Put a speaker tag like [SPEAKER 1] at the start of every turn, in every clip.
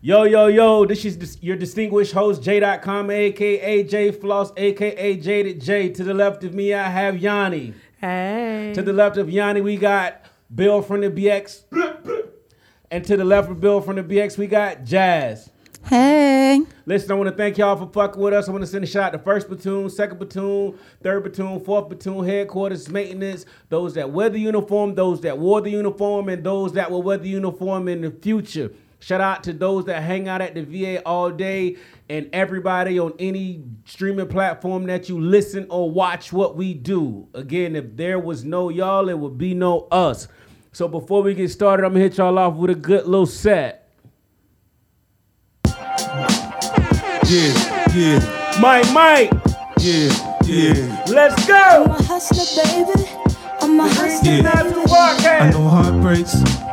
[SPEAKER 1] Yo, yo, yo, this is dis- your distinguished host, J.com, aka J Floss, aka Jaded J. To the left of me, I have Yanni.
[SPEAKER 2] Hey.
[SPEAKER 1] To the left of Yanni, we got Bill from the BX. And to the left of Bill from the BX, we got Jazz.
[SPEAKER 3] Hey.
[SPEAKER 1] Listen, I want to thank y'all for fucking with us. I want to send a shout out to First Platoon, Second Platoon, Third Platoon, Fourth Platoon, Headquarters, Maintenance, those that wear the uniform, those that wore the uniform, and those that will wear the uniform in the future. Shout out to those that hang out at the VA all day and everybody on any streaming platform that you listen or watch what we do. Again, if there was no y'all, it would be no us. So before we get started, I'm gonna hit y'all off with a good little set.
[SPEAKER 4] Yeah, yeah,
[SPEAKER 1] Mike, Mike,
[SPEAKER 4] yeah, yeah.
[SPEAKER 1] let's go!
[SPEAKER 3] I'm a hustler, baby. I'm a hustler.
[SPEAKER 4] Yeah.
[SPEAKER 1] Not
[SPEAKER 3] baby.
[SPEAKER 1] to walk
[SPEAKER 4] I
[SPEAKER 1] it.
[SPEAKER 4] know heartbreaks,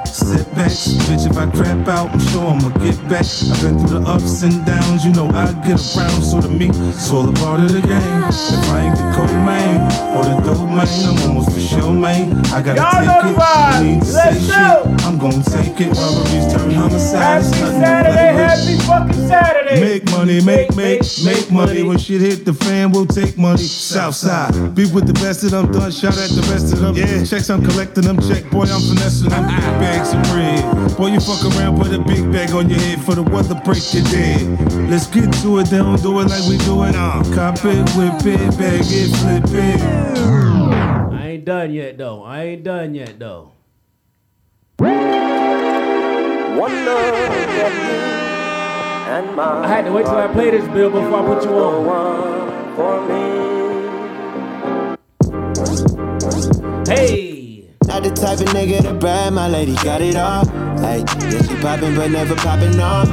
[SPEAKER 4] setbacks. Bitch, if I crap out, I'm sure I'ma get back. I've been through the ups and downs, you know I get around. So to me, it's all a part of the game. If I ain't the cold man or the dope man, I'm almost for sure man. I gotta
[SPEAKER 1] Y'all know the
[SPEAKER 4] take it.
[SPEAKER 1] vibes.
[SPEAKER 4] I need to
[SPEAKER 1] Let's
[SPEAKER 4] say
[SPEAKER 1] go.
[SPEAKER 4] shit. I'm gonna take it. Robberies turn homicide.
[SPEAKER 1] Happy
[SPEAKER 4] It's nothing but
[SPEAKER 1] Saturday,
[SPEAKER 4] leverage.
[SPEAKER 1] happy fucking Saturday.
[SPEAKER 4] Make money, make, make, make money. When shit hit the fan, we'll take money. Southside, be with the best of them. Done, shout at the best of them. Yeah. Ah. Checks, I'm collecting them. Check, boy, I'm finessing them. Big bags of bread. Boy, you fuck around, put a big bag on your head for the weather break your dead. Let's get to it, they don't do it like we do it. Uh, cop it, whip it, bag it, flip it.
[SPEAKER 1] I ain't done yet though. I ain't done yet though.
[SPEAKER 5] One look at you and my
[SPEAKER 1] I had to wait till I play this bill before I put you on.
[SPEAKER 5] one for me.
[SPEAKER 1] Hey,
[SPEAKER 6] Not the type of nigga to brag, my lady got it all. Hey, yeah, she poppin', but never poppin' off.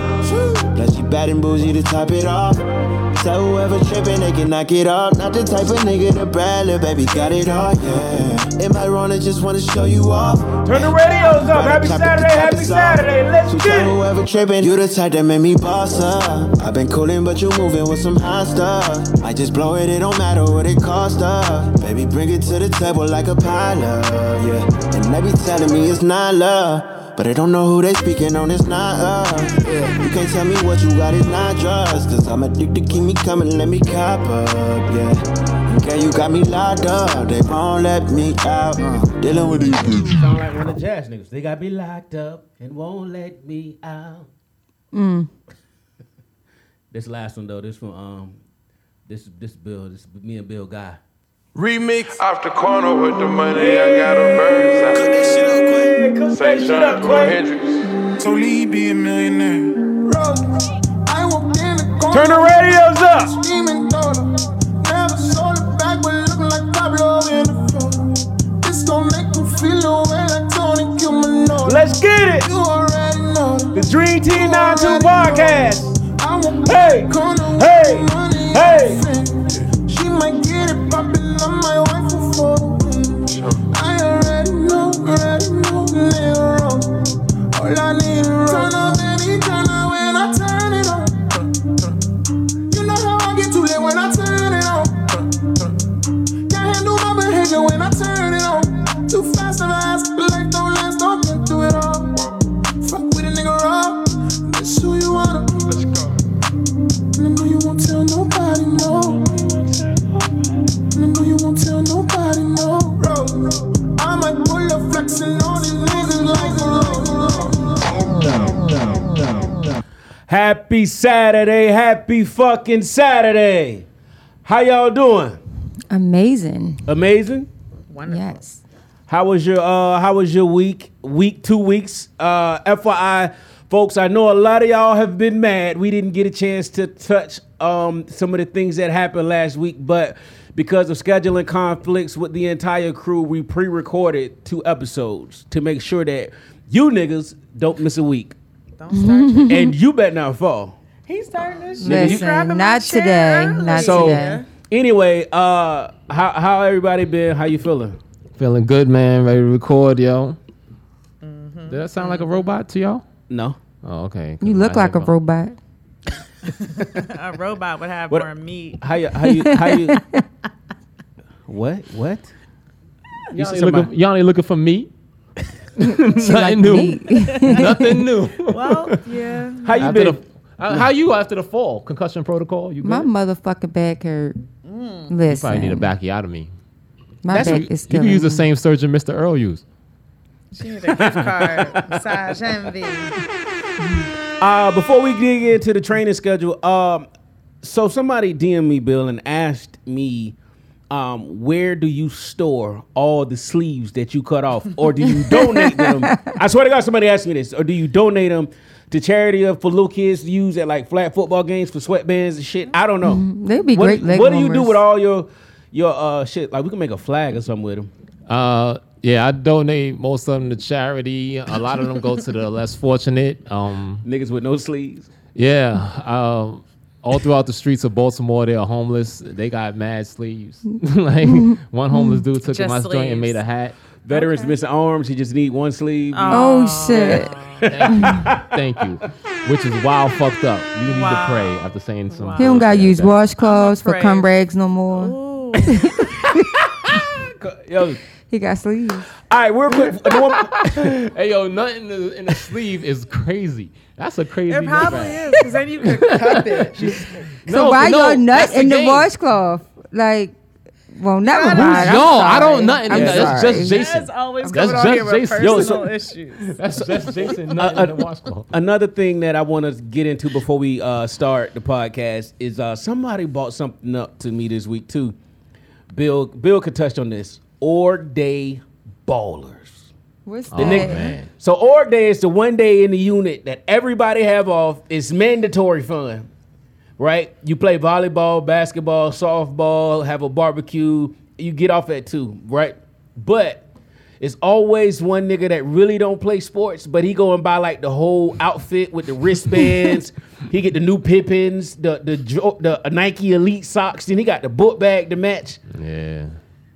[SPEAKER 6] Plus, she bad and bougie to top it off. Tell whoever trippin', they can knock it off. Not the type of nigga to brag, little baby got it all, yeah. Am I wrong? I just wanna show you off.
[SPEAKER 1] turn the radios up.
[SPEAKER 6] Gotta
[SPEAKER 1] Happy
[SPEAKER 6] clap it,
[SPEAKER 1] Saturday,
[SPEAKER 6] clap
[SPEAKER 1] happy
[SPEAKER 6] it,
[SPEAKER 1] Saturday. Let's
[SPEAKER 6] So
[SPEAKER 1] get
[SPEAKER 6] tell
[SPEAKER 1] it.
[SPEAKER 6] whoever trippin', you the type that made me boss up. I've been coolin', but you movin' with some hot stuff. I just blow it, it don't matter what it cost us. Baby, bring it to the table like a pile of, yeah. And they be telling me it's not love. But I don't know who they speaking on, it's not us. Yeah. You can't tell me what you got, it's not drugs. Cause I'm addicted, keep me coming, let me cop up, yeah. And Girl, you got me locked up, they won't let me out. Uh, dealing with these bitches.
[SPEAKER 1] Sound like one of the jazz niggas. They got me locked up and won't let me out. this last one though, this from um, this this Bill, this me and Bill guy.
[SPEAKER 7] Remix. Off the corner with the money, I got a bird's eye. Say Sean to Hendrix.
[SPEAKER 4] Totally be a millionaire.
[SPEAKER 8] I walked in the corner,
[SPEAKER 1] Turn the radios up.
[SPEAKER 8] screaming dollar. Never sold it back, but looking like Pablo in the floor. This gon' make me feel away like Tony Cumanolo.
[SPEAKER 1] Let's get it.
[SPEAKER 8] you already know that.
[SPEAKER 1] The Dream Team 92 podcast.
[SPEAKER 8] I walked
[SPEAKER 1] Hey,
[SPEAKER 8] in the corner with
[SPEAKER 1] hey,
[SPEAKER 8] the money in
[SPEAKER 1] hey.
[SPEAKER 8] the fin. She might get it poppin', I'm my wife will for the win. I already know, already know, nigga wrong. All I need is run up any turn on when I turn it on. You know how I get too lit when I turn it on. Can't handle my behavior when I turn it on. Too fast of ass, like don't last, don't get through it all. Fuck with a nigga raw, that's who you wanna. Let's go. And I know you won't tell nobody no. And I know you won't tell nobody no. I might pull up flexing on these niggas like a roll.
[SPEAKER 1] Happy Saturday, happy fucking Saturday. How y'all doing?
[SPEAKER 3] Amazing.
[SPEAKER 1] Amazing.
[SPEAKER 3] Yes.
[SPEAKER 1] How was your uh how was your week? Week two weeks. Uh FYI, folks, I know a lot of y'all have been mad. We didn't get a chance to touch um some of the things that happened last week, but because of scheduling conflicts with the entire crew, we pre-recorded two episodes to make sure that you niggas don't miss a week.
[SPEAKER 2] Don't start.
[SPEAKER 1] and you better not fall.
[SPEAKER 2] He's starting this shit.
[SPEAKER 3] Listen,
[SPEAKER 2] He's grabbing my
[SPEAKER 3] not
[SPEAKER 2] chair
[SPEAKER 3] today,
[SPEAKER 2] early.
[SPEAKER 3] not
[SPEAKER 1] So
[SPEAKER 3] today.
[SPEAKER 1] anyway, uh how how everybody been? How you feeling?
[SPEAKER 9] Feeling good, man. Ready to record, yo.
[SPEAKER 2] Mm-hmm.
[SPEAKER 9] Did that sound like a robot to y'all?
[SPEAKER 1] No.
[SPEAKER 9] Oh, okay.
[SPEAKER 3] You look like a
[SPEAKER 9] robot.
[SPEAKER 3] robot.
[SPEAKER 2] A robot would have
[SPEAKER 1] What-
[SPEAKER 2] more meat.
[SPEAKER 1] How you how you how you What? What? You
[SPEAKER 9] Y'all
[SPEAKER 1] said
[SPEAKER 9] ain't, looking,
[SPEAKER 1] somebody-
[SPEAKER 9] y'all ain't looking for me. nothing
[SPEAKER 3] like
[SPEAKER 9] new.
[SPEAKER 3] me.
[SPEAKER 9] nothing new.
[SPEAKER 2] Well, yeah.
[SPEAKER 1] How you
[SPEAKER 9] After
[SPEAKER 1] been?
[SPEAKER 9] the- uh, how you after the fall concussion protocol? You
[SPEAKER 3] My
[SPEAKER 9] good?
[SPEAKER 3] motherfucking back
[SPEAKER 2] Mm.
[SPEAKER 3] hurt.
[SPEAKER 9] You
[SPEAKER 3] Listen,
[SPEAKER 9] probably need a bacchiotomy.
[SPEAKER 3] my back
[SPEAKER 9] you,
[SPEAKER 3] is
[SPEAKER 9] you
[SPEAKER 3] killing
[SPEAKER 9] can use the
[SPEAKER 3] me.
[SPEAKER 9] same surgeon Mr. Earl used.
[SPEAKER 2] She need a gift card. Massage envy.
[SPEAKER 1] Uh, before we dig into the training schedule, um, so somebody DM me Bill and asked me, um, where do you store all the sleeves that you cut off, or do you donate them? I swear to God, somebody asked me this, or do you donate them to charity or for little kids to use at like flat football games for sweatbands and shit? I don't know.
[SPEAKER 3] Mm-hmm. They'd be
[SPEAKER 1] what,
[SPEAKER 3] great leg
[SPEAKER 1] What do you do
[SPEAKER 3] warmers.
[SPEAKER 1] with all your your uh, shit? Like we can make a flag or something with them.
[SPEAKER 9] Uh, yeah, I donate most of them to charity. A lot of them go to the less fortunate. Um,
[SPEAKER 1] Niggas with no sleeves.
[SPEAKER 9] yeah, um, all throughout the streets of Baltimore, they are homeless. They got mad sleeves. like one homeless dude took
[SPEAKER 2] Just
[SPEAKER 9] my joint
[SPEAKER 2] sleeves.
[SPEAKER 9] and made a hat.
[SPEAKER 1] Veterans missing arms. He just need one sleeve.
[SPEAKER 3] Oh shit!
[SPEAKER 9] Thank you, which is wild fucked up. You need
[SPEAKER 2] Wow.
[SPEAKER 9] to pray after saying something.
[SPEAKER 3] He don't gotta use washcloths for
[SPEAKER 2] afraid.
[SPEAKER 3] cum rags no more.
[SPEAKER 2] Ooh.
[SPEAKER 1] Yo,
[SPEAKER 3] He got sleeves.
[SPEAKER 1] all right, real quick. the one-
[SPEAKER 9] Hey yo, nothing in the, in the sleeve is crazy. That's a crazy.
[SPEAKER 2] It probably
[SPEAKER 9] look
[SPEAKER 2] is because then you could cut it.
[SPEAKER 9] back.
[SPEAKER 3] So
[SPEAKER 9] No,
[SPEAKER 3] why
[SPEAKER 9] no,
[SPEAKER 3] y'all nut
[SPEAKER 9] that's
[SPEAKER 3] in the
[SPEAKER 9] game.
[SPEAKER 3] washcloth? Like, well, never mind. I'm
[SPEAKER 9] Y'all, I
[SPEAKER 3] sorry.
[SPEAKER 9] don't nut in
[SPEAKER 3] I'm
[SPEAKER 9] that. That's
[SPEAKER 3] sorry.
[SPEAKER 9] just Jason.
[SPEAKER 2] That's always
[SPEAKER 9] That's
[SPEAKER 2] coming on here
[SPEAKER 9] just
[SPEAKER 2] with
[SPEAKER 9] Jason.
[SPEAKER 2] personal
[SPEAKER 1] Yo, so-
[SPEAKER 2] issues.
[SPEAKER 9] That's that's Jason nothing in the washcloth.
[SPEAKER 1] Another thing that I want to get into before we uh, start the podcast is uh, somebody bought something up to me this week too. Bill Bill could touch on this. Org Day Ballers.
[SPEAKER 3] What's
[SPEAKER 9] Oh,
[SPEAKER 3] that?
[SPEAKER 9] man.
[SPEAKER 1] So Org Day is the one day in the unit that everybody have off. It's mandatory fun, right? You play volleyball, basketball, softball, have a barbecue. You get off at two, right? But it's always one nigga that really don't play sports, but he go and buy like the whole outfit with the wristbands. he get the new Pippins, the the jo- the Nike Elite socks, and he got the book bag to match
[SPEAKER 9] Yeah.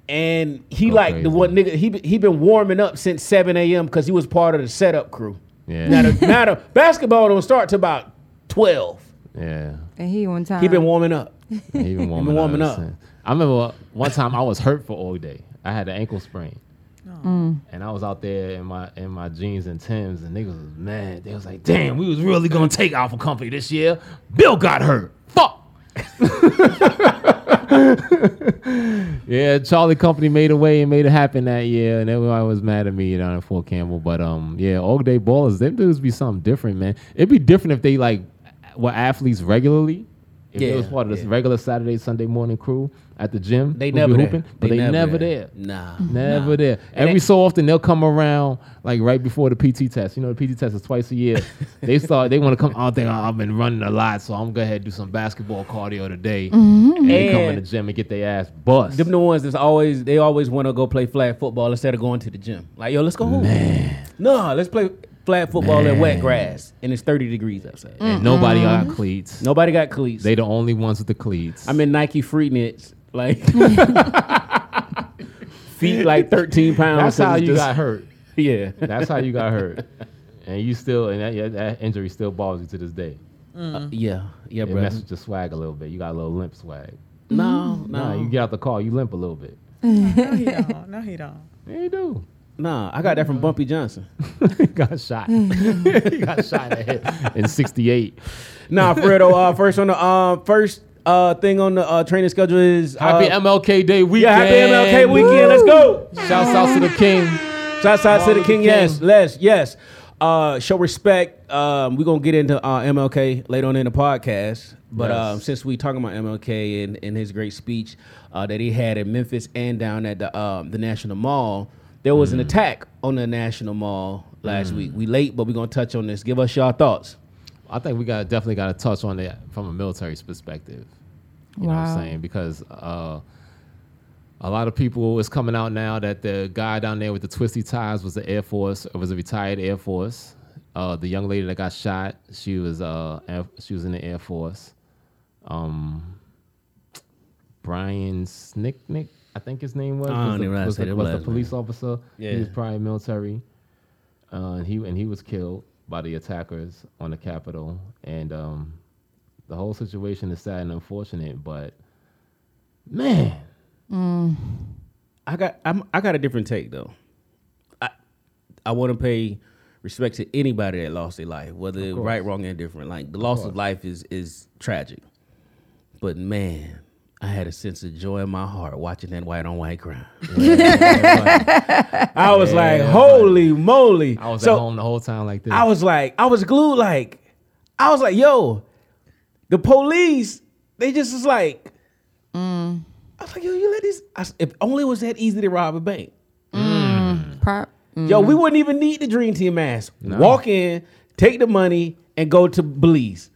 [SPEAKER 1] and he
[SPEAKER 9] Go
[SPEAKER 1] like
[SPEAKER 9] crazy.
[SPEAKER 1] the one nigga he be- he been warming up since 7 a.m. because he was part of the setup crew.
[SPEAKER 9] Yeah.
[SPEAKER 1] Now the, now the basketball don't start till about 12.
[SPEAKER 9] yeah.
[SPEAKER 3] And he on time.
[SPEAKER 1] He been warming up.
[SPEAKER 9] He been warming,
[SPEAKER 1] warming
[SPEAKER 9] up.
[SPEAKER 1] up.
[SPEAKER 9] since. I remember one time I was hurt for all day. I had an ankle sprain.
[SPEAKER 1] Mm.
[SPEAKER 9] And I was out there in my in my jeans and Tim's and niggas was mad. They was like, damn, we was really gonna take Alpha Company this year. Bill got hurt. Fuck. yeah, Charlie Company made a way and made it happen that year, and everybody was mad at me down at Fort Campbell. But um, yeah, all day ballers, them dudes be something different, man. It'd be different if they like were athletes regularly. If it
[SPEAKER 1] Yeah,
[SPEAKER 9] was part of this
[SPEAKER 1] yeah.
[SPEAKER 9] regular Saturday, Sunday morning crew at the gym,
[SPEAKER 1] They
[SPEAKER 9] we'd be
[SPEAKER 1] never there.
[SPEAKER 9] hooping, but they, never there.
[SPEAKER 1] Nah.
[SPEAKER 9] Never there. Every so often they'll come around like right before the PT test. You know the PT test is twice a year. they start. They want to come. I think I've been running a lot, so I'm gonna go ahead and do some basketball cardio today. And they come in the
[SPEAKER 1] And-
[SPEAKER 9] gym and get their ass bust.
[SPEAKER 1] Them the ones that's always they always want to go play flag football instead of going to the gym. Like yo, let's go home. Nah, let's play flag football in wet grass and it's 30 degrees outside.
[SPEAKER 9] And nobody got cleats.
[SPEAKER 1] Nobody got cleats.
[SPEAKER 9] They the only ones with the cleats.
[SPEAKER 1] I'm in Nike free knits. Like feet like 13 pounds.
[SPEAKER 9] that's how
[SPEAKER 1] 'cause it's
[SPEAKER 9] you
[SPEAKER 1] just-
[SPEAKER 9] got hurt.
[SPEAKER 1] Yeah.
[SPEAKER 9] That's how you got hurt. And you still and that, yeah, that injury still bothers you to this day.
[SPEAKER 1] Yeah. Yeah,
[SPEAKER 9] It
[SPEAKER 1] bro.
[SPEAKER 9] messes with your swag a little bit. You got a little limp swag.
[SPEAKER 1] No,
[SPEAKER 9] Nah, you get out the car, you limp a little bit.
[SPEAKER 2] No, he don't. No, he don't.
[SPEAKER 9] Yeah, you do.
[SPEAKER 1] Nah, I got that
[SPEAKER 9] Mm-hmm.
[SPEAKER 1] from Bumpy Johnson.
[SPEAKER 9] got shot. he got shot in the head in '68.
[SPEAKER 1] nah, Fredo. Uh, first on the um, first uh thing on the uh, training schedule is uh,
[SPEAKER 9] Happy MLK Day weekend.
[SPEAKER 1] yeah, happy MLK weekend. Let's go.
[SPEAKER 9] Shouts out to the king.
[SPEAKER 1] Shouts out to
[SPEAKER 9] Martin
[SPEAKER 1] the
[SPEAKER 9] Luther
[SPEAKER 1] king. Yes,
[SPEAKER 9] King.
[SPEAKER 1] yes, yes. Uh, show respect. Um, we're gonna get into uh, MLK later on in the podcast, but
[SPEAKER 9] Yes.
[SPEAKER 1] um, since we talking about MLK and, and his great speech uh, that he had in Memphis and down at the um, the National Mall, there was
[SPEAKER 9] Mm.
[SPEAKER 1] an attack on the National Mall last week. We late, but we're gonna touch on this. Give us your thoughts.
[SPEAKER 9] I think we got definitely got to touch on that from a military perspective. You know what I'm
[SPEAKER 3] Wow.
[SPEAKER 9] saying? Because uh, a lot of people is coming out now that the guy down there with the twisty ties was the Air Force, or was a retired Air Force. Uh, the young lady that got shot, she was uh, Air- she was in the Air Force. Um, Brian Snicknick, I think his name was.
[SPEAKER 1] I don't
[SPEAKER 9] was the,
[SPEAKER 1] even know how to
[SPEAKER 9] was
[SPEAKER 1] say
[SPEAKER 9] the-
[SPEAKER 1] that
[SPEAKER 9] was the
[SPEAKER 1] last name.
[SPEAKER 9] police officer.
[SPEAKER 1] Yeah.
[SPEAKER 9] He was probably military uh, and he and he was killed by the attackers on the Capitol. And um, the whole situation is sad and unfortunate, but man,
[SPEAKER 1] I got I'm, I got a different take though. I I want to pay respect to anybody that lost their life, whether right, wrong, and different. Like the loss of life is is tragic, but man. I had a sense of joy in my heart watching that white on white crime. I was like, "Holy moly!"
[SPEAKER 9] I was
[SPEAKER 1] So-
[SPEAKER 9] at home the whole time like this.
[SPEAKER 1] I was like, I was glued. Like, I was like, yo, the police, they just was like, I was like, yo, you let these. I s if only it was that easy to rob a bank.
[SPEAKER 3] Prop.
[SPEAKER 1] Yo, we wouldn't even need the Dream Team mask. Walk in, take the money, and go to Belize.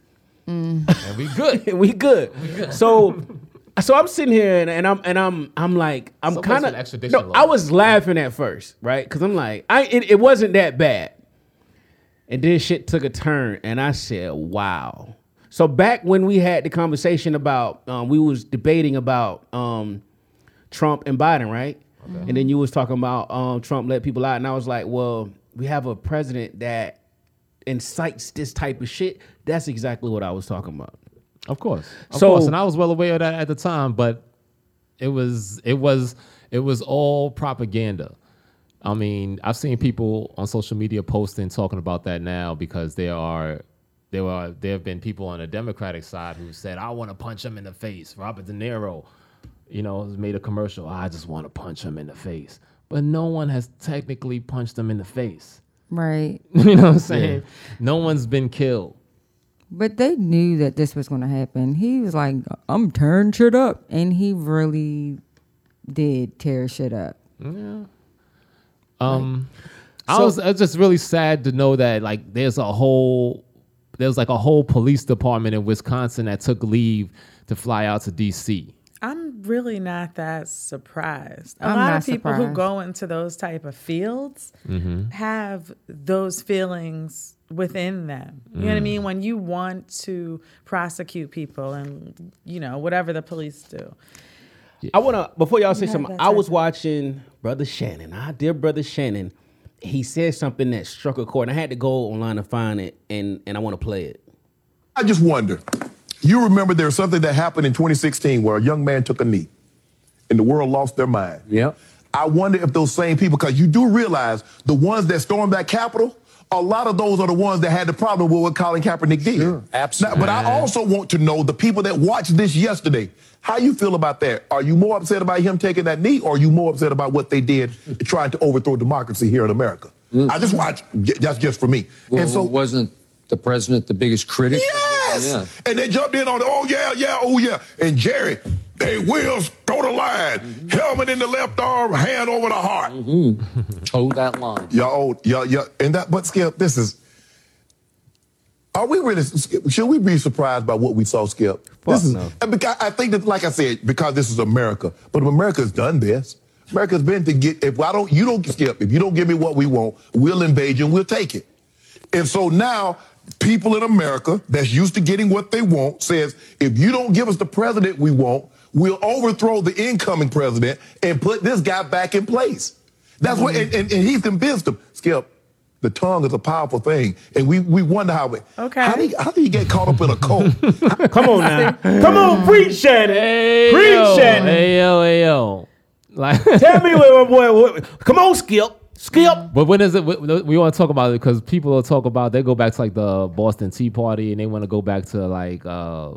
[SPEAKER 9] and we good.
[SPEAKER 1] we good. So, so I'm sitting here and, and I'm and I'm I'm like I'm
[SPEAKER 9] Some place
[SPEAKER 1] kind
[SPEAKER 9] with
[SPEAKER 1] of
[SPEAKER 9] extradition
[SPEAKER 1] no. I
[SPEAKER 9] laws.
[SPEAKER 1] was laughing at first, right? Because I'm like, I it, it wasn't that bad. And then shit took a turn, and I said, "Wow." So back when we had the conversation about, um, we was debating about um, Trump and Biden, right? And then you was talking about um, Trump let people out, and I was like, "Well, we have a president that incites this type of shit." That's exactly what I was talking about.
[SPEAKER 9] Of course. Of
[SPEAKER 1] So-
[SPEAKER 9] course. And I was well aware of that at the time, but it was it was it was all propaganda. I mean, I've seen people on social media posting talking about that now because there are there are there have been people on the Democratic side who said, I want to punch him in the face. Robert De Niro, you know, has made a commercial. I just want to punch him in the face. But no one has technically punched him in the face.
[SPEAKER 3] Right.
[SPEAKER 9] you know what I'm saying? No one's been killed.
[SPEAKER 3] But they knew that this was going to happen. He was like, I'm tearing shit up. And he really did tear shit up.
[SPEAKER 9] Um, I was I was just really sad to know that like there's a whole there's like a whole police department in Wisconsin that took leave to fly out to D.C.
[SPEAKER 2] I'm really not that surprised. A
[SPEAKER 3] I'm
[SPEAKER 2] lot
[SPEAKER 3] not
[SPEAKER 2] of people who
[SPEAKER 3] surprised.
[SPEAKER 2] go into those type of fields
[SPEAKER 1] Mm-hmm.
[SPEAKER 2] have those feelings within them. You
[SPEAKER 1] Mm.
[SPEAKER 2] know what I mean? When you want to prosecute people and you know whatever the police do.
[SPEAKER 1] I want to before y'all say
[SPEAKER 2] have
[SPEAKER 1] something.
[SPEAKER 2] that
[SPEAKER 1] I
[SPEAKER 2] type
[SPEAKER 1] was
[SPEAKER 2] of-
[SPEAKER 1] watching Brother Shannon, our dear Brother Shannon. He said something that struck a chord, and I had to go online to find it, and and I want to play it.
[SPEAKER 10] I just wonder. You remember there was something that happened in 2016 where a young man took a knee and the world lost their mind.
[SPEAKER 8] Yeah.
[SPEAKER 10] I wonder if those same people, because you do realize the ones that stormed that Capitol, a lot of those are the ones that had the problem with what Colin Kaepernick did.
[SPEAKER 8] Sure, absolutely.
[SPEAKER 10] Now, but I also want to know the people that watched this yesterday. How you feel about that? Are you more upset about him taking that knee, or are you more upset about what they did trying to overthrow democracy here in America?
[SPEAKER 8] Mm.
[SPEAKER 10] I just watch. That's just for me.
[SPEAKER 11] Well, wasn't the president the biggest critic?
[SPEAKER 10] Yes.
[SPEAKER 11] Yeah.
[SPEAKER 10] And they jumped in on it. Oh yeah, yeah, oh yeah. And Jerry, they will throw the line. Helmet in the left arm, hand over the heart.
[SPEAKER 11] Toe that line.
[SPEAKER 10] Y'all, y'all, y'all. And that, but Skip, this is. Are we really? Skip, Should we be surprised by what we saw, Skip?
[SPEAKER 1] Fuck
[SPEAKER 10] this is,
[SPEAKER 1] no.
[SPEAKER 10] and because I think that, like I said, because this is America. But America's done this. America's been to get. If I don't, you don't, Skip. If you don't give me what we want, we'll invade you and we'll take it. And so now people in America that's used to getting what they want says, if you don't give us the president we want, we'll overthrow the incoming president and put this guy back in place. That's what, and, and, and he's convinced them. Skip, the tongue is a powerful thing, and we we wonder how it.
[SPEAKER 2] Okay.
[SPEAKER 10] How do you, how do you get caught up in a cult?
[SPEAKER 1] Come on now, come on, preach Shannon,
[SPEAKER 9] Hey
[SPEAKER 1] preach
[SPEAKER 9] yo,
[SPEAKER 1] Shannon.
[SPEAKER 9] hey yo, hey yo. Like,
[SPEAKER 1] Tell me what, what, what, what- Come on, Skip, Skip.
[SPEAKER 9] but when is it? We, we want to talk about it because people will talk about they go back to like the Boston Tea Party and they want to go back to like uh,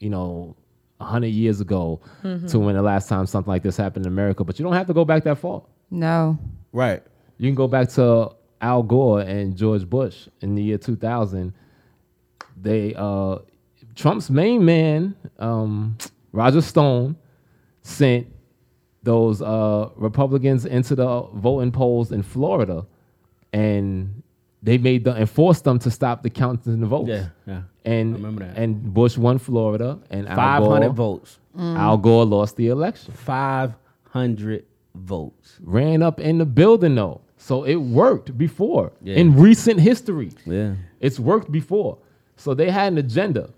[SPEAKER 9] you know. 100 years ago to when the last time something like this happened in America, but you don't have to go back that far.
[SPEAKER 3] No.
[SPEAKER 1] Right.
[SPEAKER 9] You can go back to Al Gore and George Bush in the year 2000. They uh, Trump's main man, um, Roger Stone, sent those uh, Republicans into the voting polls in Florida, and they made the and forced them to stop the counting the votes.
[SPEAKER 1] Yeah, yeah.
[SPEAKER 9] And
[SPEAKER 1] remember that.
[SPEAKER 9] and Bush won Florida, and
[SPEAKER 1] Five hundred
[SPEAKER 9] Al Gore,
[SPEAKER 1] votes.
[SPEAKER 9] Al Gore lost the election.
[SPEAKER 1] Five hundred votes.
[SPEAKER 9] Ran up in the building though, so it worked before
[SPEAKER 1] Yeah.
[SPEAKER 9] in recent history.
[SPEAKER 1] Yeah.
[SPEAKER 9] It's worked before. So they had an agenda.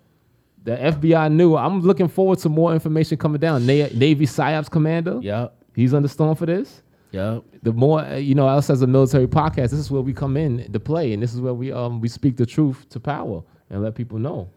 [SPEAKER 9] The FBI knew. I'm looking forward to more information coming down. Na- Navy PSYOPs commander.
[SPEAKER 1] Yep.
[SPEAKER 9] He's under storm for this.
[SPEAKER 1] Yep.
[SPEAKER 9] The more uh, you know, us as a military podcast, this is where we come in to play, and this is where we um we speak the truth to power and let people know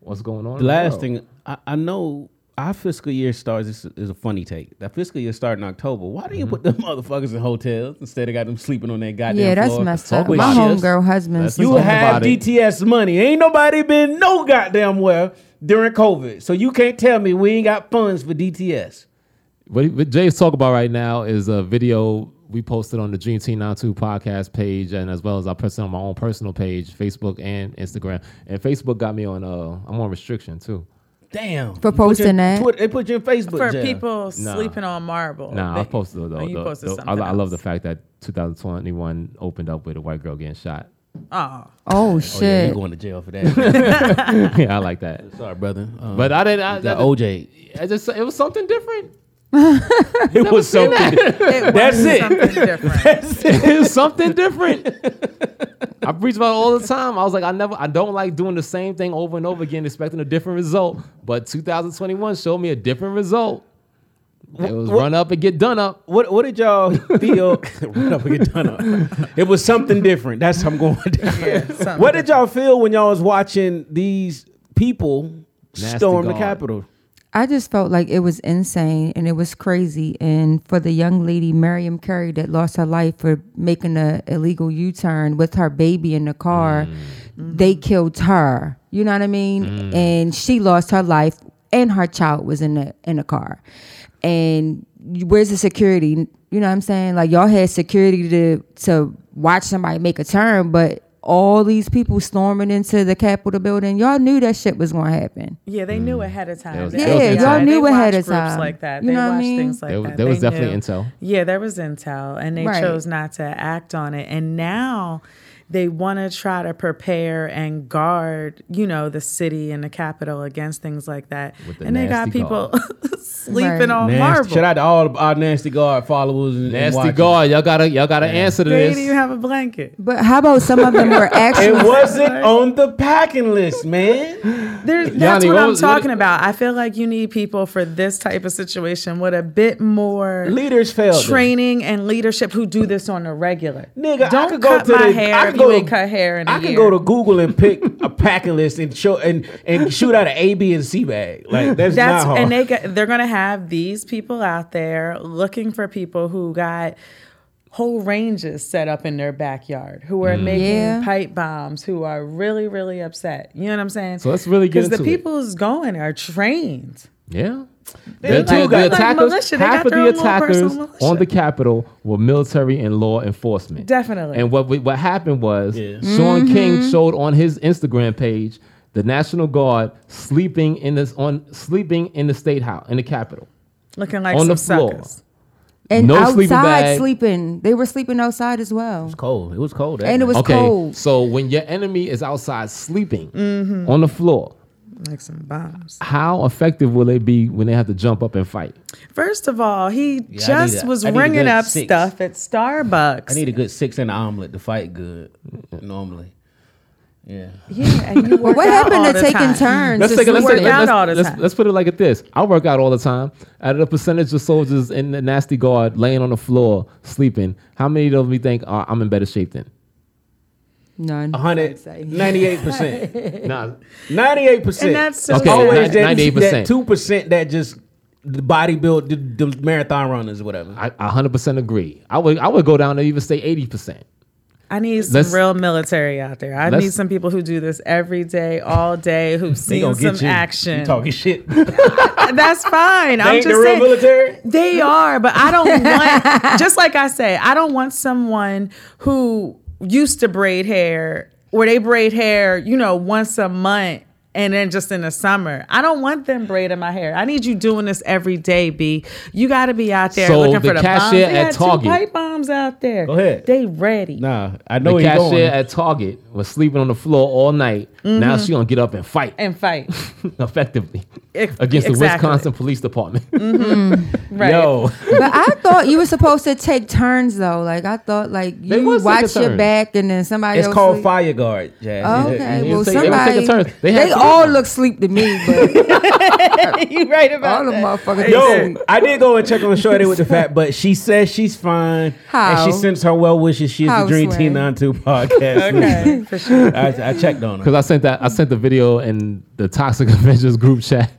[SPEAKER 9] what's going on. in
[SPEAKER 1] The last
[SPEAKER 9] world.
[SPEAKER 1] thing I, I know, our fiscal year starts. This is a funny take. That fiscal year start in October. Why do you put
[SPEAKER 9] Mm-hmm.
[SPEAKER 1] them motherfuckers in hotels instead of got them sleeping on that goddamn
[SPEAKER 3] Yeah, that's
[SPEAKER 1] floor
[SPEAKER 3] messed up.
[SPEAKER 1] with
[SPEAKER 3] My
[SPEAKER 1] shifts?
[SPEAKER 3] homegirl husband Let's
[SPEAKER 1] You
[SPEAKER 3] talk
[SPEAKER 1] have
[SPEAKER 3] about it.
[SPEAKER 1] DTS money. Ain't nobody been no goddamn well during COVID. So you can't tell me we ain't got funds for DTS.
[SPEAKER 9] What, what Jay's talking about right now is a video we posted on the Dream Team 92 podcast page, and as well as I posted on my own personal page, Facebook and Instagram. And Facebook got me on. Uh, I'm on restriction too.
[SPEAKER 1] Damn.
[SPEAKER 3] For
[SPEAKER 1] They put you in
[SPEAKER 3] posting that.
[SPEAKER 1] Twitter- they put you in Facebook.
[SPEAKER 2] for
[SPEAKER 1] jail.
[SPEAKER 2] people
[SPEAKER 9] Nah.
[SPEAKER 2] sleeping on marble.
[SPEAKER 9] Nah, I
[SPEAKER 2] They-
[SPEAKER 9] posted though.
[SPEAKER 2] Oh, you
[SPEAKER 9] though-
[SPEAKER 2] posted
[SPEAKER 9] though- I,
[SPEAKER 2] something
[SPEAKER 9] I love the fact that 2021 opened up with a white girl getting shot.
[SPEAKER 2] Oh.
[SPEAKER 3] Oh
[SPEAKER 1] yeah, you
[SPEAKER 3] shit.
[SPEAKER 1] going to jail for that?
[SPEAKER 9] yeah, I like that.
[SPEAKER 1] Sorry, brother. Um,
[SPEAKER 9] But I didn't. I,
[SPEAKER 1] the
[SPEAKER 9] that-
[SPEAKER 1] OJ.
[SPEAKER 9] I just, it was something different.
[SPEAKER 1] It was
[SPEAKER 9] seen
[SPEAKER 1] something.
[SPEAKER 9] that.
[SPEAKER 1] different. That's it. That's it.
[SPEAKER 9] It's something different. I preach about it all the time. I was like, I never, I don't like doing the same thing over and over again, expecting a different result. But 2021 showed me a different result. It was run up and get done up.
[SPEAKER 1] What What did y'all feel? Run up and get done up. It was something different. That's how I'm going. Down.
[SPEAKER 2] something
[SPEAKER 1] what did y'all feel when y'all was watching these people
[SPEAKER 9] Nasty
[SPEAKER 1] storm the
[SPEAKER 9] guard.
[SPEAKER 1] Capitol?
[SPEAKER 3] I just felt like it was insane and it was crazy. And for the young lady, Miriam Carey, that lost her life for making a illegal U turn with her baby in the car, they killed her. You know what I mean? And she lost her life, and her child was in the in the car. And you- where's the security? You know what I'm saying? Like y'all had security to to watch somebody make a turn, but all these people storming into the Capitol building, y'all knew that shit was gonna happen.
[SPEAKER 2] Yeah, they knew ahead of time.
[SPEAKER 9] Mm. was-
[SPEAKER 2] They-
[SPEAKER 9] Yeah, there was y'all intel.
[SPEAKER 3] knew
[SPEAKER 2] they
[SPEAKER 3] ahead
[SPEAKER 2] watch groups
[SPEAKER 3] of time.
[SPEAKER 2] Like that,
[SPEAKER 3] You
[SPEAKER 2] they
[SPEAKER 3] know what I
[SPEAKER 2] watch
[SPEAKER 3] mean?
[SPEAKER 2] things like
[SPEAKER 9] There was-
[SPEAKER 2] that.
[SPEAKER 9] there was
[SPEAKER 2] They
[SPEAKER 9] definitely
[SPEAKER 2] knew.
[SPEAKER 9] intel.
[SPEAKER 2] Yeah, there was intel, and they
[SPEAKER 3] Right.
[SPEAKER 2] chose not to act on it. And now they want to try to prepare and guard, you know, the city and the capital against things like that.
[SPEAKER 9] With the
[SPEAKER 2] and they got
[SPEAKER 9] nasty
[SPEAKER 2] people sleeping
[SPEAKER 3] Right.
[SPEAKER 2] on marble.
[SPEAKER 1] Nasty, shout out to all of our nasty guard followers and and
[SPEAKER 9] Nasty
[SPEAKER 1] watchers.
[SPEAKER 9] guard, y'all gotta, y'all gotta answer to
[SPEAKER 2] they didn't
[SPEAKER 9] this.
[SPEAKER 2] even have a blanket.
[SPEAKER 3] But how about some of them were
[SPEAKER 1] It
[SPEAKER 3] actually
[SPEAKER 1] wasn't on the packing list, man.
[SPEAKER 2] There's, that's
[SPEAKER 9] Yanni,
[SPEAKER 2] what,
[SPEAKER 9] what
[SPEAKER 2] I'm
[SPEAKER 9] was- what-
[SPEAKER 2] talking about. I feel like you need people for this type of situation with a bit more
[SPEAKER 1] Leaders failed. them.
[SPEAKER 2] training and leadership who do this on a regular.
[SPEAKER 1] Nigga, I
[SPEAKER 2] don't
[SPEAKER 1] could go
[SPEAKER 2] cut
[SPEAKER 1] to
[SPEAKER 2] my
[SPEAKER 1] the,
[SPEAKER 2] hair
[SPEAKER 1] I
[SPEAKER 2] if
[SPEAKER 1] could go
[SPEAKER 2] you
[SPEAKER 1] to,
[SPEAKER 2] ain't cut hair in a
[SPEAKER 1] I could
[SPEAKER 2] year.
[SPEAKER 1] go to Google and pick a packing list and show and and shoot out an A, B, and C bag. Like that's,
[SPEAKER 2] That's
[SPEAKER 1] not hard.
[SPEAKER 2] and they got, they're gonna have these people out there looking for people who got whole ranges set up in their backyard who
[SPEAKER 1] Mm.
[SPEAKER 2] are making
[SPEAKER 3] Yeah.
[SPEAKER 2] pipe bombs who are really really upset. You know what I'm saying?
[SPEAKER 9] So let's really get
[SPEAKER 2] because the
[SPEAKER 9] into it.
[SPEAKER 2] people's going are trained.
[SPEAKER 9] Yeah.
[SPEAKER 1] They
[SPEAKER 9] The,
[SPEAKER 1] like-
[SPEAKER 9] two- the
[SPEAKER 1] they like
[SPEAKER 9] attackers,
[SPEAKER 2] militia. They
[SPEAKER 9] half
[SPEAKER 2] got
[SPEAKER 9] of
[SPEAKER 2] their
[SPEAKER 9] the
[SPEAKER 2] own little personal
[SPEAKER 9] attackers
[SPEAKER 2] militia.
[SPEAKER 9] on the Capitol were military and law enforcement.
[SPEAKER 2] Definitely.
[SPEAKER 9] And what we, what happened was
[SPEAKER 1] Yeah.
[SPEAKER 9] Sean King showed on his Instagram page the National Guard sleeping in this on sleeping in the state house in the Capitol.
[SPEAKER 2] Looking like
[SPEAKER 9] On
[SPEAKER 2] some
[SPEAKER 9] the floor.
[SPEAKER 2] suckers.
[SPEAKER 3] and
[SPEAKER 9] No
[SPEAKER 3] outside
[SPEAKER 9] sleeping bag.
[SPEAKER 3] sleeping. They were sleeping outside as well.
[SPEAKER 1] cold. It was cold. that
[SPEAKER 3] And it
[SPEAKER 1] night.
[SPEAKER 3] was cold.
[SPEAKER 9] So when your enemy is outside sleeping on the floor,
[SPEAKER 2] Like some bombs.
[SPEAKER 9] how effective will they be when they have to jump up and fight?
[SPEAKER 2] First of all, he
[SPEAKER 1] I need
[SPEAKER 2] just
[SPEAKER 1] a-
[SPEAKER 2] was
[SPEAKER 1] I need a
[SPEAKER 2] ringing
[SPEAKER 1] good
[SPEAKER 2] up
[SPEAKER 1] six.
[SPEAKER 2] stuff at Starbucks.
[SPEAKER 1] I need a good six in the omelet to fight good normally. Yeah.
[SPEAKER 2] yeah, and you
[SPEAKER 3] Well,
[SPEAKER 2] work
[SPEAKER 3] what
[SPEAKER 2] out all
[SPEAKER 3] happened
[SPEAKER 2] the
[SPEAKER 3] to
[SPEAKER 2] time.
[SPEAKER 3] taking turns?
[SPEAKER 9] Let's
[SPEAKER 3] to
[SPEAKER 9] take a
[SPEAKER 3] sleep?
[SPEAKER 9] let's,
[SPEAKER 2] work
[SPEAKER 9] take-
[SPEAKER 2] out
[SPEAKER 9] let's,
[SPEAKER 2] all the
[SPEAKER 9] let's,
[SPEAKER 2] time.
[SPEAKER 9] let's put it like this. I work out all the time. Out of the percentage of soldiers in the nasty guard laying on the floor sleeping, how many of them you think are I'm in better shape than?
[SPEAKER 3] None.
[SPEAKER 1] Uh-huh.
[SPEAKER 3] I'd say.
[SPEAKER 1] 198%.
[SPEAKER 9] nah,
[SPEAKER 1] 98%.
[SPEAKER 2] And that's so
[SPEAKER 9] Okay, sad.
[SPEAKER 1] always
[SPEAKER 9] ni-
[SPEAKER 1] that,
[SPEAKER 9] 98%.
[SPEAKER 1] that 2% that just the bodybuild, the, the marathon runners or whatever.
[SPEAKER 9] I I 100% agree. I would I would go down and even say 80%.
[SPEAKER 2] I need some
[SPEAKER 9] Let's-
[SPEAKER 2] real military out there. I
[SPEAKER 9] let's-
[SPEAKER 2] need some people who do this every day, all day, who've
[SPEAKER 1] They
[SPEAKER 2] seen
[SPEAKER 1] gonna
[SPEAKER 2] some
[SPEAKER 1] get you. You
[SPEAKER 2] action.
[SPEAKER 1] talking shit. they
[SPEAKER 2] That's fine. I'm
[SPEAKER 1] ain't
[SPEAKER 2] just
[SPEAKER 1] the real
[SPEAKER 2] saying.
[SPEAKER 1] military.
[SPEAKER 2] They are, but I don't want, just like I say, I don't want someone who used to braid hair or they braid hair, you know, once a month and then just in the summer. I don't want them braiding my hair. I need you doing this every day, B. You got to be out there
[SPEAKER 9] So
[SPEAKER 2] looking
[SPEAKER 9] the
[SPEAKER 2] for the
[SPEAKER 9] cashier
[SPEAKER 2] bombs. They
[SPEAKER 9] at
[SPEAKER 2] had two
[SPEAKER 9] Target-
[SPEAKER 2] pipe bombs out there. Go
[SPEAKER 1] ahead.
[SPEAKER 2] They ready.
[SPEAKER 1] Nah, I know
[SPEAKER 9] the
[SPEAKER 1] where you're
[SPEAKER 9] cashier
[SPEAKER 1] going.
[SPEAKER 9] at Target was sleeping on the floor all night. Now she's gonna get up and fight
[SPEAKER 2] Mm-hmm. And fight.
[SPEAKER 9] effectively
[SPEAKER 2] Ex-
[SPEAKER 9] against the
[SPEAKER 2] exactly. Mm-hmm.
[SPEAKER 9] Wisconsin Police Department.
[SPEAKER 2] Right.
[SPEAKER 1] Yo,
[SPEAKER 3] but I thought you were supposed to take turns though. Like I thought, like
[SPEAKER 9] They
[SPEAKER 3] you
[SPEAKER 9] was
[SPEAKER 3] watch
[SPEAKER 9] taking
[SPEAKER 3] your
[SPEAKER 9] turns.
[SPEAKER 3] back and then somebody
[SPEAKER 1] it's
[SPEAKER 3] else.
[SPEAKER 1] called
[SPEAKER 3] sleep.
[SPEAKER 1] fire guard. Jazz.
[SPEAKER 2] Oh,
[SPEAKER 3] Okay,
[SPEAKER 9] You
[SPEAKER 3] well
[SPEAKER 9] take- they were
[SPEAKER 3] somebody.
[SPEAKER 9] taking
[SPEAKER 3] They,
[SPEAKER 9] turns. They had two
[SPEAKER 3] all
[SPEAKER 9] turns.
[SPEAKER 3] look sleep to me, but
[SPEAKER 2] you right about
[SPEAKER 3] all the
[SPEAKER 2] that.
[SPEAKER 3] motherfuckers.
[SPEAKER 1] Yo,
[SPEAKER 3] sleep.
[SPEAKER 1] I did go and check on Shorty with the fat, but she says she's fine.
[SPEAKER 3] How?
[SPEAKER 1] And she sends her well wishes. She's the
[SPEAKER 3] How,
[SPEAKER 1] Dream
[SPEAKER 3] Sway?
[SPEAKER 1] Team 92 podcast.
[SPEAKER 2] Okay, for sure.
[SPEAKER 1] I, I checked on her.
[SPEAKER 9] Because I sent that I sent the video in the Toxic Avengers group chat.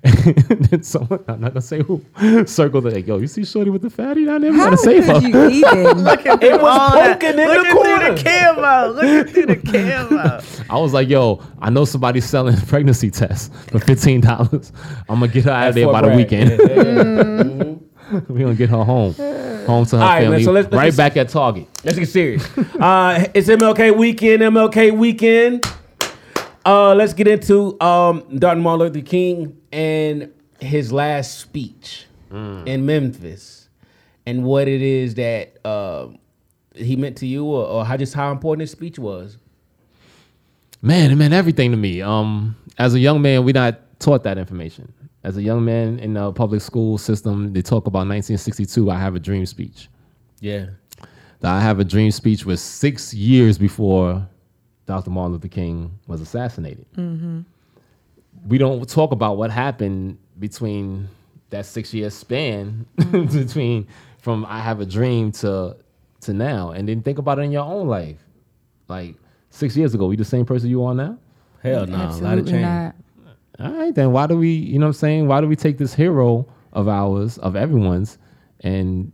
[SPEAKER 9] then someone, I'm not gonna say who, circled it like, yo, you see Shorty with the fatty down there? We
[SPEAKER 2] How
[SPEAKER 9] gotta save her.
[SPEAKER 2] could you even? Look at
[SPEAKER 1] It
[SPEAKER 2] all
[SPEAKER 1] was
[SPEAKER 2] that-
[SPEAKER 1] poking in the
[SPEAKER 2] Looking through the
[SPEAKER 1] corner.
[SPEAKER 2] camo. Looking through the camo.
[SPEAKER 9] I was like, yo, I know somebody's selling pregnancy tests for fifteen dollars. I'm gonna get her out
[SPEAKER 1] That's
[SPEAKER 9] of there
[SPEAKER 1] for
[SPEAKER 9] by the
[SPEAKER 1] Brad.
[SPEAKER 9] weekend.
[SPEAKER 1] Yeah, yeah,
[SPEAKER 9] We're gonna get her home. Home to her
[SPEAKER 1] All right, man,
[SPEAKER 9] family.
[SPEAKER 1] so let's- let's
[SPEAKER 9] right
[SPEAKER 1] just-
[SPEAKER 9] back at Target.
[SPEAKER 1] Let's get serious. uh, it's MLK weekend. MLK weekend. Uh, let's get into um, Dr. Martin Luther King and his last speech in Memphis, and what it is that uh, he meant to you, or, or how just how important his speech was.
[SPEAKER 9] Man, it meant everything to me. Um, as a young man, we not taught that information. As a young man in the public school system, they talk about 1962. I have a dream speech.
[SPEAKER 1] Yeah.
[SPEAKER 9] The I have a dream speech was six years before Dr. Martin Luther King was assassinated. Mm-hmm. We don't talk about what happened between that six year span between from I have a dream to to now, and then think about it in your own life. Like six years ago, you the same person you are now.
[SPEAKER 1] Hell no, a lot of
[SPEAKER 3] Absolutely
[SPEAKER 1] change.
[SPEAKER 3] not.
[SPEAKER 9] All right, then why do we, you know what I'm saying? Why do we take this hero of ours, of everyone's, and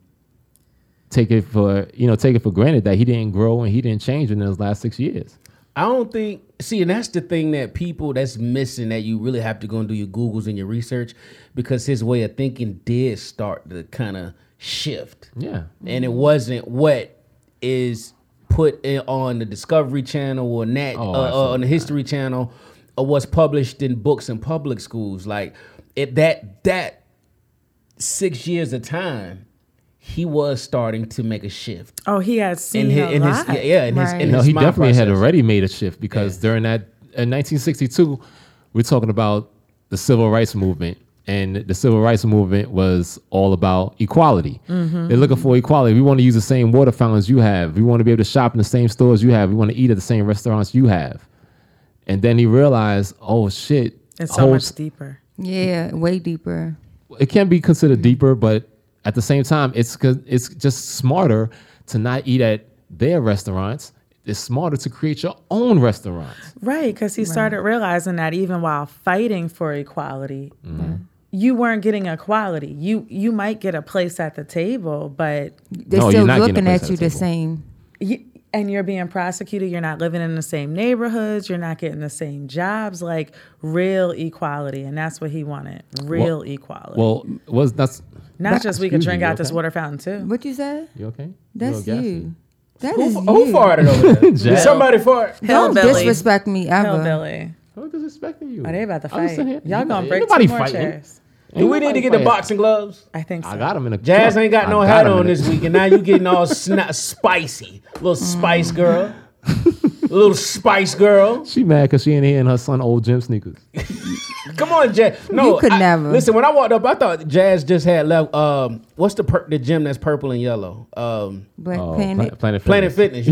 [SPEAKER 9] take it for, you know, take it for granted that he didn't grow and he didn't change in those last six years?
[SPEAKER 1] I don't think. See, and that's the thing that people that's missing that you really have to go and do your googles and your research because his way of thinking did start to kind of shift.
[SPEAKER 9] Yeah.
[SPEAKER 1] and it wasn't what is put in, on the Discovery Channel or Nat uh,
[SPEAKER 9] Oh,
[SPEAKER 1] uh, on
[SPEAKER 9] absolutely
[SPEAKER 1] the History Channel or what's published in books in public schools. Like it, that that six years of time, he was starting to make a shift
[SPEAKER 2] Oh, he has seen
[SPEAKER 1] in his,
[SPEAKER 2] a
[SPEAKER 1] in his
[SPEAKER 2] lot.
[SPEAKER 1] yeah, yeah in his
[SPEAKER 3] Right.
[SPEAKER 1] in
[SPEAKER 9] No,
[SPEAKER 1] his
[SPEAKER 9] he
[SPEAKER 1] mind
[SPEAKER 9] definitely had
[SPEAKER 1] process.
[SPEAKER 9] already made a shift because during that in 1962, we're talking about the civil rights movement, and the civil rights movement was all about equality.
[SPEAKER 2] Mm-hmm.
[SPEAKER 9] They're looking for equality. We want to use the same water fountains you have. We want to be able to shop in the same stores you have. We want to eat at the same restaurants you have. And then he realized, oh shit,
[SPEAKER 2] It's so
[SPEAKER 9] whole
[SPEAKER 2] much
[SPEAKER 9] s-
[SPEAKER 2] deeper.
[SPEAKER 3] Yeah, way deeper.
[SPEAKER 9] it can be considered deeper, but at the same time, it's co- it's just smarter to not eat at their restaurants. It's smarter to create your own restaurants.
[SPEAKER 2] Right, because he started realizing that even while fighting for equality,
[SPEAKER 9] Mm-hmm.
[SPEAKER 2] you weren't getting equality. You you might get a place at the table, but
[SPEAKER 3] They're
[SPEAKER 9] No, you're
[SPEAKER 3] still
[SPEAKER 9] not getting a
[SPEAKER 3] looking
[SPEAKER 9] place at
[SPEAKER 3] at you
[SPEAKER 9] the
[SPEAKER 3] the
[SPEAKER 9] table.
[SPEAKER 3] same.
[SPEAKER 2] you, and you're being prosecuted. You're not living in the same neighborhoods. You're not getting the same jobs. Like real equality, and that's what he wanted. Real equality.
[SPEAKER 9] Well, was that's
[SPEAKER 2] not just we could
[SPEAKER 9] excuse me,
[SPEAKER 2] drink
[SPEAKER 9] you
[SPEAKER 2] out this
[SPEAKER 9] okay?
[SPEAKER 2] water fountain too.
[SPEAKER 3] What you said?
[SPEAKER 9] you okay?
[SPEAKER 3] That's
[SPEAKER 9] you. a little gassy.
[SPEAKER 3] you. That
[SPEAKER 1] Who,
[SPEAKER 3] is
[SPEAKER 1] who
[SPEAKER 3] you.
[SPEAKER 1] farted over there? Did somebody fart?
[SPEAKER 3] Don't
[SPEAKER 2] Hillbilly.
[SPEAKER 3] disrespect me ever.
[SPEAKER 2] Hillbilly.
[SPEAKER 9] Who disrespecting you?
[SPEAKER 2] Are Oh, they about to
[SPEAKER 9] I'm
[SPEAKER 2] fight?
[SPEAKER 9] just sitting here-
[SPEAKER 2] Y'all
[SPEAKER 9] Ain't
[SPEAKER 2] gonna break
[SPEAKER 9] nobody
[SPEAKER 2] two more
[SPEAKER 9] fighting.
[SPEAKER 2] chairs?
[SPEAKER 1] Do we need to
[SPEAKER 9] Ain't
[SPEAKER 1] get the
[SPEAKER 9] nobody fighting.
[SPEAKER 1] boxing gloves?
[SPEAKER 2] I think so.
[SPEAKER 9] I got him in a
[SPEAKER 1] Jazz
[SPEAKER 9] truck.
[SPEAKER 1] ain't got
[SPEAKER 9] I
[SPEAKER 1] no hat
[SPEAKER 9] him in
[SPEAKER 1] on
[SPEAKER 9] a-
[SPEAKER 1] this week, and now you getting all sna- spicy, little spice girl, little spice girl.
[SPEAKER 9] She mad because she ain't here in her son old gym sneakers.
[SPEAKER 1] Come on, Jazz. No,
[SPEAKER 3] You could
[SPEAKER 1] I-
[SPEAKER 3] never.
[SPEAKER 1] Listen, when I walked up, I thought Jazz just had left. Um, what's the per- the gym that's purple and yellow? Um,
[SPEAKER 3] Black
[SPEAKER 9] Oh,
[SPEAKER 3] Planet.
[SPEAKER 9] Pla-
[SPEAKER 1] Planet
[SPEAKER 9] Planet Fitness.
[SPEAKER 1] Fitness.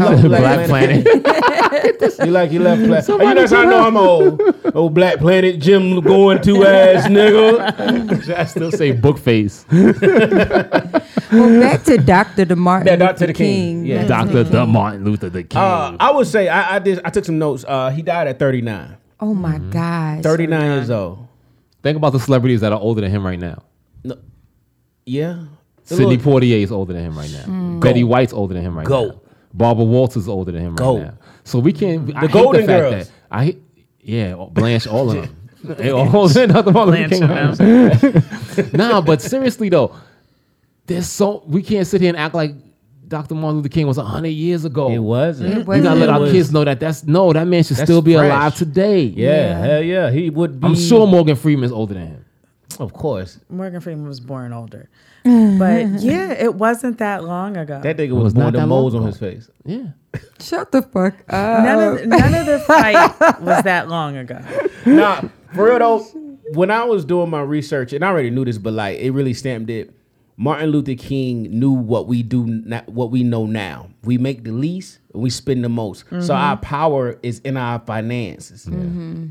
[SPEAKER 1] You like, you
[SPEAKER 9] You said
[SPEAKER 1] like
[SPEAKER 9] Black Planet.
[SPEAKER 1] You like you left Planet. Oh, you know how I know I'm old. Old Black Planet gym going to ass nigga.
[SPEAKER 9] I still say book face.
[SPEAKER 3] Well, back to Dr. DeMartin
[SPEAKER 1] Yeah,
[SPEAKER 3] Luther
[SPEAKER 1] Dr. the King. Yeah.
[SPEAKER 9] Dr. The Martin Luther the King.
[SPEAKER 1] Uh, I would say I I, did, I took some notes. Uh, he died at 39.
[SPEAKER 3] Oh my gosh.
[SPEAKER 1] 39 years old.
[SPEAKER 9] Think about the celebrities that are older than him right now.
[SPEAKER 1] No, yeah. The Hmm.
[SPEAKER 9] Sidney
[SPEAKER 1] little-
[SPEAKER 9] Poitier is older than him right now. Betty White's older than him right
[SPEAKER 1] Go.
[SPEAKER 9] now. Barbara Walters is older than him
[SPEAKER 1] Go.
[SPEAKER 9] right now. So we can't. The I
[SPEAKER 1] Golden
[SPEAKER 9] hate the fact
[SPEAKER 1] Girls.
[SPEAKER 9] That I hate- yeah, all- Blanche, all of them. They all nothing wrong with King
[SPEAKER 2] Blanche,
[SPEAKER 9] Brown. Nah, but seriously though, there's so we can't sit here and act like Dr. Martin Luther King was hundred years ago.
[SPEAKER 1] It wasn't.
[SPEAKER 3] It
[SPEAKER 9] We gotta let
[SPEAKER 3] wasn't.
[SPEAKER 9] our
[SPEAKER 1] was-
[SPEAKER 9] kids know that that's no, that man should still be
[SPEAKER 1] fresh.
[SPEAKER 9] alive today.
[SPEAKER 1] Yeah, hell yeah. He would be.
[SPEAKER 9] I'm sure Morgan Freeman's older than him.
[SPEAKER 1] Of course.
[SPEAKER 2] Morgan Freeman was born older. But yeah, it wasn't that long ago.
[SPEAKER 1] That nigga
[SPEAKER 9] was
[SPEAKER 1] was,
[SPEAKER 9] not
[SPEAKER 1] born the
[SPEAKER 9] that
[SPEAKER 1] moles
[SPEAKER 9] long
[SPEAKER 1] on
[SPEAKER 9] ago.
[SPEAKER 1] his face.
[SPEAKER 9] Yeah.
[SPEAKER 3] Shut the fuck up.
[SPEAKER 2] none,
[SPEAKER 1] Oh.
[SPEAKER 2] of, none of the fight was that long ago.
[SPEAKER 1] nah, for real though, when I was doing my research, and I already knew this, but like it really stamped it. Martin Luther King knew what we do, not what we know now. We make the least, we spend the most.
[SPEAKER 3] Mm-hmm.
[SPEAKER 1] So our power is in our finances.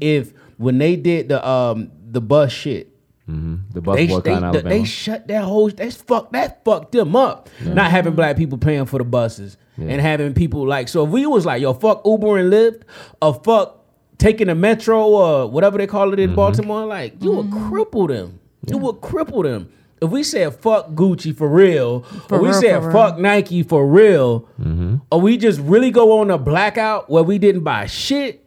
[SPEAKER 1] If when they did the um the bus shit,
[SPEAKER 9] Mm-hmm. The bus
[SPEAKER 1] they,
[SPEAKER 9] boycott
[SPEAKER 1] they,
[SPEAKER 9] in
[SPEAKER 1] they,
[SPEAKER 9] Alabama.
[SPEAKER 1] shut that whole that's fuck that fucked them up. Not having black people paying for the buses and having people like so if we was like yo fuck Uber and Lyft or
[SPEAKER 3] Mm-hmm.
[SPEAKER 1] fuck taking the metro or whatever they call it in Baltimore like you would cripple them. It would cripple them. If we said fuck Gucci for real,
[SPEAKER 3] For
[SPEAKER 1] or we
[SPEAKER 3] real,
[SPEAKER 1] said
[SPEAKER 3] for real.
[SPEAKER 1] fuck Nike for real, or we just really go on a blackout where we didn't buy shit,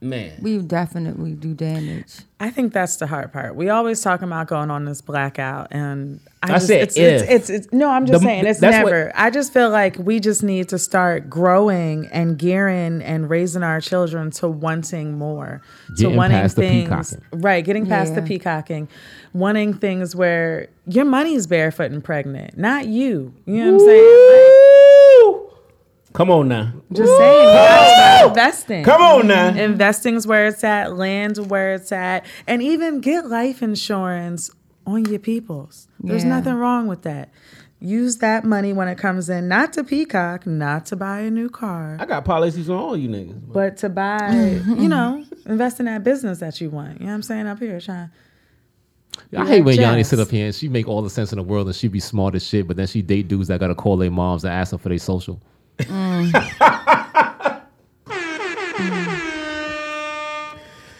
[SPEAKER 1] man.
[SPEAKER 3] We definitely do damage.
[SPEAKER 2] I think that's the hard part. We always talk about going on this blackout, and I,
[SPEAKER 1] I
[SPEAKER 2] just,
[SPEAKER 1] said
[SPEAKER 2] it's, it's,
[SPEAKER 1] if.
[SPEAKER 2] it's, it's- no. I'm just
[SPEAKER 1] The-
[SPEAKER 2] saying it's
[SPEAKER 1] that's what-
[SPEAKER 2] never. I just feel like we just need to start growing and gearing and raising our children to wanting more,
[SPEAKER 9] Getting
[SPEAKER 2] to wanting
[SPEAKER 9] past the
[SPEAKER 2] things
[SPEAKER 9] peacocking.
[SPEAKER 2] right, getting past the
[SPEAKER 3] Yeah.
[SPEAKER 2] peacocking, wanting things where your money's barefoot and pregnant, not you. You know what I'm saying?
[SPEAKER 1] Come on now.
[SPEAKER 2] Like, just saying, you gotta start investing. Mm-hmm.
[SPEAKER 1] Come on now.
[SPEAKER 2] Investing's where it's at, land's where it's at, and even get life insurance on your peoples. There's
[SPEAKER 3] Yeah.
[SPEAKER 2] nothing wrong with that. Use that money when it comes in, not to peacock, not to buy a new car,
[SPEAKER 1] I got policies on all you niggas.
[SPEAKER 2] but to buy, you know, invest in that business that you want. You know what I'm saying? Up here, Sean.
[SPEAKER 9] I hate when Yanni
[SPEAKER 2] Yes.
[SPEAKER 9] sit up here and she make all the sense in the world and she be smart as shit, but then she date dudes that gotta call their moms and ask them for their social.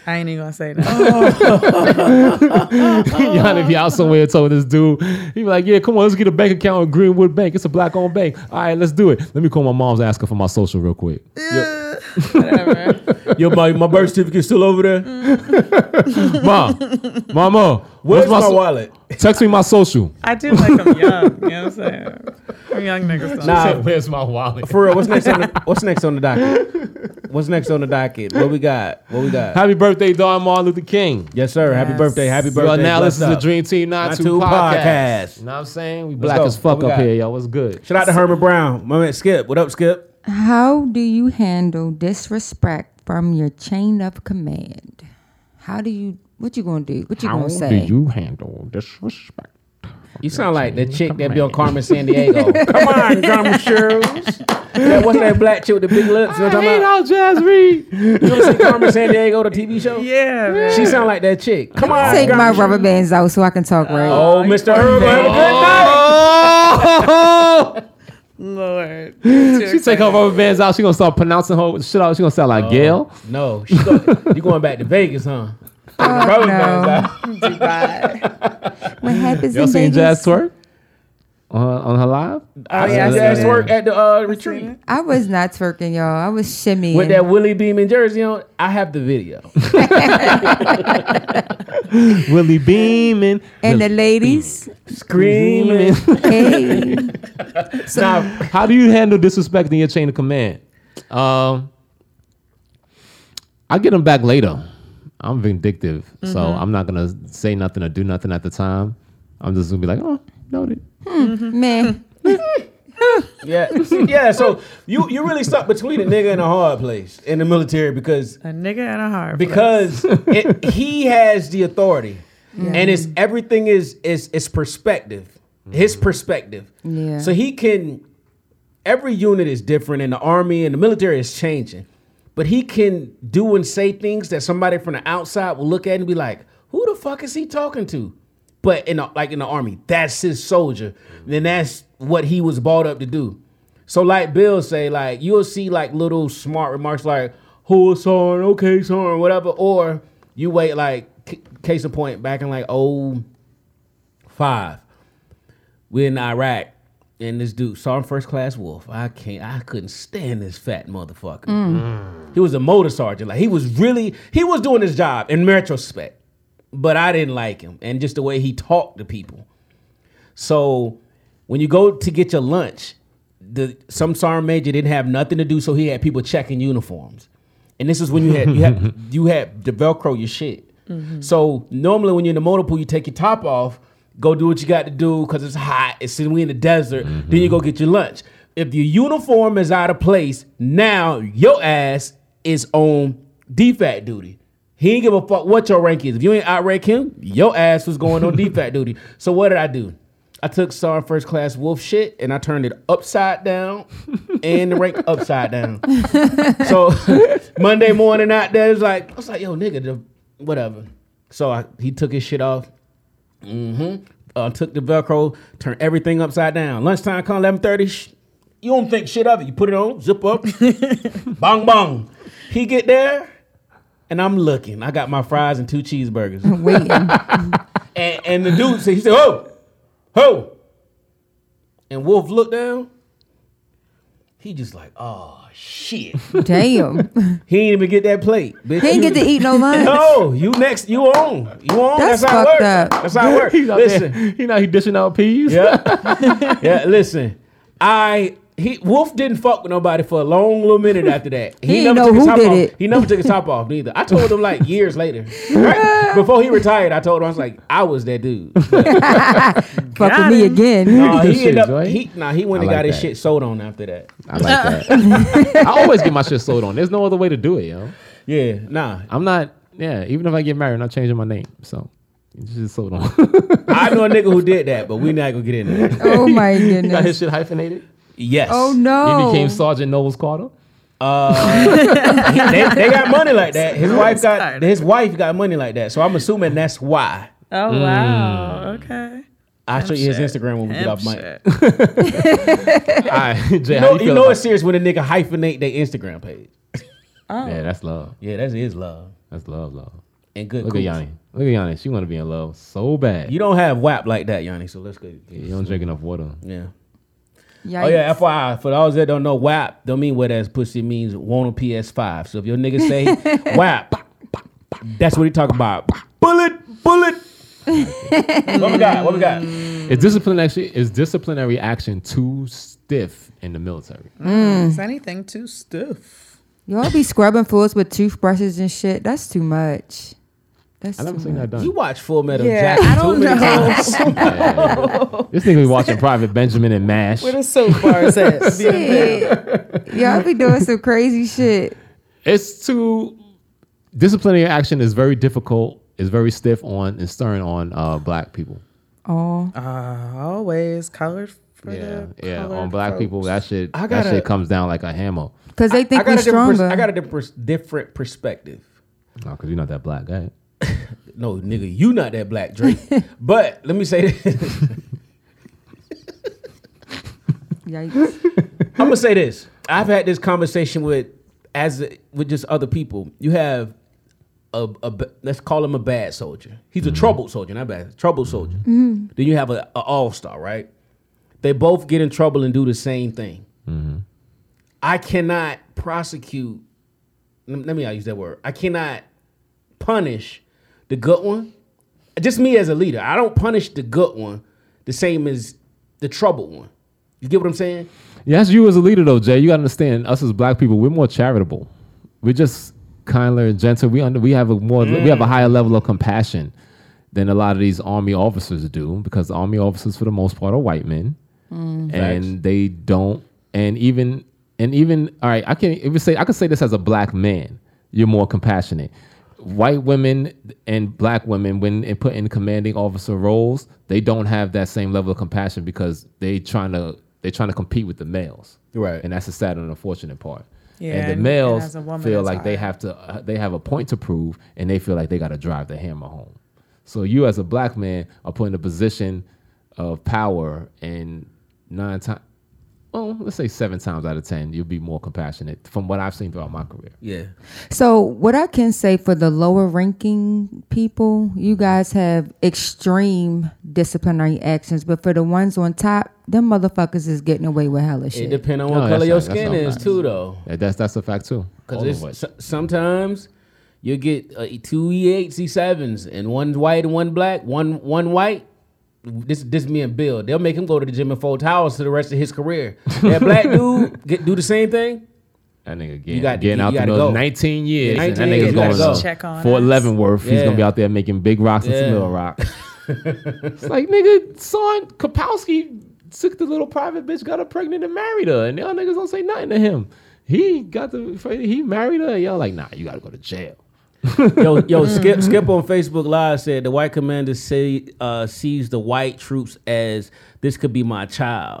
[SPEAKER 2] I ain't even gonna say that.
[SPEAKER 9] Yanni be out somewhere and told this dude, he be like, "Yeah, come on, let's get a bank account with Greenwood Bank. It's a black-owned bank. All right, let's do it. Let me call my mom's and ask her for my social real quick."
[SPEAKER 1] Yo, my, my birth certificate still over there.
[SPEAKER 9] Mom, mama,
[SPEAKER 1] Where's
[SPEAKER 9] where's
[SPEAKER 1] my,
[SPEAKER 9] so-
[SPEAKER 1] wallet?
[SPEAKER 9] Text me my social.
[SPEAKER 2] I do like them young. You know what I'm saying? Them young niggas. Don't.
[SPEAKER 1] Nah,
[SPEAKER 9] where's my wallet?
[SPEAKER 1] for real. What's next on the What's next on the docket? What's next on the docket? What we got? What we got?
[SPEAKER 9] Happy birthday, Don Martin Luther King.
[SPEAKER 1] Yes, sir. Happy
[SPEAKER 2] Yes.
[SPEAKER 1] birthday. Happy birthday.
[SPEAKER 9] Well, now this
[SPEAKER 1] Bless
[SPEAKER 9] is the
[SPEAKER 1] up.
[SPEAKER 9] Dream Team 92
[SPEAKER 1] 92
[SPEAKER 9] podcast.
[SPEAKER 1] podcast.
[SPEAKER 9] You know what I'm saying? We black
[SPEAKER 1] go.
[SPEAKER 9] as fuck
[SPEAKER 1] What we
[SPEAKER 9] up
[SPEAKER 1] got?
[SPEAKER 9] here, y'all. What's good?
[SPEAKER 1] Shout out to Herman Brown. My man Skip. What up, Skip?
[SPEAKER 3] How do you handle disrespect from your chain of command? How do you? What you gonna do? What you gonna say?
[SPEAKER 9] handle disrespect?
[SPEAKER 1] You sound like the chick that be on Carmen San Diego. Come on, Carmen Shoes. Yeah, what's that black chick with the big lips? You know what I'm talking about?
[SPEAKER 9] Jazz Reed.
[SPEAKER 1] You ever see Carmen San Diego, the TV show?
[SPEAKER 2] Yeah, man.
[SPEAKER 1] She sound like that chick. Come on,
[SPEAKER 3] Take my
[SPEAKER 1] Carmen Shrews.
[SPEAKER 3] rubber bands out so I can talk right.
[SPEAKER 1] Oh, Mr. Herman, have a good night.
[SPEAKER 9] Oh!
[SPEAKER 2] Lord.
[SPEAKER 9] she take her
[SPEAKER 1] "Oh,
[SPEAKER 9] rubber bands out. She gonna start pronouncing her shit out. She gonna sound like Gail.
[SPEAKER 1] No, she go, you going back to Vegas, huh?
[SPEAKER 3] Oh, no.
[SPEAKER 2] Dubai.
[SPEAKER 3] What happens
[SPEAKER 9] Y'all
[SPEAKER 3] in
[SPEAKER 9] seen
[SPEAKER 3] Vegas?
[SPEAKER 9] Jazz twerk on on her live?
[SPEAKER 2] yeah,
[SPEAKER 1] I
[SPEAKER 2] I
[SPEAKER 1] yeah,
[SPEAKER 2] seen
[SPEAKER 1] that's
[SPEAKER 2] that.
[SPEAKER 1] work at the uh, retreat.
[SPEAKER 3] I was not twerking, y'all. I was shimmying.
[SPEAKER 1] with that Willie Beam and jersey on. I have the video.
[SPEAKER 9] Willie beaming.
[SPEAKER 3] and the ladies,
[SPEAKER 1] Screaming.
[SPEAKER 3] hey,
[SPEAKER 1] now,
[SPEAKER 9] How do you handle disrespecting your chain of command? Um, I get them back later. I'm vindictive, so
[SPEAKER 3] Mm-hmm.
[SPEAKER 9] I'm not gonna say nothing or do nothing at the time. I'm just gonna be like, oh, noted.
[SPEAKER 3] man,
[SPEAKER 1] yeah, yeah. So you you really stuck between a nigga and a hard place in the military because
[SPEAKER 2] A nigga and a heart.
[SPEAKER 1] because it, he has the authority, and it's everything is is is perspective, his perspective.
[SPEAKER 3] Yeah.
[SPEAKER 1] So he can. Every unit is different, and the army and the military is changing, but he can do and say things that somebody from the outside will look at and be like, "Who the fuck is he talking to?" But in the, like in the army, that's his soldier. Then that's what he was brought up to do. So like Bill say, like you'll see like little smart remarks like "Who is on? Okay, son, whatever," or you wait like c- case in point back in like oh five, we're in Iraq, and this dude Sergeant First Class Wolf. I can't, I couldn't stand this fat motherfucker. He was a motor sergeant. Like he was really, he was doing his job in retrospect, but I didn't like him and just the way he talked to people. So when you go to get your lunch, the some sergeant major didn't have nothing to do, so he had people checking uniforms. And this is when you had you had you had to velcro your shit. So normally when you're in the motor pool, you take your top off, go do what you got to do because it's hot. It's we in the desert. Then you go get your lunch. If your uniform is out of place, now your ass is on defect duty. He ain't give a fuck what your rank is. If you ain't outrank him, your ass was going on defect duty. So what did I do? I took Star First Class Wolf shit and I turned it upside down and the rank upside down. So Monday morning out there, it's like I was like, yo, nigga, the, whatever. So I, he took his shit off. Mm-hmm. Uh, took the Velcro, turned everything upside down. Lunchtime come eleven thirty. Sh- you don't think shit of it. You put it on, zip up, bong bong. He get there, and I'm looking. I got my fries and two cheeseburgers.
[SPEAKER 3] waiting.
[SPEAKER 1] And, and the dude said, he said, "Oh, ho." And Wolf looked down. He just like, oh shit.
[SPEAKER 3] Damn.
[SPEAKER 1] he ain't even get that plate. Bitch.
[SPEAKER 3] He ain't get to eat no lunch.
[SPEAKER 1] No, you next, you on, you on.
[SPEAKER 3] That's
[SPEAKER 1] That's, how it
[SPEAKER 3] fucked
[SPEAKER 1] works.
[SPEAKER 3] up.
[SPEAKER 1] That's how it works.
[SPEAKER 9] He's out
[SPEAKER 1] listen,
[SPEAKER 9] there. He now he dishing out peas.
[SPEAKER 1] yeah, yeah. Listen, I he Wolf didn't fuck with nobody for a long little minute after that.
[SPEAKER 3] He ain't know
[SPEAKER 1] took his
[SPEAKER 3] who
[SPEAKER 1] top
[SPEAKER 3] did
[SPEAKER 1] off.
[SPEAKER 3] it.
[SPEAKER 1] He never took his top off neither. I told him like years later, Right before he retired. I told him I was like, I was that dude.
[SPEAKER 3] Fuck with me again.
[SPEAKER 1] Nah,
[SPEAKER 9] Good
[SPEAKER 1] he ended
[SPEAKER 9] shit,
[SPEAKER 1] up.
[SPEAKER 9] Joy.
[SPEAKER 1] He, nah, he went
[SPEAKER 9] I
[SPEAKER 1] and
[SPEAKER 9] like
[SPEAKER 1] got his
[SPEAKER 9] that.
[SPEAKER 1] shit sold on after that.
[SPEAKER 9] I like that. I always get my shit sold on. There's no other way to do it, yo.
[SPEAKER 1] Yeah, nah.
[SPEAKER 9] I'm not. Yeah, even if I get married, I'm not changing my name. So it's just sold on.
[SPEAKER 1] I know a nigga who did that, but we not gonna get into that.
[SPEAKER 3] Oh my
[SPEAKER 9] you got
[SPEAKER 3] goodness.
[SPEAKER 9] his shit hyphenated.
[SPEAKER 1] Yes.
[SPEAKER 3] Oh
[SPEAKER 9] He became
[SPEAKER 3] no.
[SPEAKER 9] Sergeant Knowles Carter.
[SPEAKER 1] they, they got money like that. His wife got
[SPEAKER 2] tired.
[SPEAKER 1] his wife got money like that. So I'm assuming that's why.
[SPEAKER 2] Oh wow. Okay.
[SPEAKER 1] I'll show you his
[SPEAKER 2] Shit.
[SPEAKER 1] Instagram when we get
[SPEAKER 2] Pimp
[SPEAKER 1] off mic.
[SPEAKER 2] shit.
[SPEAKER 9] All right, Jay,
[SPEAKER 1] You
[SPEAKER 9] how
[SPEAKER 1] know,
[SPEAKER 9] you,
[SPEAKER 1] you
[SPEAKER 9] feel
[SPEAKER 1] know
[SPEAKER 9] about-
[SPEAKER 1] it's serious when a nigga hyphenate their Instagram page.
[SPEAKER 9] Yeah, that's love.
[SPEAKER 1] Yeah, that's his love
[SPEAKER 9] That's love, love.
[SPEAKER 1] and good.
[SPEAKER 9] Look
[SPEAKER 1] cools.
[SPEAKER 9] at Yanni. Look at Yanni. She want to be in love so bad.
[SPEAKER 1] You
[SPEAKER 9] You,
[SPEAKER 1] don't have WAP like that, Yanni. So let's go. Yeah.
[SPEAKER 9] don't drink enough water.
[SPEAKER 1] Oh yeah. FYI, for those that don't know, WAP don't mean wet ass pussy. It means want a PS5. So if your nigga say WAP, that's what he talking about. Bullet, bullet. what we got? What we got?
[SPEAKER 2] Mm.
[SPEAKER 9] Is discipline actually is disciplinary action too stiff in the military?
[SPEAKER 1] Hmm.
[SPEAKER 2] Is anything too stiff?
[SPEAKER 3] Y'all be scrubbing floors with toothbrushes and shit. That's too much. That's
[SPEAKER 9] I never
[SPEAKER 3] too
[SPEAKER 9] seen
[SPEAKER 3] much.
[SPEAKER 9] that done.
[SPEAKER 1] You watch Full Metal
[SPEAKER 2] Yeah,
[SPEAKER 1] Jacket
[SPEAKER 2] I
[SPEAKER 1] too
[SPEAKER 2] don't
[SPEAKER 1] many
[SPEAKER 2] know.
[SPEAKER 1] times.
[SPEAKER 9] this nigga be watching Private Benjamin and Mash.
[SPEAKER 2] Where the soap bars at?
[SPEAKER 3] Shit. Y'all be doing some crazy shit.
[SPEAKER 9] It's too disciplinary action is very difficult. Is very stiff on and stern on uh, black people.
[SPEAKER 3] Oh,
[SPEAKER 2] Uh, always colored for
[SPEAKER 9] Yeah,
[SPEAKER 2] the
[SPEAKER 9] yeah.
[SPEAKER 2] colored
[SPEAKER 9] On black
[SPEAKER 2] folks.
[SPEAKER 9] people, that shit
[SPEAKER 1] I
[SPEAKER 9] that
[SPEAKER 1] gotta-
[SPEAKER 9] shit comes down like a hammer.
[SPEAKER 3] because they think
[SPEAKER 1] I
[SPEAKER 3] we're
[SPEAKER 1] got, a different pers-
[SPEAKER 3] stronger.
[SPEAKER 1] I got a different, pers- different perspective.
[SPEAKER 9] No, because you're not that black guy.
[SPEAKER 1] No, nigga, you not that black Drake. but let me say this.
[SPEAKER 3] Yikes.
[SPEAKER 1] I'm gonna say this. I've had this conversation with as with just other people. You have a, a b- let's call him a bad soldier. He's a troubled soldier, not bad, troubled soldier. Then you have a, all star, right? They both get in trouble and do the same thing. I cannot prosecute. lem- Let me not use that word. I cannot punish the good one. Just me as a leader, I don't punish the good one the same as the troubled one. You get what I'm saying?
[SPEAKER 9] Yeah, that's you as a leader, though, Jay. You gotta understand, us as black people, we're more charitable. We're just kinder and gentle. We under, we have a more we
[SPEAKER 2] Mm.
[SPEAKER 9] have a higher level of compassion than a lot of these army officers do because the army officers, for the most part, are white men, and they don't. And even and even all right, I can even say I could say this as a black man. You're more compassionate. White women and black women, when they put in commanding officer roles, they don't have that same level of compassion because they trying to they trying to compete with the males,
[SPEAKER 1] Right.
[SPEAKER 9] And that's the sad and unfortunate part.
[SPEAKER 2] Yeah,
[SPEAKER 9] and the
[SPEAKER 2] and- and
[SPEAKER 9] males
[SPEAKER 2] as a woman,
[SPEAKER 9] feel
[SPEAKER 2] it's
[SPEAKER 9] like they
[SPEAKER 2] hard.
[SPEAKER 9] have to uh, they have a point to prove, and they feel like they got to drive the hammer home. So you as a black man are put in a position of power, and nine times, well, let's say seven times out of ten, you'll be more compassionate from what I've seen throughout my career.
[SPEAKER 1] Yeah.
[SPEAKER 3] So, what I can say for the lower ranking people, you guys have extreme disciplinary actions, but for the ones on top, them motherfuckers is getting away with hella
[SPEAKER 1] It
[SPEAKER 3] shit.
[SPEAKER 1] depends on
[SPEAKER 9] No,
[SPEAKER 1] what
[SPEAKER 9] that's
[SPEAKER 1] color your
[SPEAKER 9] not- that's
[SPEAKER 1] skin
[SPEAKER 9] not
[SPEAKER 1] is
[SPEAKER 9] facts.
[SPEAKER 1] too, though.
[SPEAKER 9] That- That's that's a fact too. All of
[SPEAKER 1] Because
[SPEAKER 9] it.
[SPEAKER 1] sometimes you get uh, two E8 C7s and one's white and one black, one one white. This this me and Bill. They'll make him go to the gym and fold towels for the rest of his career. That black dude get, do the same thing.
[SPEAKER 9] That nigga getting,
[SPEAKER 1] gotta-
[SPEAKER 9] getting
[SPEAKER 1] you
[SPEAKER 9] out the
[SPEAKER 1] gotta
[SPEAKER 9] mill
[SPEAKER 1] go.
[SPEAKER 9] 19 years.
[SPEAKER 1] 19
[SPEAKER 9] and
[SPEAKER 1] years,
[SPEAKER 9] that
[SPEAKER 1] you
[SPEAKER 9] nigga's
[SPEAKER 1] gotta
[SPEAKER 9] going
[SPEAKER 1] go.
[SPEAKER 9] to
[SPEAKER 2] Check on
[SPEAKER 9] Fort
[SPEAKER 2] us.
[SPEAKER 9] Leavenworth. He's going to be
[SPEAKER 1] Yeah.
[SPEAKER 9] out there making big rocks into
[SPEAKER 1] Yeah.
[SPEAKER 9] little rocks. it's like, nigga, son Kapowski took the little private bitch, got her pregnant and married her. And y'all niggas don't say nothing to him. He got the, he married her. And y'all like, nah, you got to go to jail.
[SPEAKER 1] Yo, yo, skip skip on Facebook Live said the white commander say, uh, sees the white troops as this could be my child.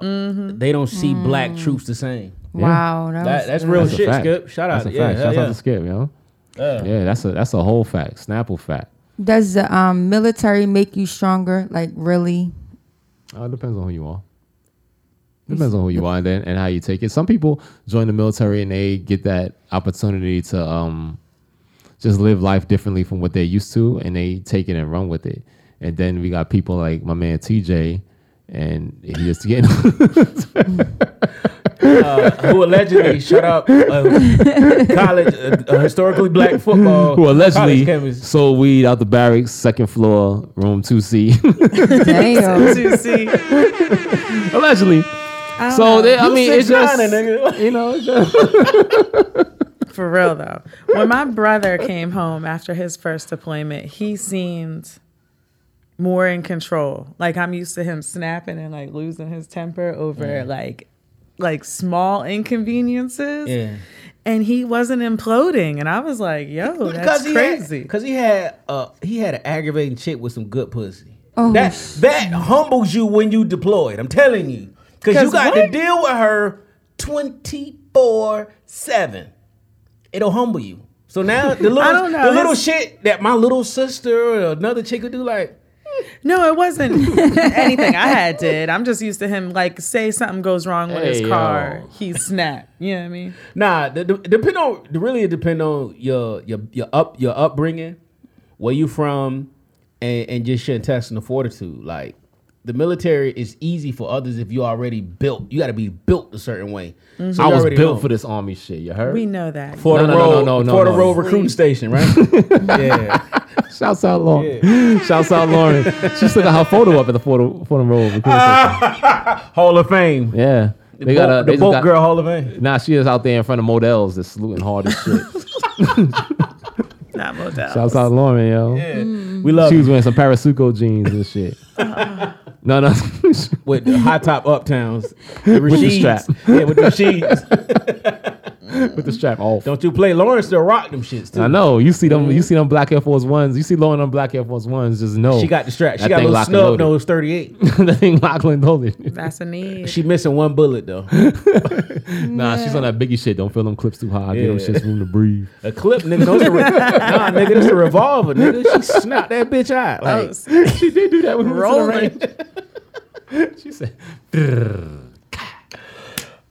[SPEAKER 1] They don't see black troops the same.
[SPEAKER 3] Wow, Mm-hmm. Mm. that
[SPEAKER 1] That,
[SPEAKER 3] was
[SPEAKER 1] that's
[SPEAKER 3] good.
[SPEAKER 1] real
[SPEAKER 9] That's a
[SPEAKER 1] shit.
[SPEAKER 9] fact.
[SPEAKER 1] Skip, shout out,
[SPEAKER 9] That's a
[SPEAKER 1] yeah,
[SPEAKER 9] fact.
[SPEAKER 1] hell
[SPEAKER 9] Shout out
[SPEAKER 1] yeah.
[SPEAKER 9] to Skip, yo. Yeah, that's a that's a whole fact. Snapple fact.
[SPEAKER 3] Does the um, military make you stronger? Like, really?
[SPEAKER 9] Uh, it depends on who you are. Depends on who you are and, then, and how you take it. Some people join the military and they get that opportunity to um, just live life differently from what they're used to, and they take it and run with it. And then we got people like my man TJ, and he just getting
[SPEAKER 1] uh, who allegedly shut up uh, college, uh, uh, historically black football.
[SPEAKER 9] who
[SPEAKER 1] college
[SPEAKER 9] allegedly
[SPEAKER 1] campus.
[SPEAKER 9] sold weed out the barracks, second floor, room two C.
[SPEAKER 3] Damn.
[SPEAKER 9] allegedly.
[SPEAKER 2] don't
[SPEAKER 9] So
[SPEAKER 2] know.
[SPEAKER 9] they, I
[SPEAKER 2] You
[SPEAKER 9] mean, it's just
[SPEAKER 2] 6'9", nigga.
[SPEAKER 9] you know. It's just,
[SPEAKER 2] For real though. When my brother came home after his first deployment, he seemed more in control. Like I'm used to him snapping and like losing his temper over
[SPEAKER 1] Yeah.
[SPEAKER 2] like like small inconveniences.
[SPEAKER 1] Yeah.
[SPEAKER 2] And he wasn't imploding. And I was like, yo, that's crazy.
[SPEAKER 1] Because he had uh, he had an aggravating chick with some good pussy.
[SPEAKER 2] Oh,
[SPEAKER 1] that that humbles you when you deployed. I'm telling you, because you
[SPEAKER 2] 'Cause
[SPEAKER 1] got to
[SPEAKER 2] what?
[SPEAKER 1] deal with her twenty four seven. It'll humble you. So now the little
[SPEAKER 2] I don't know.
[SPEAKER 1] the little
[SPEAKER 2] It's-
[SPEAKER 1] shit that my little sister or another chick would do, like
[SPEAKER 2] No, it wasn't anything I had did. I'm just used to him like say something goes wrong with
[SPEAKER 1] Hey,
[SPEAKER 2] his car,
[SPEAKER 1] yo.
[SPEAKER 2] he snap. You know what I mean?
[SPEAKER 1] Nah, the, the, depend on really it depend on your your your up your upbringing, where you from, and and just your intestinal fortitude. Like the military is easy for others if you already built. You got to be built a certain way.
[SPEAKER 9] Mhm.
[SPEAKER 1] you
[SPEAKER 9] I was
[SPEAKER 1] already
[SPEAKER 9] built for this army shit. You heard?
[SPEAKER 2] We know that.
[SPEAKER 1] for the
[SPEAKER 9] No, no, no,
[SPEAKER 1] road
[SPEAKER 9] no, no,
[SPEAKER 1] for
[SPEAKER 9] no.
[SPEAKER 1] the road recruiting station, right? yeah.
[SPEAKER 9] Shouts out Lauren. Shouts out Lauren. She still got her photo up at the photo photo roll.
[SPEAKER 1] Hall of Fame.
[SPEAKER 9] Yeah.
[SPEAKER 1] The Bolt- the
[SPEAKER 9] just
[SPEAKER 1] Bolt Girl Hall of Fame.
[SPEAKER 9] Nah, she is out there in front of models that's saluting hard as shit.
[SPEAKER 2] Not Modell.
[SPEAKER 9] Shouts out Lauren, yo.
[SPEAKER 1] Yeah. Mm-hmm. We love
[SPEAKER 9] She was wearing some Parasuco jeans and shit. no, no.
[SPEAKER 1] with the high top uptowns, the
[SPEAKER 9] With the
[SPEAKER 1] Rasheeds.
[SPEAKER 9] strap.
[SPEAKER 1] yeah, with the sheets,
[SPEAKER 9] with the strap off.
[SPEAKER 1] Don't you play Lawrence to rock them shits too?
[SPEAKER 9] I know. You see them you see them black Air Force Ones. You see Lauren on black Air Force Ones, just know.
[SPEAKER 1] She got the strap. She
[SPEAKER 9] Oh,
[SPEAKER 1] got
[SPEAKER 9] That
[SPEAKER 1] a
[SPEAKER 9] thing
[SPEAKER 1] little
[SPEAKER 9] locked and
[SPEAKER 1] snub
[SPEAKER 9] loaded.
[SPEAKER 1] nose 38.
[SPEAKER 9] that thing locked and loaded.
[SPEAKER 2] That's a need.
[SPEAKER 1] She missing one bullet though.
[SPEAKER 9] Nah, she's on that Biggie shit. Don't feel them clips too high. Give
[SPEAKER 1] Yeah.
[SPEAKER 9] them shits room to breathe.
[SPEAKER 1] A clip, nigga. Those are re- nah, nigga, this a revolver, nigga. She snapped that bitch out. Like,
[SPEAKER 9] she did do that when
[SPEAKER 1] rolling.
[SPEAKER 9] she said,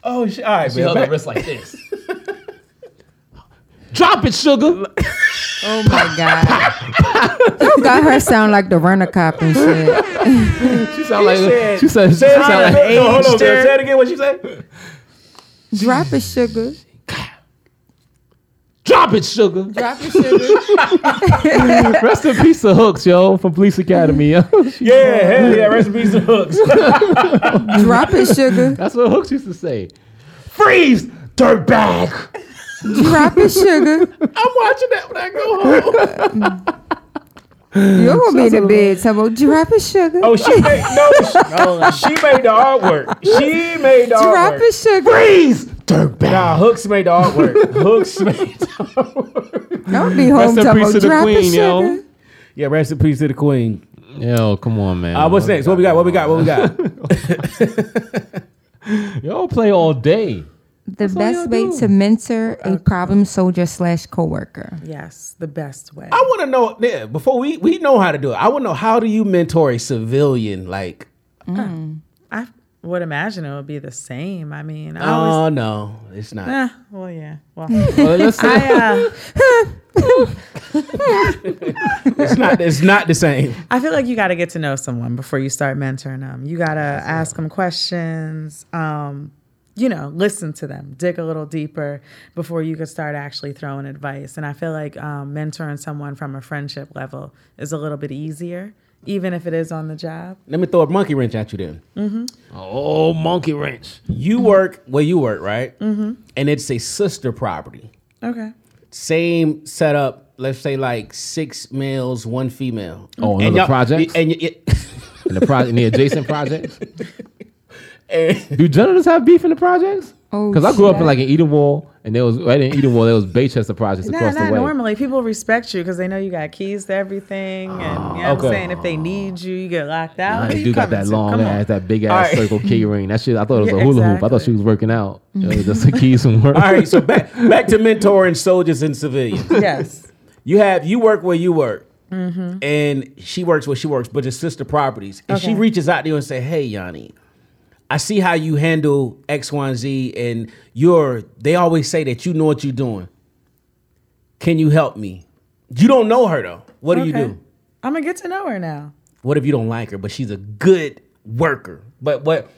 [SPEAKER 1] "Oh shit!" All right,
[SPEAKER 9] She
[SPEAKER 1] man.
[SPEAKER 9] held her
[SPEAKER 1] back-
[SPEAKER 9] wrist like this. Drop it, sugar.
[SPEAKER 3] Oh my god. you got her sound like the runner cop and shit.
[SPEAKER 9] She sound like
[SPEAKER 1] said-
[SPEAKER 9] she said she
[SPEAKER 1] said-
[SPEAKER 9] sound
[SPEAKER 1] no,
[SPEAKER 9] like
[SPEAKER 1] no, hold on, man. Say it again. What she say?
[SPEAKER 3] Drop it, sugar.
[SPEAKER 9] Drop it, sugar.
[SPEAKER 3] Drop it, sugar.
[SPEAKER 9] Rest in peace to Hooks, yo, from Police Academy. Yo.
[SPEAKER 1] Yeah, hell yeah. Rest in peace to Hooks.
[SPEAKER 3] Drop it, sugar.
[SPEAKER 9] That's what Hooks used to say. Freeze, dirtbag.
[SPEAKER 3] Drop it, sugar.
[SPEAKER 9] I'm watching that when I go home.
[SPEAKER 3] You're gonna be in the bed. Talking about drop it, sugar.
[SPEAKER 1] Oh, she made no. She, she made the artwork. She made the
[SPEAKER 3] Drop
[SPEAKER 1] artwork.
[SPEAKER 3] it, sugar.
[SPEAKER 9] Freeze.
[SPEAKER 1] Nah, Hooks made the artwork. Hooks made.
[SPEAKER 3] Don't be home
[SPEAKER 9] Rest in
[SPEAKER 3] talking about
[SPEAKER 9] peace to the
[SPEAKER 3] drop it,
[SPEAKER 9] queen,
[SPEAKER 3] sugar.
[SPEAKER 9] yo.
[SPEAKER 1] Yeah, rest in peace to the queen.
[SPEAKER 9] Yo, come on, man.
[SPEAKER 1] Uh, what's next? What we got? What we got? What we got?
[SPEAKER 9] Y'all play all day.
[SPEAKER 3] The best way to mentor a problem soldier slash coworker.
[SPEAKER 2] Yes, the best way.
[SPEAKER 1] I want to know yeah, before we we know how to do it. I want to know how do you mentor a civilian? Like,
[SPEAKER 2] I would imagine it would be the same. I mean, I always.
[SPEAKER 1] oh no, it's not.
[SPEAKER 2] Eh, well, yeah. Well,
[SPEAKER 9] Oh. Well, let's see.
[SPEAKER 2] I, uh,
[SPEAKER 1] It's not. It's not the same.
[SPEAKER 2] uh, I feel like you got to get to know someone before you start mentoring them. You got to ask them questions. Um, you know, listen to them, dig a little deeper before you can start actually throwing advice. And I feel like um, mentoring someone from a friendship level is a little bit easier, even if it is on the job.
[SPEAKER 1] Let me throw a monkey wrench at you then.
[SPEAKER 9] Oh, monkey wrench.
[SPEAKER 1] You work where you work, right? Mm-hmm. And it's a sister property.
[SPEAKER 2] Okay.
[SPEAKER 1] Same setup. Let's say like six males, one female.
[SPEAKER 9] Oh,
[SPEAKER 1] and
[SPEAKER 9] another
[SPEAKER 1] y'all-
[SPEAKER 9] project?
[SPEAKER 1] And, y- y-
[SPEAKER 9] In the project, in the adjacent projects.
[SPEAKER 1] and-
[SPEAKER 9] Do janitors have beef in the projects?
[SPEAKER 3] Oh,
[SPEAKER 9] Because I grew up in
[SPEAKER 3] shit.
[SPEAKER 9] like an Eden Wall, and there was right in Eden Wall there was Baychester projects
[SPEAKER 2] No,
[SPEAKER 9] across
[SPEAKER 2] not
[SPEAKER 9] the way.
[SPEAKER 2] normally. People respect you because they know you got keys to everything, and you know what
[SPEAKER 1] okay.
[SPEAKER 2] I'm saying. If they need you, you get locked
[SPEAKER 9] Nah,
[SPEAKER 2] out. Who
[SPEAKER 9] you
[SPEAKER 2] you
[SPEAKER 9] do got
[SPEAKER 2] coming
[SPEAKER 9] that
[SPEAKER 2] to?
[SPEAKER 9] long
[SPEAKER 2] Come on.
[SPEAKER 9] ass, that big
[SPEAKER 1] All
[SPEAKER 9] ass
[SPEAKER 1] right.
[SPEAKER 9] circle key ring. That shit, I thought it was a
[SPEAKER 2] Yeah,
[SPEAKER 9] hula hoop. I thought
[SPEAKER 2] exactly.
[SPEAKER 9] she was working out. It was just the keys from work.
[SPEAKER 1] all right. So back back to mentoring soldiers and civilians.
[SPEAKER 2] Yes.
[SPEAKER 1] You have you work where you work, and she works where she works, but it's sister properties. And she
[SPEAKER 2] Mm-hmm. Okay.
[SPEAKER 1] reaches out to you and say, "Hey, Yanni, I see how you handle X, Y, and Z, and you're." They always say that you know what you're doing. Can you help me? You don't know her though. What do you
[SPEAKER 2] Okay.
[SPEAKER 1] do?
[SPEAKER 2] I'm gonna get to know her now.
[SPEAKER 1] What if you don't like her, but she's a good worker? But what,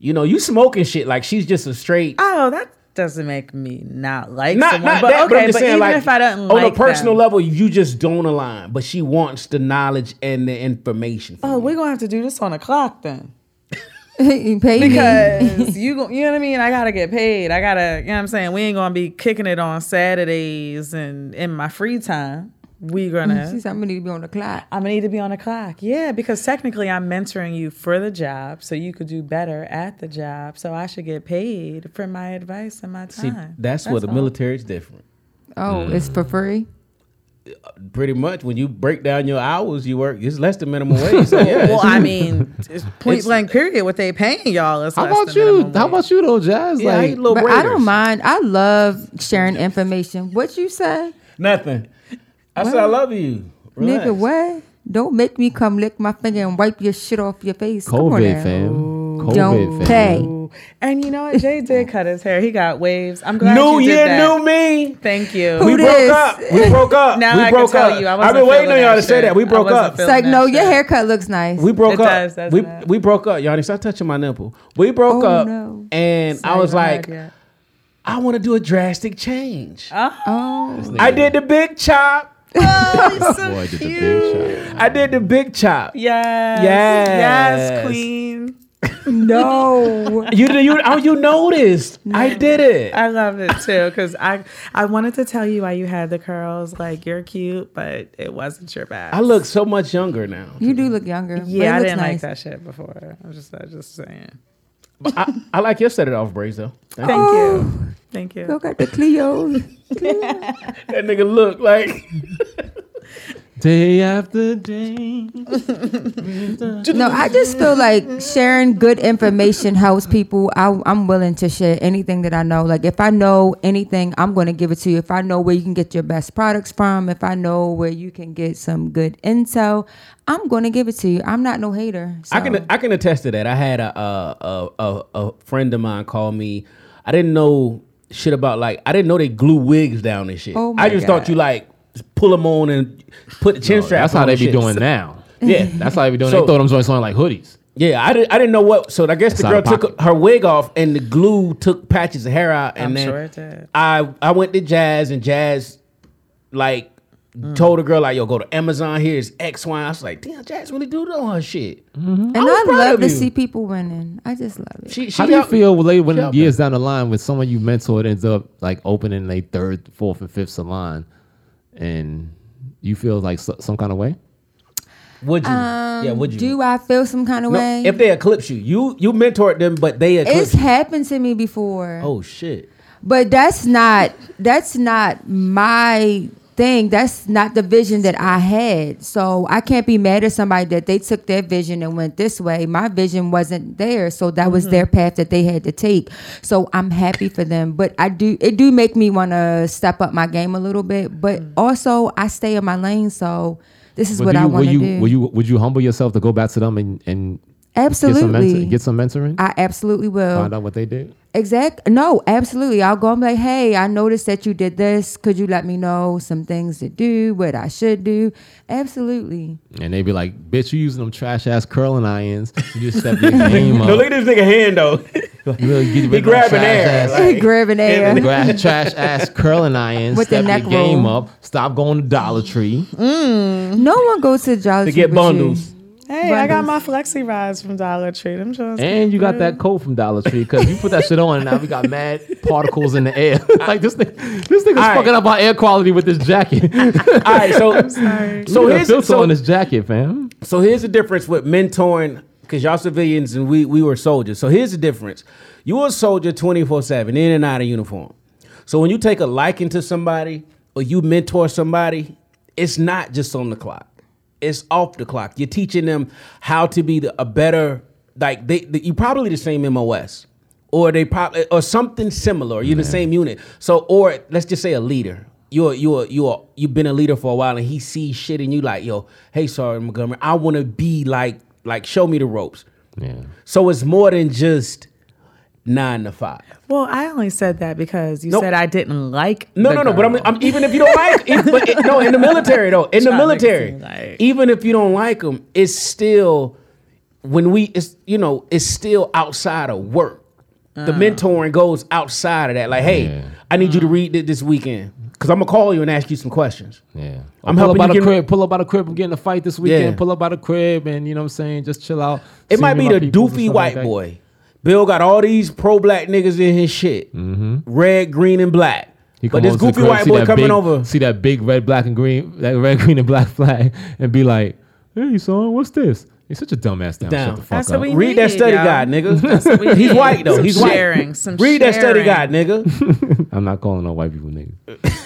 [SPEAKER 1] you know, you smoking shit like she's just a straight.
[SPEAKER 2] Oh, that doesn't make me not like
[SPEAKER 1] Not,
[SPEAKER 2] someone.
[SPEAKER 1] not
[SPEAKER 2] but
[SPEAKER 1] that,
[SPEAKER 2] okay,
[SPEAKER 1] but I'm just saying,
[SPEAKER 2] even
[SPEAKER 1] like,
[SPEAKER 2] if I don't
[SPEAKER 1] on
[SPEAKER 2] like
[SPEAKER 1] a personal
[SPEAKER 2] them-
[SPEAKER 1] level, you just don't align. But she wants the knowledge and the information.
[SPEAKER 2] oh, we're gonna have to do this on a clock then.
[SPEAKER 3] you pay me.
[SPEAKER 2] because you go, you know what I mean. I gotta get paid. I gotta, you know what I'm saying. We ain't gonna be kicking it on Saturdays and in my free time. We
[SPEAKER 1] Mm-hmm.
[SPEAKER 2] gonna.
[SPEAKER 3] She said, I'm gonna need to be on the clock.
[SPEAKER 2] I'm gonna need to be on the clock. Yeah, because technically I'm mentoring you for the job, so you could do better at the job. So I should get paid for my advice and my
[SPEAKER 1] See,
[SPEAKER 2] time.
[SPEAKER 1] that's, where the
[SPEAKER 2] all.
[SPEAKER 1] military is different.
[SPEAKER 3] Oh, it's for free.
[SPEAKER 1] Pretty much, when you break down your hours you work, it's less than minimum wage. So yeah,
[SPEAKER 2] Well,
[SPEAKER 1] it's-
[SPEAKER 2] I mean, it's point
[SPEAKER 1] It's-
[SPEAKER 2] blank period. What they paying y'all is
[SPEAKER 9] How
[SPEAKER 2] less
[SPEAKER 9] about
[SPEAKER 2] than
[SPEAKER 9] you?
[SPEAKER 2] minimum
[SPEAKER 9] How
[SPEAKER 2] wage.
[SPEAKER 9] about you though, Jazz?
[SPEAKER 1] Yeah, I
[SPEAKER 9] like,
[SPEAKER 1] eat little
[SPEAKER 3] But I
[SPEAKER 1] Raiders.
[SPEAKER 3] don't mind. I love sharing information. What you say,
[SPEAKER 1] Nothing. I said, I love you. Relax.
[SPEAKER 3] nigga? What? Don't make me come lick my finger and wipe your shit off your face. Come on now.
[SPEAKER 9] COVID, fam. COVID,
[SPEAKER 3] Don't
[SPEAKER 9] fam.
[SPEAKER 3] pay.
[SPEAKER 2] And you know what? Jay did cut his hair. He got waves. I'm glad
[SPEAKER 1] New
[SPEAKER 2] you did
[SPEAKER 1] year,
[SPEAKER 2] that.
[SPEAKER 1] new me.
[SPEAKER 2] Thank you.
[SPEAKER 1] we
[SPEAKER 3] this?
[SPEAKER 1] broke up. We broke up.
[SPEAKER 2] Now
[SPEAKER 1] we
[SPEAKER 2] I can
[SPEAKER 1] broke
[SPEAKER 2] tell
[SPEAKER 1] up.
[SPEAKER 2] you, I
[SPEAKER 1] have been
[SPEAKER 2] wasn't
[SPEAKER 1] waiting on
[SPEAKER 2] feeling
[SPEAKER 1] y'all to
[SPEAKER 2] that
[SPEAKER 1] say
[SPEAKER 2] shit.
[SPEAKER 1] that. We
[SPEAKER 2] I
[SPEAKER 1] broke
[SPEAKER 2] wasn't
[SPEAKER 1] up.
[SPEAKER 3] It's
[SPEAKER 2] feeling
[SPEAKER 3] like,
[SPEAKER 2] that
[SPEAKER 3] no, your
[SPEAKER 2] shit.
[SPEAKER 3] haircut looks nice.
[SPEAKER 1] We broke
[SPEAKER 2] It
[SPEAKER 1] up.
[SPEAKER 2] does, doesn't
[SPEAKER 1] we
[SPEAKER 2] it?
[SPEAKER 1] we broke up, Yanni. Stop touching my nipple. We broke
[SPEAKER 3] Oh,
[SPEAKER 1] up,
[SPEAKER 3] no.
[SPEAKER 1] and I
[SPEAKER 2] not
[SPEAKER 1] was
[SPEAKER 2] even
[SPEAKER 1] like,
[SPEAKER 2] hard yet.
[SPEAKER 1] I want to do a drastic change.
[SPEAKER 3] Oh,
[SPEAKER 1] I did the big chop.
[SPEAKER 2] Oh,
[SPEAKER 9] Boy, did the big shot.
[SPEAKER 1] I did the big chop.
[SPEAKER 2] Yes.
[SPEAKER 1] Yes.
[SPEAKER 2] Yes, queen.
[SPEAKER 3] no.
[SPEAKER 1] You did. You oh, you noticed. I did it.
[SPEAKER 2] I love it too because I I wanted to tell you why you had the curls. Like you're cute, but it wasn't your bag.
[SPEAKER 1] I look so much younger now.
[SPEAKER 3] you do look younger. but it
[SPEAKER 2] Yeah, I
[SPEAKER 3] looks
[SPEAKER 2] didn't
[SPEAKER 3] nice.
[SPEAKER 2] like that shit before. I'm just I'm just saying.
[SPEAKER 1] I, I like your set it off braids though. That,
[SPEAKER 2] Thank you. Thank you.
[SPEAKER 3] Look at the Cleo.
[SPEAKER 1] that nigga look like
[SPEAKER 9] Day after day.
[SPEAKER 3] no, I just feel like sharing good information helps people. I, I'm willing to share anything that I know. Like if I know anything, I'm going to give it to you. If I know where you can get your best products from, if I know where you can get some good intel, I'm going to give it to you. I'm not no hater. So.
[SPEAKER 1] I can I can attest to that. I had a a, a a a friend of mine call me. I didn't know shit about like I didn't know they glue wigs down and shit.
[SPEAKER 3] Oh my
[SPEAKER 1] I just thought
[SPEAKER 3] God.
[SPEAKER 1] you like pull them on and put the chin strap.
[SPEAKER 9] That's how
[SPEAKER 1] on
[SPEAKER 9] they
[SPEAKER 1] and
[SPEAKER 9] be
[SPEAKER 1] shit.
[SPEAKER 9] doing now.
[SPEAKER 1] Yeah,
[SPEAKER 9] That's how they be doing.
[SPEAKER 1] So-
[SPEAKER 9] they throw them joints on like hoodies.
[SPEAKER 1] yeah. I didn't I didn't know what. So I guess the
[SPEAKER 9] It's out
[SPEAKER 1] girl
[SPEAKER 9] of
[SPEAKER 1] took
[SPEAKER 9] pocket.
[SPEAKER 1] her wig off and the glue took patches of hair out. And
[SPEAKER 2] I'm
[SPEAKER 1] then
[SPEAKER 2] sure it did.
[SPEAKER 1] I I went to Jazz and Jazz like
[SPEAKER 2] Mm.
[SPEAKER 1] told the girl like yo go to Amazon here's X Y. I was like damn Jazz really do know her shit.
[SPEAKER 9] Mm-hmm.
[SPEAKER 3] and
[SPEAKER 1] was
[SPEAKER 3] I,
[SPEAKER 1] proud
[SPEAKER 3] love
[SPEAKER 1] of
[SPEAKER 3] to
[SPEAKER 1] you.
[SPEAKER 3] see people winning. I just love it.
[SPEAKER 1] She, she
[SPEAKER 9] How do you
[SPEAKER 1] helped-
[SPEAKER 9] feel later when
[SPEAKER 1] Shelby.
[SPEAKER 9] years down the line when someone you mentored ends up like opening a third, fourth, and fifth salon, and you feel like so, some kind of way?
[SPEAKER 1] Would you? yeah. Would you?
[SPEAKER 3] Um, Do I feel some kind of
[SPEAKER 1] No,
[SPEAKER 3] way?
[SPEAKER 1] if they eclipse you, you you mentored them, but they eclipse
[SPEAKER 3] it's
[SPEAKER 1] you.
[SPEAKER 3] happened to me before.
[SPEAKER 1] Oh shit!
[SPEAKER 3] But that's not that's not my thing. That's not the vision that I had. So I can't be mad at somebody that they took their vision and went this way. My vision wasn't there. So that was their
[SPEAKER 9] Mm-hmm.
[SPEAKER 3] path that they had to take. So I'm happy for them. But I do it do make me wanna step up my game a little bit. But also I stay in my lane, so this is
[SPEAKER 9] But
[SPEAKER 3] what
[SPEAKER 9] Mm. do
[SPEAKER 3] I
[SPEAKER 9] you- will
[SPEAKER 3] want to
[SPEAKER 9] you,
[SPEAKER 3] do.
[SPEAKER 9] Would you would you humble yourself to go back to them and and get some
[SPEAKER 3] absolutely.
[SPEAKER 9] mentor, get some mentoring?
[SPEAKER 3] I absolutely will.
[SPEAKER 9] Find out what they did.
[SPEAKER 3] Exact. No, absolutely. I'll go and be like, hey, I noticed that you did this. Could you let me know some things to do, what I should do? Absolutely.
[SPEAKER 9] And they be like, "Bitch, you using them trash ass curling irons? You just stepped your game up.
[SPEAKER 1] at this nigga hand though.
[SPEAKER 9] You really get rid of them
[SPEAKER 1] grabbing
[SPEAKER 9] trash
[SPEAKER 1] air,
[SPEAKER 9] ass-
[SPEAKER 1] like- Right.
[SPEAKER 3] Grabbing air.
[SPEAKER 1] And
[SPEAKER 9] gra- trash ass curling irons.
[SPEAKER 3] With the
[SPEAKER 9] step
[SPEAKER 3] neck
[SPEAKER 9] your game
[SPEAKER 3] roll. Mm-hmm.
[SPEAKER 9] up. Stop going to Dollar Tree.
[SPEAKER 3] no one goes to Jolly
[SPEAKER 1] To get
[SPEAKER 3] with
[SPEAKER 1] bundles.
[SPEAKER 3] You.
[SPEAKER 2] Hey, I got my flexi rides from Dollar Tree. Them joints
[SPEAKER 9] And you got
[SPEAKER 3] Mm-hmm.
[SPEAKER 9] that coat from Dollar Tree because you put that shit on and now we got mad particles in the air. like this thing, this thing is
[SPEAKER 1] right.
[SPEAKER 9] fucking up our air quality with this jacket.
[SPEAKER 1] All right, so so
[SPEAKER 9] so
[SPEAKER 1] here's
[SPEAKER 9] here's filter
[SPEAKER 1] so,
[SPEAKER 9] on this jacket, fam.
[SPEAKER 1] so here's the difference with mentoring because y'all civilians and we we were soldiers. So here's the difference: you were a soldier twenty four seven in and out of uniform. So when you take a liking to somebody or you mentor somebody, it's not just on the clock; it's off the clock. You're teaching them how to be the, a better like they, they you probably the same MOS. or they probably or something similar. You're the same unit. So or let's just say a leader. You're you're you're you've been a leader for a while, and he sees shit, and you like, yo, hey, sorry, Montgomery, I want to be like like show me the ropes.
[SPEAKER 9] Yeah.
[SPEAKER 1] So it's more than just nine to five.
[SPEAKER 2] Well, I only said that because you
[SPEAKER 1] Nope.
[SPEAKER 2] said I didn't like.
[SPEAKER 1] No,
[SPEAKER 2] the
[SPEAKER 1] no, no. But I'm,
[SPEAKER 2] girl.
[SPEAKER 1] I'm even if you don't like, even, but it- no, in the military though, in the
[SPEAKER 2] Tryna make it
[SPEAKER 1] military,
[SPEAKER 2] seem like-
[SPEAKER 1] even if you don't like them, it's still when we, it's you know, it's still outside of work. The
[SPEAKER 9] Mm.
[SPEAKER 1] mentoring goes outside of that. Like, hey, I need you to read it this weekend because I'm gonna call you and ask you some questions.
[SPEAKER 9] Yeah.
[SPEAKER 1] I'm
[SPEAKER 9] pull
[SPEAKER 1] helping
[SPEAKER 9] up out
[SPEAKER 1] you
[SPEAKER 9] of
[SPEAKER 1] get-
[SPEAKER 9] crib. Pull up out of crib. I'm getting in a fight this weekend.
[SPEAKER 1] Yeah.
[SPEAKER 9] Pull up out of crib, and you know what I'm saying. Just chill out.
[SPEAKER 1] It
[SPEAKER 9] see
[SPEAKER 1] might
[SPEAKER 9] me
[SPEAKER 1] be
[SPEAKER 9] and my
[SPEAKER 1] the
[SPEAKER 9] peoples and
[SPEAKER 1] doofy
[SPEAKER 9] stuff
[SPEAKER 1] white
[SPEAKER 9] like that.
[SPEAKER 1] boy. Bill got all these pro black niggas in his shit, red, green, and black.
[SPEAKER 9] Mm-hmm. He
[SPEAKER 1] But
[SPEAKER 9] come
[SPEAKER 1] this
[SPEAKER 9] over to the
[SPEAKER 1] goofy
[SPEAKER 9] crib,
[SPEAKER 1] white
[SPEAKER 9] see
[SPEAKER 1] boy
[SPEAKER 9] that
[SPEAKER 1] coming
[SPEAKER 9] big-
[SPEAKER 1] over.
[SPEAKER 9] See that big red, black, and green, that red, green, and black flag, and be like, "Hey, son, what's this? You're such a dumbass down.
[SPEAKER 1] Down.
[SPEAKER 9] Shut the fuck
[SPEAKER 2] That's
[SPEAKER 9] up."
[SPEAKER 2] what we
[SPEAKER 1] Read that
[SPEAKER 2] need,
[SPEAKER 1] study
[SPEAKER 2] y'all.
[SPEAKER 1] guide, nigga.
[SPEAKER 2] we
[SPEAKER 1] He's
[SPEAKER 2] need.
[SPEAKER 1] white though.
[SPEAKER 2] Some
[SPEAKER 1] He's white.
[SPEAKER 2] sharing, some
[SPEAKER 1] Read that study guide,
[SPEAKER 2] sharing.
[SPEAKER 1] nigga.
[SPEAKER 9] I'm not calling no white people niggas.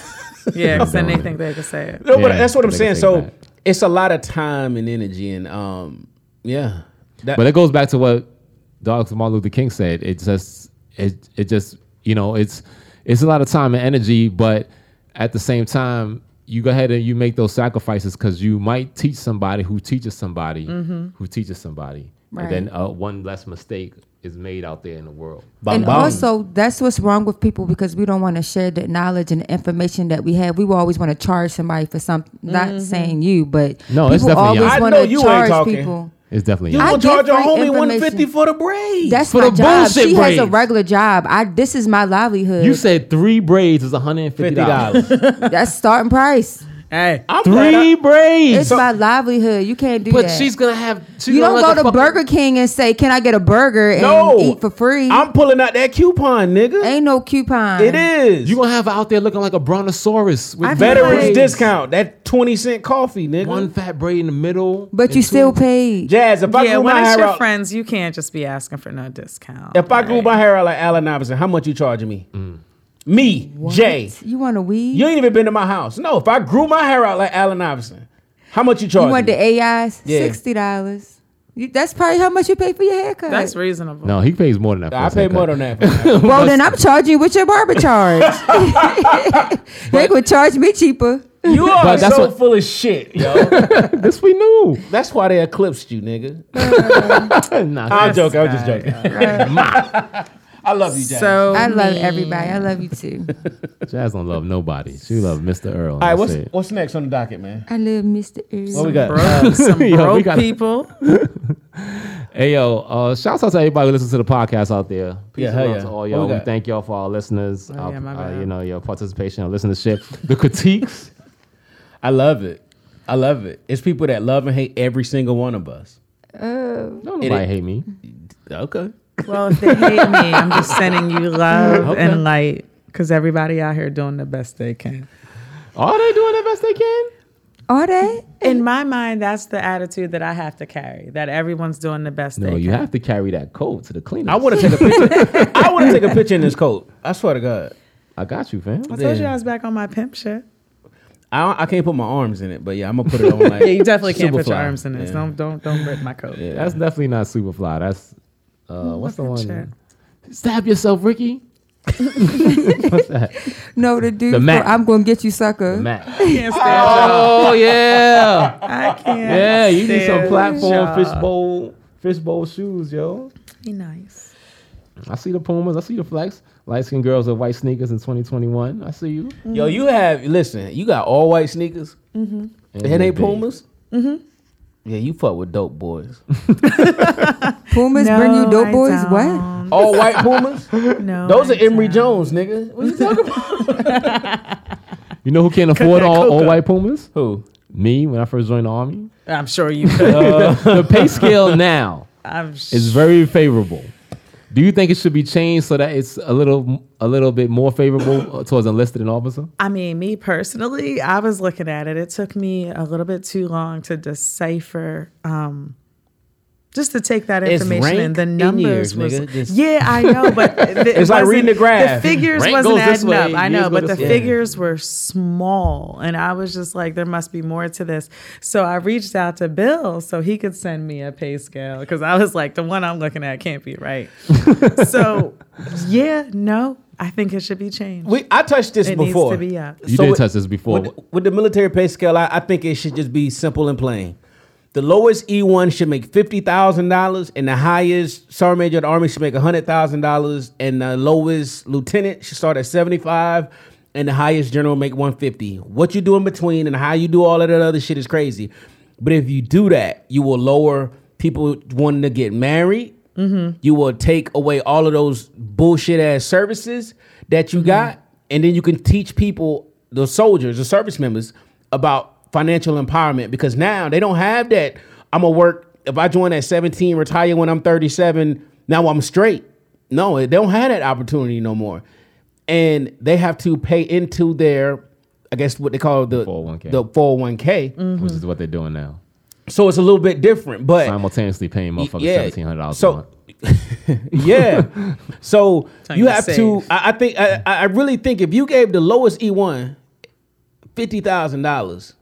[SPEAKER 2] Yeah, because then they think they can say it.
[SPEAKER 1] No, but
[SPEAKER 9] Yeah,
[SPEAKER 1] that's what I'm
[SPEAKER 9] niggas
[SPEAKER 1] saying.
[SPEAKER 9] ain't
[SPEAKER 1] So
[SPEAKER 9] black.
[SPEAKER 1] it's a lot of time and energy, and um, yeah. That,
[SPEAKER 9] But it goes back to what Dr. Martin Luther King said. It just it it just you know it's it's a lot of time and energy, but at the same time, you go ahead and you make those sacrifices because you might teach somebody who teaches somebody
[SPEAKER 3] Mm-hmm.
[SPEAKER 9] who teaches somebody, and then uh, one less mistake is made out there in the world.
[SPEAKER 1] bam,
[SPEAKER 3] and
[SPEAKER 1] bam.
[SPEAKER 3] also, that's what's wrong with people because we don't want to share the knowledge and the information that we have. We will always want to charge somebody for something.
[SPEAKER 9] Mm-hmm.
[SPEAKER 3] Not saying you, but
[SPEAKER 9] No,
[SPEAKER 3] people
[SPEAKER 9] it's definitely y'all.
[SPEAKER 3] always
[SPEAKER 9] I
[SPEAKER 3] want
[SPEAKER 1] know
[SPEAKER 3] to
[SPEAKER 1] you ain't
[SPEAKER 3] charge
[SPEAKER 1] talking.
[SPEAKER 3] people.
[SPEAKER 9] It's definitely
[SPEAKER 1] you
[SPEAKER 3] I
[SPEAKER 1] gonna
[SPEAKER 3] get
[SPEAKER 1] charge your
[SPEAKER 3] free
[SPEAKER 1] homie
[SPEAKER 3] information.
[SPEAKER 1] 150 for the braid?
[SPEAKER 3] That's
[SPEAKER 9] For
[SPEAKER 3] my
[SPEAKER 9] the
[SPEAKER 3] job.
[SPEAKER 9] bullshit
[SPEAKER 3] She has a
[SPEAKER 9] braids.
[SPEAKER 3] regular job. I this is my livelihood.
[SPEAKER 9] you said three braids is 150
[SPEAKER 1] fifty
[SPEAKER 9] dollars.
[SPEAKER 1] dollars.
[SPEAKER 3] That's starting price.
[SPEAKER 2] Hey,
[SPEAKER 1] I'm glad I-
[SPEAKER 9] Three braids.
[SPEAKER 3] It's my livelihood. You can't do
[SPEAKER 9] but
[SPEAKER 3] that.
[SPEAKER 9] she's gonna have. She's
[SPEAKER 3] you
[SPEAKER 9] gonna
[SPEAKER 3] don't
[SPEAKER 9] let
[SPEAKER 3] go
[SPEAKER 9] the
[SPEAKER 3] to
[SPEAKER 9] fucking-
[SPEAKER 3] Burger King and say, "Can I get a burger and
[SPEAKER 1] No.
[SPEAKER 3] eat for free?"
[SPEAKER 1] I'm pulling out that coupon, nigga.
[SPEAKER 3] Ain't no coupon.
[SPEAKER 1] it is.
[SPEAKER 9] You gonna have her out there looking like a brontosaurus with
[SPEAKER 2] I feel
[SPEAKER 9] veterans
[SPEAKER 1] veterans
[SPEAKER 2] Braids.
[SPEAKER 1] discount. That 20 cent coffee, nigga.
[SPEAKER 9] One fat braid in the middle.
[SPEAKER 3] But
[SPEAKER 9] and
[SPEAKER 3] you
[SPEAKER 9] two-
[SPEAKER 3] still paid.
[SPEAKER 1] Jazz, if I
[SPEAKER 2] yeah,
[SPEAKER 1] grew
[SPEAKER 2] when
[SPEAKER 1] my
[SPEAKER 2] it's
[SPEAKER 1] hair
[SPEAKER 2] your
[SPEAKER 1] out,
[SPEAKER 2] friends, you can't just be asking for no discount.
[SPEAKER 1] if I grew my hair out like Allen Iverson, how much you charging me?
[SPEAKER 9] Mm.
[SPEAKER 1] Me, Jay.
[SPEAKER 3] You want a weed?
[SPEAKER 1] You ain't even been to my house. No, if I grew my hair out like Allen Iverson, how much you charge?
[SPEAKER 3] You want
[SPEAKER 1] me?
[SPEAKER 3] the AIs?
[SPEAKER 1] Yeah.
[SPEAKER 3] Sixty dollars. That's probably how much you pay for your haircut.
[SPEAKER 2] That's reasonable.
[SPEAKER 9] No, he pays more than that. for
[SPEAKER 1] I
[SPEAKER 9] his
[SPEAKER 1] pay
[SPEAKER 9] haircut.
[SPEAKER 1] more than that. for that.
[SPEAKER 3] well, then I'm charging you with your barber charge. they would charge me cheaper.
[SPEAKER 1] you are
[SPEAKER 9] that's
[SPEAKER 1] so
[SPEAKER 9] what-
[SPEAKER 1] full of shit, yo.
[SPEAKER 9] This we knew.
[SPEAKER 1] that's why they eclipsed you, nigga.
[SPEAKER 9] nah,
[SPEAKER 1] I'm joking. I'm just joking. I love you, Jazz.
[SPEAKER 2] So
[SPEAKER 3] I love
[SPEAKER 2] mean.
[SPEAKER 3] everybody. I love you too.
[SPEAKER 9] Jazz don't love nobody. She love Mr. Earl.
[SPEAKER 1] all right,
[SPEAKER 9] that's
[SPEAKER 1] what's
[SPEAKER 9] it.
[SPEAKER 1] what's next on the docket, man?
[SPEAKER 3] I love Mr. Earl.
[SPEAKER 1] What we got?
[SPEAKER 2] Broke, some
[SPEAKER 9] Yo, we
[SPEAKER 2] broke
[SPEAKER 9] gotta-
[SPEAKER 2] people.
[SPEAKER 9] Hey yo, uh, shouts out to everybody who listens to the podcast out there. Peace
[SPEAKER 1] Yeah,
[SPEAKER 9] and
[SPEAKER 1] hell
[SPEAKER 9] love
[SPEAKER 1] yeah.
[SPEAKER 9] to all
[SPEAKER 1] What
[SPEAKER 9] y'all.
[SPEAKER 1] we
[SPEAKER 9] We
[SPEAKER 1] got?
[SPEAKER 9] thank y'all for our listeners. our,
[SPEAKER 2] yeah, my
[SPEAKER 9] uh,
[SPEAKER 2] bad.
[SPEAKER 9] you know your participation, our listenership, the critiques.
[SPEAKER 1] I love it. I love it. It's people that love and hate every single one of us.
[SPEAKER 9] Don't nobody
[SPEAKER 1] it-
[SPEAKER 9] hate me.
[SPEAKER 1] Okay.
[SPEAKER 2] Well, if they hate me, I'm just sending you love
[SPEAKER 1] Okay.
[SPEAKER 2] and light because everybody out here doing the best they can.
[SPEAKER 9] Are they doing the best they can?
[SPEAKER 3] Are they?
[SPEAKER 2] In my mind, that's the attitude that I have to carry. That everyone's doing the best
[SPEAKER 9] No,
[SPEAKER 2] they
[SPEAKER 9] you
[SPEAKER 2] can.
[SPEAKER 9] have to carry that coat to the cleaner.
[SPEAKER 1] I want to take a picture. I want to take a picture in this coat. I swear to God,
[SPEAKER 9] I got you, fam.
[SPEAKER 2] I told you
[SPEAKER 1] Yeah.
[SPEAKER 2] I was back on my pimp shit.
[SPEAKER 1] I, don't- I can't put my arms in it, but yeah, I'm gonna put it on. Like,
[SPEAKER 2] Yeah, you definitely can't put your
[SPEAKER 1] Superfly.
[SPEAKER 2] arms in this.
[SPEAKER 1] Yeah.
[SPEAKER 2] Don't don't don't rip my coat.
[SPEAKER 9] That's definitely not Superfly. That's uh, what's the one?
[SPEAKER 2] Shit.
[SPEAKER 9] Stab yourself, Ricky.
[SPEAKER 3] No, the dude.
[SPEAKER 9] The
[SPEAKER 3] for
[SPEAKER 9] Mac.
[SPEAKER 3] I'm gonna get you, sucker.
[SPEAKER 9] Matt.
[SPEAKER 2] Can't stand
[SPEAKER 9] Oh yeah,
[SPEAKER 2] y'all. I can't.
[SPEAKER 9] yeah. You need some
[SPEAKER 2] stand
[SPEAKER 9] platform
[SPEAKER 2] y'all.
[SPEAKER 9] fishbowl fishbowl shoes, yo.
[SPEAKER 2] Be nice.
[SPEAKER 9] I see the Pumas. I see the Flex. Light skinned girls with white sneakers in 2021. I see you.
[SPEAKER 1] Yo, you have listen. You got all white sneakers.
[SPEAKER 2] Mm-hmm.
[SPEAKER 1] And they
[SPEAKER 9] big.
[SPEAKER 1] Pumas. Yeah, you fuck with dope boys.
[SPEAKER 3] Pumas bring you dope
[SPEAKER 2] I
[SPEAKER 3] boys. What?
[SPEAKER 2] don't.
[SPEAKER 1] All white Pumas.
[SPEAKER 2] No,
[SPEAKER 1] Those
[SPEAKER 2] I
[SPEAKER 1] are Emory
[SPEAKER 2] don't.
[SPEAKER 1] Jones, nigga. What you talking about?
[SPEAKER 9] You know who can't afford all, all white Pumas?
[SPEAKER 1] Who?
[SPEAKER 9] Me when I first joined the army.
[SPEAKER 2] I'm sure you could.
[SPEAKER 9] the pay scale now
[SPEAKER 2] I'm
[SPEAKER 9] is very favorable. Do you think it should be changed so that it's a little a little bit more favorable uh, towards enlisted and officer?
[SPEAKER 2] I mean, me personally, I was looking at it. It took me a little bit too long to decipher, um, just to take that
[SPEAKER 1] It's
[SPEAKER 2] information
[SPEAKER 1] rank
[SPEAKER 2] and the
[SPEAKER 1] in
[SPEAKER 2] numbers
[SPEAKER 1] years,
[SPEAKER 2] was.
[SPEAKER 1] nigga. Just-
[SPEAKER 2] Yeah, I know, but th- it
[SPEAKER 1] It's like
[SPEAKER 2] wasn't-
[SPEAKER 1] reading the graph.
[SPEAKER 2] The figures
[SPEAKER 9] Rank
[SPEAKER 2] wasn't
[SPEAKER 9] goes this
[SPEAKER 2] adding
[SPEAKER 9] way,
[SPEAKER 2] up. I
[SPEAKER 9] years
[SPEAKER 2] know,
[SPEAKER 9] go
[SPEAKER 2] but the
[SPEAKER 9] this way.
[SPEAKER 2] figures were small, and I was just like, there must be more to this. So I reached out to Bill so he could send me a pay scale because I was like, the one I'm looking at can't be right. so, yeah, no, I think it should be changed.
[SPEAKER 1] We I touched this
[SPEAKER 2] It needs
[SPEAKER 1] before.
[SPEAKER 2] to be up.
[SPEAKER 9] You
[SPEAKER 1] So
[SPEAKER 9] did
[SPEAKER 1] with-
[SPEAKER 9] touch this before.
[SPEAKER 1] With, with the military pay scale, I, I think it should just be simple and plain. The lowest E1 should make fifty thousand dollars, and the highest sergeant major of the army should make hundred thousand dollars, and the lowest lieutenant should start at seventy five, and the highest general make one fifty. What you do in between and how you do all of that other shit is crazy. But if you do that, you will lower people wanting to get married.
[SPEAKER 9] Mm-hmm.
[SPEAKER 1] You will take away all of those bullshit ass services that
[SPEAKER 9] Mm-hmm.
[SPEAKER 1] you got, and then you can teach people, the soldiers, the service members, about financial empowerment because now they don't have that. I'm gonna work if I join at 17, retire when I'm 37. Now I'm straight. No, they don't have that opportunity no more, and they have to pay into their, I guess what they call the
[SPEAKER 9] 401k.
[SPEAKER 1] the 401k.
[SPEAKER 9] which is what they're doing now.
[SPEAKER 1] So it's a little bit different, but
[SPEAKER 9] Simultaneously paying motherfuckers
[SPEAKER 1] yeah.
[SPEAKER 9] seventeen hundred dollars
[SPEAKER 1] So-
[SPEAKER 9] a month.
[SPEAKER 1] yeah. So
[SPEAKER 2] Time
[SPEAKER 1] you
[SPEAKER 2] to
[SPEAKER 1] have to.
[SPEAKER 2] save.
[SPEAKER 1] I, I think. I, I I really think if you gave the lowest E one fifty thousand dollars,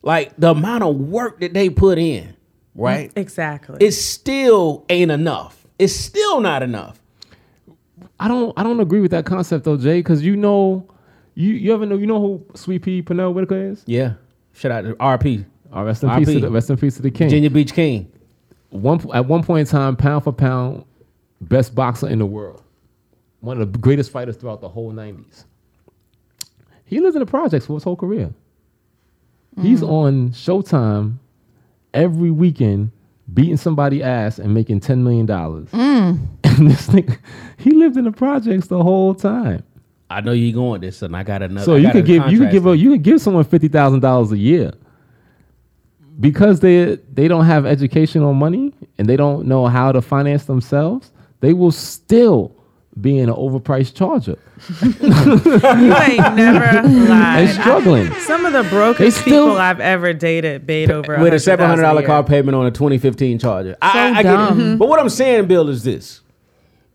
[SPEAKER 1] like the amount of work that they put in, right?
[SPEAKER 2] Exactly.
[SPEAKER 1] It still ain't enough. It's still not enough.
[SPEAKER 9] I don't I don't agree with that concept though, Jay, because you know you you ever know you know who Sweet Pea Pernell Whitaker is?
[SPEAKER 1] Yeah. Shout out to RP.
[SPEAKER 9] Uh, rest in
[SPEAKER 1] RP.
[SPEAKER 9] peace to the rest in peace to the king.
[SPEAKER 1] Virginia Beach King.
[SPEAKER 9] One at one point in time, pound for pound, best boxer in the world, one of the greatest fighters throughout the whole nineties. He lived in the projects for his whole career. He's on Showtime every weekend, beating somebody ass and making ten million dollars. And this nigga, he lived in the projects the whole time.
[SPEAKER 1] I know you going with this, and I got another.
[SPEAKER 9] So
[SPEAKER 1] I
[SPEAKER 9] you
[SPEAKER 1] got
[SPEAKER 9] could
[SPEAKER 1] a
[SPEAKER 9] give you could
[SPEAKER 1] contrast
[SPEAKER 9] give a, you could give someone fifty thousand dollars a year because they they don't have educational money and they don't know how to finance themselves. They will still be in an overpriced charger
[SPEAKER 2] You ain't never lied.
[SPEAKER 9] and struggling.
[SPEAKER 2] Some of the
[SPEAKER 9] They
[SPEAKER 2] brokest
[SPEAKER 9] still-
[SPEAKER 2] people I've ever dated paid over
[SPEAKER 1] with a
[SPEAKER 2] $100,000
[SPEAKER 1] seven hundred dollar
[SPEAKER 2] year.
[SPEAKER 1] car payment on a twenty fifteen Charger. I, I, I get it.
[SPEAKER 3] dumb.
[SPEAKER 1] But what I'm saying, Bill, is this: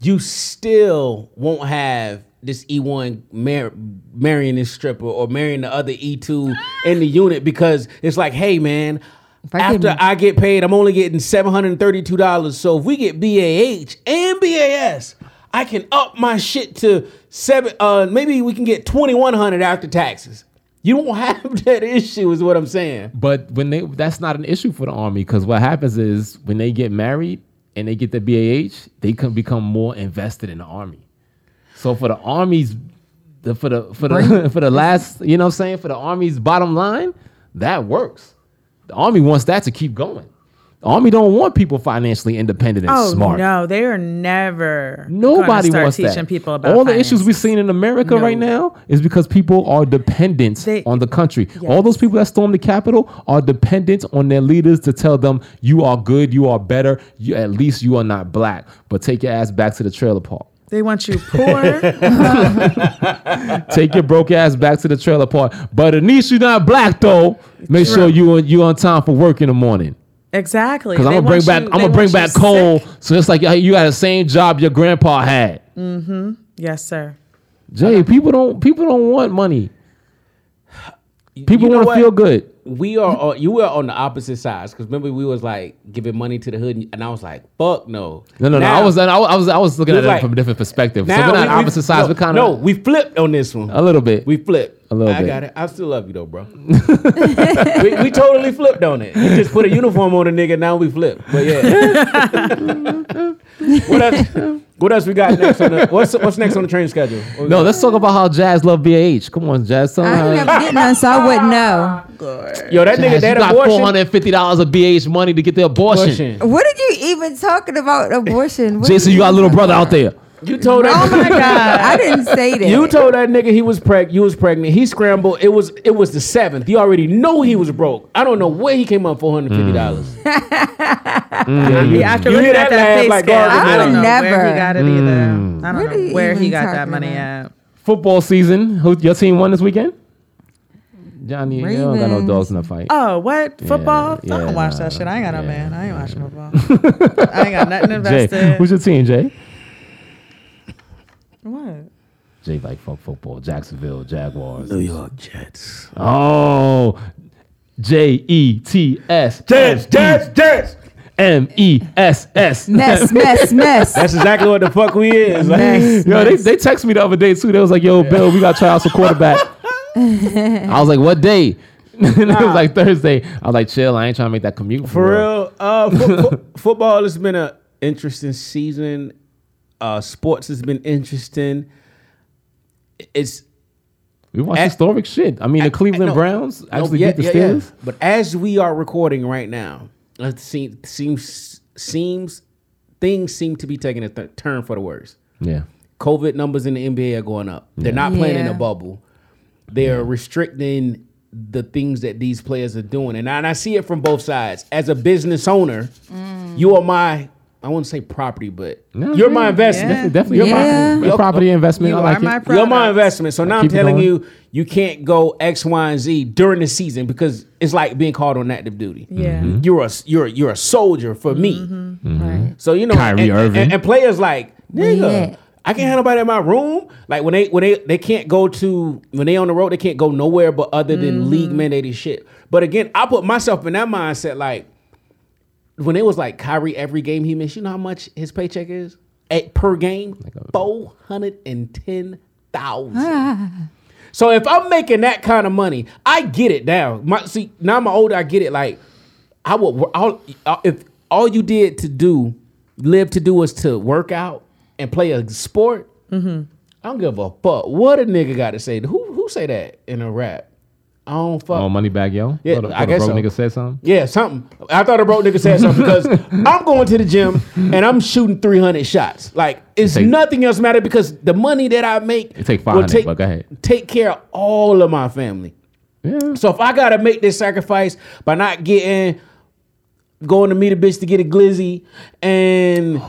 [SPEAKER 1] you still won't have this E one mar- marrying this stripper or marrying the other E two in the unit because it's like, hey, man.
[SPEAKER 3] I
[SPEAKER 1] after
[SPEAKER 3] can-
[SPEAKER 1] I get paid, I'm only getting seven hundred and thirty-two dollars. So if we get BAH and BAS, I can up my shit to seven. Uh, maybe we can get twenty-one hundred after taxes. You won't have that issue, is what I'm saying.
[SPEAKER 9] But when they that's not an issue for the army because what happens is when they get married and they get the BAH, they can become more invested in the army. So for the army's the, for the for the for the last you know what I'm saying for the army's bottom line, that works. The army wants that to keep going. The army don't want people financially independent and
[SPEAKER 2] Oh
[SPEAKER 9] smart.
[SPEAKER 2] no, they are never. gonna
[SPEAKER 9] Nobody
[SPEAKER 2] start
[SPEAKER 9] wants
[SPEAKER 2] teaching
[SPEAKER 9] that.
[SPEAKER 2] people about
[SPEAKER 9] all the issues we've
[SPEAKER 2] finances.
[SPEAKER 9] seen in America right now is because people are dependent
[SPEAKER 2] They-
[SPEAKER 9] on the country. All those people that stormed the Capitol are dependent on their leaders to tell them you are good, you are better, you, at least you are not black. But take your ass back to the trailer park.
[SPEAKER 2] They want you poor.
[SPEAKER 9] Take your broke ass back to the trailer park. But at least you're not black though. Make sure you on- you on time for work in the morning.
[SPEAKER 2] exactly.
[SPEAKER 9] Cause I'm
[SPEAKER 2] They
[SPEAKER 9] gonna bring
[SPEAKER 2] want
[SPEAKER 9] back
[SPEAKER 2] you-
[SPEAKER 9] I'm
[SPEAKER 2] they
[SPEAKER 9] gonna bring
[SPEAKER 2] want you
[SPEAKER 9] back coal.
[SPEAKER 2] sick.
[SPEAKER 9] So it's like hey, you had the same job your grandpa had.
[SPEAKER 2] Yes, sir.
[SPEAKER 9] Jay, people don't people don't want money. People
[SPEAKER 1] You know
[SPEAKER 9] want to
[SPEAKER 1] what?
[SPEAKER 9] feel good.
[SPEAKER 1] we are on, you were on the opposite sides because remember we was like giving money to the hood and I was like fuck no
[SPEAKER 9] No, no,
[SPEAKER 1] Now-
[SPEAKER 9] no. I was, I was, I was looking
[SPEAKER 1] we
[SPEAKER 9] at it
[SPEAKER 1] like-
[SPEAKER 9] from a different perspective. So
[SPEAKER 1] now
[SPEAKER 9] we're not
[SPEAKER 1] we- we-
[SPEAKER 9] opposite sides.
[SPEAKER 1] no,
[SPEAKER 9] we're kind
[SPEAKER 1] no
[SPEAKER 9] of
[SPEAKER 1] we flipped on this one
[SPEAKER 9] a little bit.
[SPEAKER 1] we flipped
[SPEAKER 9] A little
[SPEAKER 1] I
[SPEAKER 9] bit.
[SPEAKER 1] got it I still love you though bro we, we totally flipped on it you just put a uniform on a nigga now we flip but yeah what else what else we got next on the, what's what's next on the train schedule What we
[SPEAKER 9] no,
[SPEAKER 1] got?
[SPEAKER 9] let's talk about how Jazz love BAH. Come on, Jazz. Tell me
[SPEAKER 3] I
[SPEAKER 9] how-
[SPEAKER 3] ain't never did none, so I wouldn't know.
[SPEAKER 1] yo that nigga
[SPEAKER 9] Jazz, you
[SPEAKER 1] that
[SPEAKER 9] got four
[SPEAKER 1] abortion,
[SPEAKER 9] hundred fifty dollars of BAH money to get the abortion.
[SPEAKER 1] abortion.
[SPEAKER 3] What are you even talking about abortion? What
[SPEAKER 9] Jason,
[SPEAKER 3] are
[SPEAKER 9] you got a little brother out there.
[SPEAKER 1] you told that
[SPEAKER 3] Oh my god, I didn't say that.
[SPEAKER 1] You told that nigga he was preg you was pregnant. He scrambled. It was it was the seventh. You already know he was broke. I don't know where he came up four hundred fifty dollars.
[SPEAKER 2] Mm. Yeah, after
[SPEAKER 1] You
[SPEAKER 2] looking
[SPEAKER 1] hear
[SPEAKER 2] at
[SPEAKER 1] that laugh
[SPEAKER 2] that face
[SPEAKER 1] like Mm.
[SPEAKER 2] scale,
[SPEAKER 1] garbage
[SPEAKER 2] I don't know
[SPEAKER 3] money.
[SPEAKER 2] where
[SPEAKER 3] Never.
[SPEAKER 2] he got it either. I
[SPEAKER 3] What are
[SPEAKER 2] don't know
[SPEAKER 3] you
[SPEAKER 2] where he
[SPEAKER 3] even
[SPEAKER 2] got that
[SPEAKER 3] talking
[SPEAKER 2] money
[SPEAKER 3] about?
[SPEAKER 2] at.
[SPEAKER 9] Football season. Who your team won this weekend? Johnny, you don't got no
[SPEAKER 3] Ravens.
[SPEAKER 9] dogs in the fight.
[SPEAKER 2] Oh, what football?
[SPEAKER 9] yeah,
[SPEAKER 2] I don't watch
[SPEAKER 9] nah,
[SPEAKER 2] that shit. I ain't got
[SPEAKER 9] yeah,
[SPEAKER 2] no man. I ain't watching football. I ain't got nothing
[SPEAKER 9] Jay,
[SPEAKER 2] invested.
[SPEAKER 9] who's your team, Jay?
[SPEAKER 2] what?
[SPEAKER 9] Jay like fuck football. Jacksonville Jaguars.
[SPEAKER 1] New York Jets.
[SPEAKER 9] Oh, J E T S
[SPEAKER 1] Jets, Jets, Jets.
[SPEAKER 9] M E S S.
[SPEAKER 3] mess, mess, mess.
[SPEAKER 1] That's exactly what the fuck we is. Like,
[SPEAKER 3] mess.
[SPEAKER 9] Yo, they, they texted me the other day too. They was like, "Yo, Bill, we got to try out some quarterback." I was like, "What day?" it was like Thursday. I was like, chill. I ain't trying to make that commute.
[SPEAKER 1] For real, uh, fo- fo- football has been an interesting season. Uh, sports has been interesting. It's
[SPEAKER 9] we watched historic shit. I mean, the Cleveland
[SPEAKER 1] no,
[SPEAKER 9] Browns
[SPEAKER 1] no,
[SPEAKER 9] actually
[SPEAKER 1] yeah,
[SPEAKER 9] beat the
[SPEAKER 1] yeah, yeah.
[SPEAKER 9] Steelers.
[SPEAKER 1] But as we are recording right now, it seems seems seems things seem to be taking a th- turn for the worse.
[SPEAKER 9] Yeah.
[SPEAKER 1] COVID numbers in the NBA are going up. They're not playing in
[SPEAKER 9] Yeah.
[SPEAKER 1] a bubble. They're restricting the things that these players are doing. And I, and I see it from both sides. As a business owner,
[SPEAKER 9] Mm.
[SPEAKER 1] you are my I wouldn't say property, but you're my
[SPEAKER 9] yeah,
[SPEAKER 1] investment.
[SPEAKER 9] definitely- definitely your Yeah. property- your property investment. You I like are it. my
[SPEAKER 1] You're my
[SPEAKER 9] product.
[SPEAKER 1] investment. So now I'm
[SPEAKER 9] keep it
[SPEAKER 1] telling
[SPEAKER 9] going.
[SPEAKER 1] you, you can't go X, Y, and Z during the season because it's like being called on active duty. Mm-hmm.
[SPEAKER 2] Yeah. Mhm.
[SPEAKER 1] you're a you're you're a soldier for me.
[SPEAKER 9] Mm-hmm.
[SPEAKER 1] So you know,
[SPEAKER 9] Kyrie
[SPEAKER 1] and, and-
[SPEAKER 9] Irving.
[SPEAKER 1] and, players like nigga,
[SPEAKER 3] Yeah.
[SPEAKER 1] I can't have nobody in my room. Like when they when they they can't go to when they on the road, they can't go nowhere but other than league mandated shit. But again, I put myself in that mindset like when it was like Kyrie every game he missed. You know how much his paycheck is at per game? Four hundred and ten thousand. So if I'm making that kind of money, I get it now. My see now I'm older, I get it. Like I would wor- all uh, if all you did to do live to do was to work out and play a sport. I don't give a fuck what a nigga got to say. Who who say that in a rap? I don't fuck.
[SPEAKER 9] Oh, money back, yo.
[SPEAKER 1] Yeah,
[SPEAKER 9] Thought a-
[SPEAKER 1] I
[SPEAKER 9] thought a
[SPEAKER 1] guess
[SPEAKER 9] broke
[SPEAKER 1] so.
[SPEAKER 9] Nigga said something.
[SPEAKER 1] Yeah, something. I thought a broke nigga said something because I'm going to the gym and I'm shooting 300 shots. Like it's
[SPEAKER 9] take-
[SPEAKER 1] nothing else matter because the money that I make
[SPEAKER 9] It take
[SPEAKER 1] will
[SPEAKER 9] five hundred, but go ahead.
[SPEAKER 1] take care of all of my family. So if I gotta make this sacrifice by not getting going to meet a bitch to get a glizzy and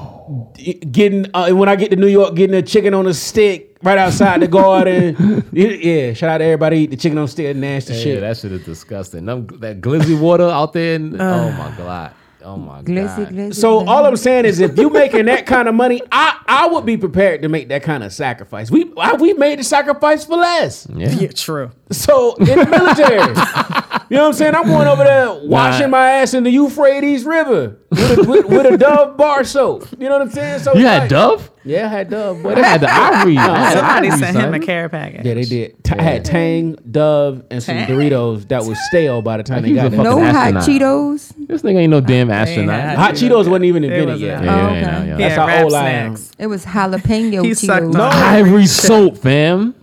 [SPEAKER 1] getting uh, when I get to New York, getting a chicken on a stick right outside the garden. Yeah, Yeah, shout out to everybody who eat the chicken on a stick, nasty
[SPEAKER 9] Yeah,
[SPEAKER 1] shit.
[SPEAKER 9] that shit is disgusting. Them- that glizzy water out there. and- oh my god. Oh my god.
[SPEAKER 1] So
[SPEAKER 3] Mm-hmm.
[SPEAKER 1] all I'm saying is, if you making that kind of money, I I would be prepared to make that kind of sacrifice. We I, we made the sacrifice for less.
[SPEAKER 9] Yeah.
[SPEAKER 2] Yeah, true.
[SPEAKER 1] So in the military, you know what I'm saying? I'm going over there washing my ass in the Euphrates River with a, with, with a Dove bar soap. You know what I'm saying? So
[SPEAKER 9] You
[SPEAKER 1] it's
[SPEAKER 9] had
[SPEAKER 1] like-
[SPEAKER 9] Dove?
[SPEAKER 1] Yeah, I had Dove. Boy,
[SPEAKER 9] I had the Ivory. I had
[SPEAKER 2] Somebody
[SPEAKER 9] Ivory,
[SPEAKER 2] sent him a
[SPEAKER 9] son.
[SPEAKER 2] care package.
[SPEAKER 1] Yeah, they did. T- I had Tang, Dove, and some
[SPEAKER 2] Tang.
[SPEAKER 1] Doritos that was stale by the time
[SPEAKER 9] He
[SPEAKER 1] they got
[SPEAKER 9] was a
[SPEAKER 1] there.
[SPEAKER 9] fucking
[SPEAKER 3] No hot
[SPEAKER 9] astronaut.
[SPEAKER 3] Cheetos.
[SPEAKER 9] This nigga ain't no damn astronaut.
[SPEAKER 1] Hot Cheetos wasn't even invented
[SPEAKER 2] wasn't.
[SPEAKER 1] yet.
[SPEAKER 9] Yeah,
[SPEAKER 3] Oh,
[SPEAKER 9] yeah,
[SPEAKER 3] okay.
[SPEAKER 9] yeah.
[SPEAKER 1] That's how
[SPEAKER 2] wrap
[SPEAKER 1] old I am.
[SPEAKER 2] snacks.
[SPEAKER 3] It was jalapeno
[SPEAKER 2] He sucked
[SPEAKER 3] Cheetos.
[SPEAKER 2] on it.
[SPEAKER 9] Ivory soap, fam.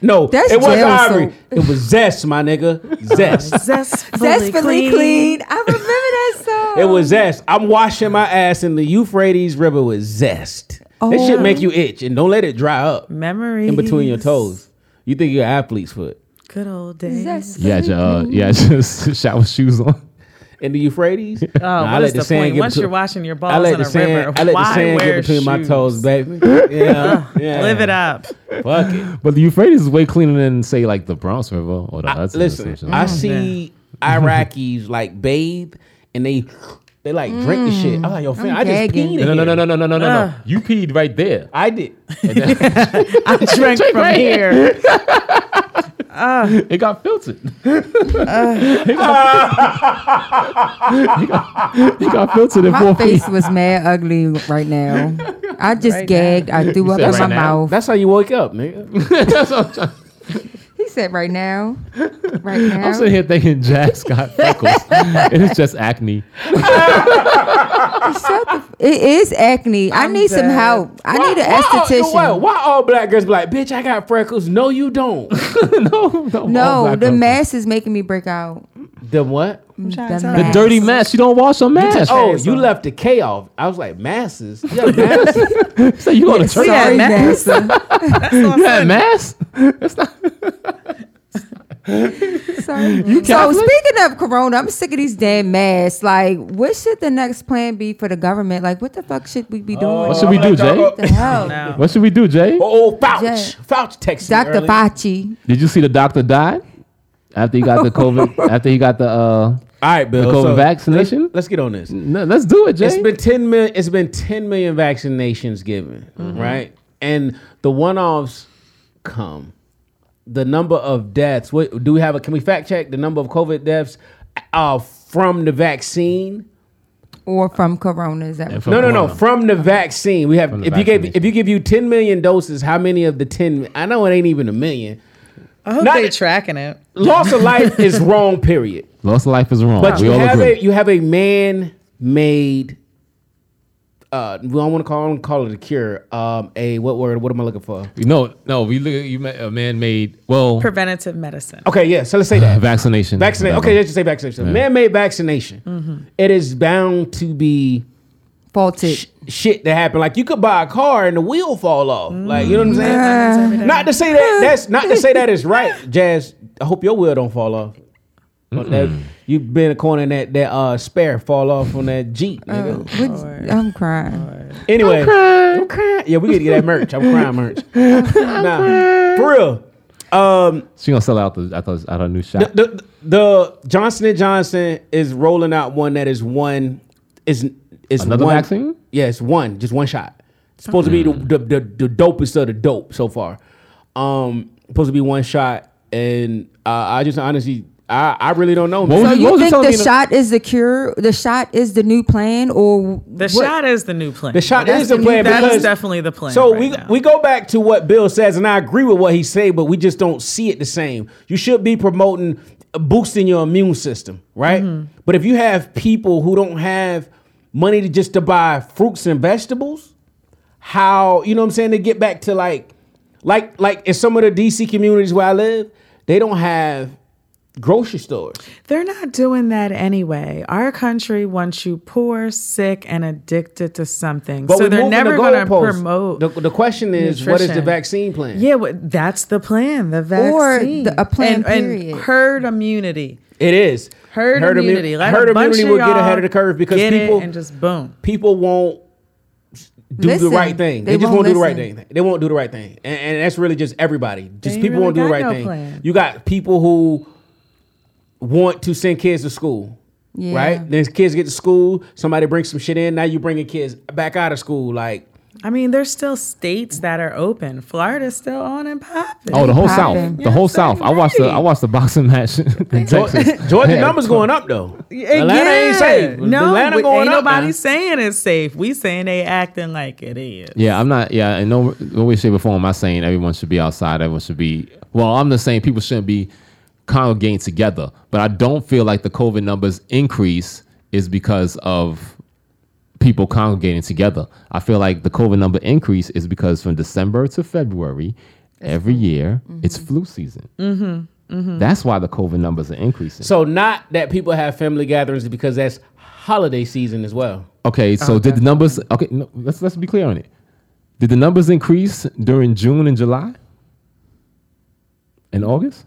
[SPEAKER 1] No,
[SPEAKER 3] That's
[SPEAKER 1] it wasn't
[SPEAKER 3] jail
[SPEAKER 1] Ivory.
[SPEAKER 3] soap.
[SPEAKER 1] It was Zest, my nigga. Zest.
[SPEAKER 2] Zestfully,
[SPEAKER 3] Zestfully clean. I remember that song.
[SPEAKER 1] It
[SPEAKER 2] Oh.
[SPEAKER 1] was zest. I'm washing my ass in the Euphrates River with zest. That
[SPEAKER 3] Oh.
[SPEAKER 1] shit make you itch, and don't let it dry up
[SPEAKER 2] Memories.
[SPEAKER 1] in between your toes. You think you're an athlete's foot
[SPEAKER 2] Good old days.
[SPEAKER 3] Zestfully
[SPEAKER 9] Yeah, your, uh, yeah, just shower shoes on.
[SPEAKER 1] in the Euphrates? Oh,
[SPEAKER 2] Oh, what is the point? Once you're washing your balls
[SPEAKER 1] I let
[SPEAKER 2] in
[SPEAKER 1] the
[SPEAKER 2] a
[SPEAKER 1] sand,
[SPEAKER 2] river,
[SPEAKER 1] I let
[SPEAKER 2] why
[SPEAKER 1] the sand
[SPEAKER 2] wear
[SPEAKER 1] get between
[SPEAKER 2] shoes?
[SPEAKER 1] my toes, baby. Yeah, yeah.
[SPEAKER 2] Live it up.
[SPEAKER 1] Fuck it.
[SPEAKER 9] But the Euphrates is way cleaner than say like the Bronx River or the Hudson. or some
[SPEAKER 1] Listen,
[SPEAKER 9] shit.
[SPEAKER 2] Oh,
[SPEAKER 1] I see Iraqis like bathe and they they like drink the
[SPEAKER 2] Mm.
[SPEAKER 1] shit. I'm like, yo, fam,
[SPEAKER 3] I'm
[SPEAKER 1] I just
[SPEAKER 3] gagging.
[SPEAKER 1] peed.
[SPEAKER 9] no,
[SPEAKER 1] in
[SPEAKER 9] no,
[SPEAKER 1] here.
[SPEAKER 9] no, no, no, no, no, no, no.
[SPEAKER 1] Ah.
[SPEAKER 2] Ugh.
[SPEAKER 9] You peed right there.
[SPEAKER 1] I did.
[SPEAKER 2] I drank from
[SPEAKER 9] right
[SPEAKER 2] here.
[SPEAKER 9] It got filtered.
[SPEAKER 1] Ah.
[SPEAKER 9] it, got, it got filtered in
[SPEAKER 3] My
[SPEAKER 9] four feet.
[SPEAKER 3] face was mad ugly right now. I just
[SPEAKER 2] Right now.
[SPEAKER 3] gagged. I threw up
[SPEAKER 9] said
[SPEAKER 3] in
[SPEAKER 9] right
[SPEAKER 3] my
[SPEAKER 9] now?
[SPEAKER 3] mouth.
[SPEAKER 1] That's how you wake up, nigga.
[SPEAKER 3] He said, "Right now, right now."
[SPEAKER 9] I'm sitting here thinking Jack's got freckles. and it's just acne.
[SPEAKER 3] it is acne. i
[SPEAKER 2] I'm
[SPEAKER 3] need some
[SPEAKER 2] dead.
[SPEAKER 3] help. I need an
[SPEAKER 1] all-
[SPEAKER 3] esthetician.
[SPEAKER 1] Why, why all black girls be like, bitch, I got freckles? No, you don't.
[SPEAKER 9] no, no. all
[SPEAKER 3] No,
[SPEAKER 9] black
[SPEAKER 3] the
[SPEAKER 9] girls.
[SPEAKER 3] mask is making me break out. Mm,
[SPEAKER 1] the what?
[SPEAKER 3] The
[SPEAKER 9] The
[SPEAKER 3] mask.
[SPEAKER 9] dirty mask. You don't wash your mask. Oh,
[SPEAKER 1] Oh, you left the K off. I was like, masses? You got masses?
[SPEAKER 9] so you going to church?
[SPEAKER 2] Sorry,
[SPEAKER 3] Sorry,
[SPEAKER 2] mask.
[SPEAKER 3] NASA.
[SPEAKER 9] You had mask? That's not.
[SPEAKER 3] Sorry. So
[SPEAKER 9] Catholic?
[SPEAKER 3] speaking of Corona, I'm sick of these damn masks. Like, what should the next plan be for the government? Like, what the fuck should we be doing?
[SPEAKER 9] What should we do, Jay?
[SPEAKER 3] the hell?
[SPEAKER 2] No.
[SPEAKER 9] What should we do, Jay?
[SPEAKER 1] Oh, Fouch.
[SPEAKER 3] Yeah.
[SPEAKER 1] Fouch texted me
[SPEAKER 3] Dr.
[SPEAKER 1] earlier.
[SPEAKER 3] Fauci.
[SPEAKER 9] Did you see the doctor died after he got the COVID? after he got the uh,
[SPEAKER 1] All right, Bill.
[SPEAKER 9] The COVID
[SPEAKER 1] so
[SPEAKER 9] vaccination?
[SPEAKER 1] Let's, let's get on this.
[SPEAKER 9] no, let's do it, Jay.
[SPEAKER 1] It's been 10 million, it's been 10 million vaccinations given, right? And the one-offs come. The number of deaths, what do we have a can we fact check the number of COVID deaths uh from the vaccine?
[SPEAKER 3] Or from Corona. Is that
[SPEAKER 9] And
[SPEAKER 3] what-
[SPEAKER 9] from
[SPEAKER 1] no, no, no.
[SPEAKER 9] Corona.
[SPEAKER 1] From the vaccine, we have.
[SPEAKER 9] the
[SPEAKER 1] If you gave,
[SPEAKER 9] vaccination.
[SPEAKER 1] if you give you ten million doses, how many of the ten? I know it ain't even a million,
[SPEAKER 2] I hope
[SPEAKER 1] Not
[SPEAKER 2] they
[SPEAKER 1] that-
[SPEAKER 2] tracking it.
[SPEAKER 1] Loss of life is wrong. Period.
[SPEAKER 9] Loss of life is wrong.
[SPEAKER 1] But
[SPEAKER 9] we
[SPEAKER 1] you
[SPEAKER 9] all
[SPEAKER 1] have
[SPEAKER 9] agree.
[SPEAKER 1] a you have a man made. Uh, we don't want to call I don't call it a cure. Um, a what word? What am I looking for?
[SPEAKER 9] no, no. We look. You ma- a man made. Well,
[SPEAKER 2] Preventative medicine.
[SPEAKER 1] Okay, yeah. So let's say that
[SPEAKER 9] vaccination.
[SPEAKER 1] vaccination. Okay, let's just say vaccination.
[SPEAKER 9] Yeah.
[SPEAKER 1] Man-made vaccination. It is bound to be
[SPEAKER 3] faulted
[SPEAKER 1] shit that happen. Like you could buy a car and the wheel fall off. Like you know what I'm saying?
[SPEAKER 3] Nah.
[SPEAKER 1] Not to say that that's not to say that is right, Jazz. I hope your wheel don't fall off. On that- you been a corner and that that uh, spare fall off on that Jeep. nigga.
[SPEAKER 3] What- I'm crying.
[SPEAKER 1] Anyway, Oh. I'm crying. Yeah, we gotta get that merch. I'm crying merch. nah, for real. Um,
[SPEAKER 9] She gonna sell out the. I thought out her new shop.
[SPEAKER 1] the, the Johnson and Johnson is rolling out one that is one is is
[SPEAKER 9] Another
[SPEAKER 1] one,
[SPEAKER 9] vaccine? Hmm.
[SPEAKER 1] Yeah, it's one, just one shot. It's supposed to be the, the the the dopest of the dope so far. Um, supposed to be one shot, and uh, I just honestly, I I really don't know.
[SPEAKER 9] What
[SPEAKER 3] So
[SPEAKER 9] was
[SPEAKER 3] you think
[SPEAKER 9] telling
[SPEAKER 3] the
[SPEAKER 9] me the-
[SPEAKER 3] shot is the cure? The shot is the new plan, or
[SPEAKER 2] The shot is the new plan.
[SPEAKER 1] The shot
[SPEAKER 2] That's
[SPEAKER 1] is the plan.
[SPEAKER 2] That
[SPEAKER 1] because-
[SPEAKER 2] is definitely the plan.
[SPEAKER 1] So
[SPEAKER 2] right
[SPEAKER 1] we
[SPEAKER 2] now.
[SPEAKER 1] we go back to what Bill says, and I agree with what he say, but we just don't see it the same. You should be promoting boosting your immune system, right?
[SPEAKER 2] Mm-hmm.
[SPEAKER 1] But if you have people who don't have money to just to buy fruits and vegetables, how you know what I'm saying? They get back to like like like in some of the DC communities where I live, they don't have grocery stores.
[SPEAKER 2] They're not doing that anyway. Our country wants you poor, sick, and addicted to something.
[SPEAKER 1] But
[SPEAKER 2] so
[SPEAKER 1] we're
[SPEAKER 2] they're
[SPEAKER 1] moving
[SPEAKER 2] never
[SPEAKER 1] the
[SPEAKER 2] going to
[SPEAKER 1] goalposts.
[SPEAKER 2] promote.
[SPEAKER 1] The, the question is, what is the
[SPEAKER 2] nutrition.
[SPEAKER 1] vaccine plan?
[SPEAKER 2] Yeah, well, that's the plan. The
[SPEAKER 3] Or
[SPEAKER 2] vaccine
[SPEAKER 3] the- a plan,
[SPEAKER 2] and, and
[SPEAKER 3] period.
[SPEAKER 2] herd immunity.
[SPEAKER 1] It is
[SPEAKER 2] Herd
[SPEAKER 1] immu-
[SPEAKER 2] immunity. Let a
[SPEAKER 1] herd
[SPEAKER 2] bunch
[SPEAKER 1] immunity
[SPEAKER 2] of
[SPEAKER 1] will get
[SPEAKER 2] y'all
[SPEAKER 1] ahead of the curve because
[SPEAKER 2] get it
[SPEAKER 1] people
[SPEAKER 2] and just boom.
[SPEAKER 1] people won't do
[SPEAKER 3] Listen,
[SPEAKER 1] the right thing. They,
[SPEAKER 3] they
[SPEAKER 1] just
[SPEAKER 3] won't
[SPEAKER 1] won't do the right
[SPEAKER 3] listen.
[SPEAKER 1] thing. They won't do the right thing, and, and that's really just everybody. Just
[SPEAKER 2] ain't
[SPEAKER 1] people won't do
[SPEAKER 2] really
[SPEAKER 1] the
[SPEAKER 2] got no
[SPEAKER 1] right thing.
[SPEAKER 2] plan.
[SPEAKER 1] You got people who want to send kids to school.
[SPEAKER 3] Yeah.
[SPEAKER 1] Right? Then kids get to school, somebody brings some shit in, now you bringing kids back out of school. Like,
[SPEAKER 2] I mean, there's still states that are open. Florida's still on and popping.
[SPEAKER 9] Oh, the whole
[SPEAKER 3] popping.
[SPEAKER 9] South. The whole South. I watched the I watched the boxing match in Texas.
[SPEAKER 1] Georgia
[SPEAKER 9] Yeah.
[SPEAKER 1] numbers going up though.
[SPEAKER 2] Yeah,
[SPEAKER 1] Atlanta ain't safe.
[SPEAKER 2] No,
[SPEAKER 1] Atlanta
[SPEAKER 2] we-
[SPEAKER 1] going
[SPEAKER 2] ain't
[SPEAKER 1] up
[SPEAKER 2] nobody
[SPEAKER 1] now.
[SPEAKER 2] saying it's safe. We saying they acting like it is.
[SPEAKER 9] Yeah, I'm not. Yeah, in no no way, shape, or form, I'm not saying everyone should be outside. Everyone should be. Well, I'm just saying people shouldn't be congregating together. But I don't feel like the COVID numbers increase is because of people congregating together. I feel like the COVID number increase is because from December to February every year it's flu season. Mm-hmm. That's why the COVID numbers are increasing.
[SPEAKER 1] So not that people have family gatherings because that's holiday season as well.
[SPEAKER 2] Oh,
[SPEAKER 9] Okay, so did the numbers? Okay, no, let's let's be clear on it. Did the numbers increase during June and July? And August?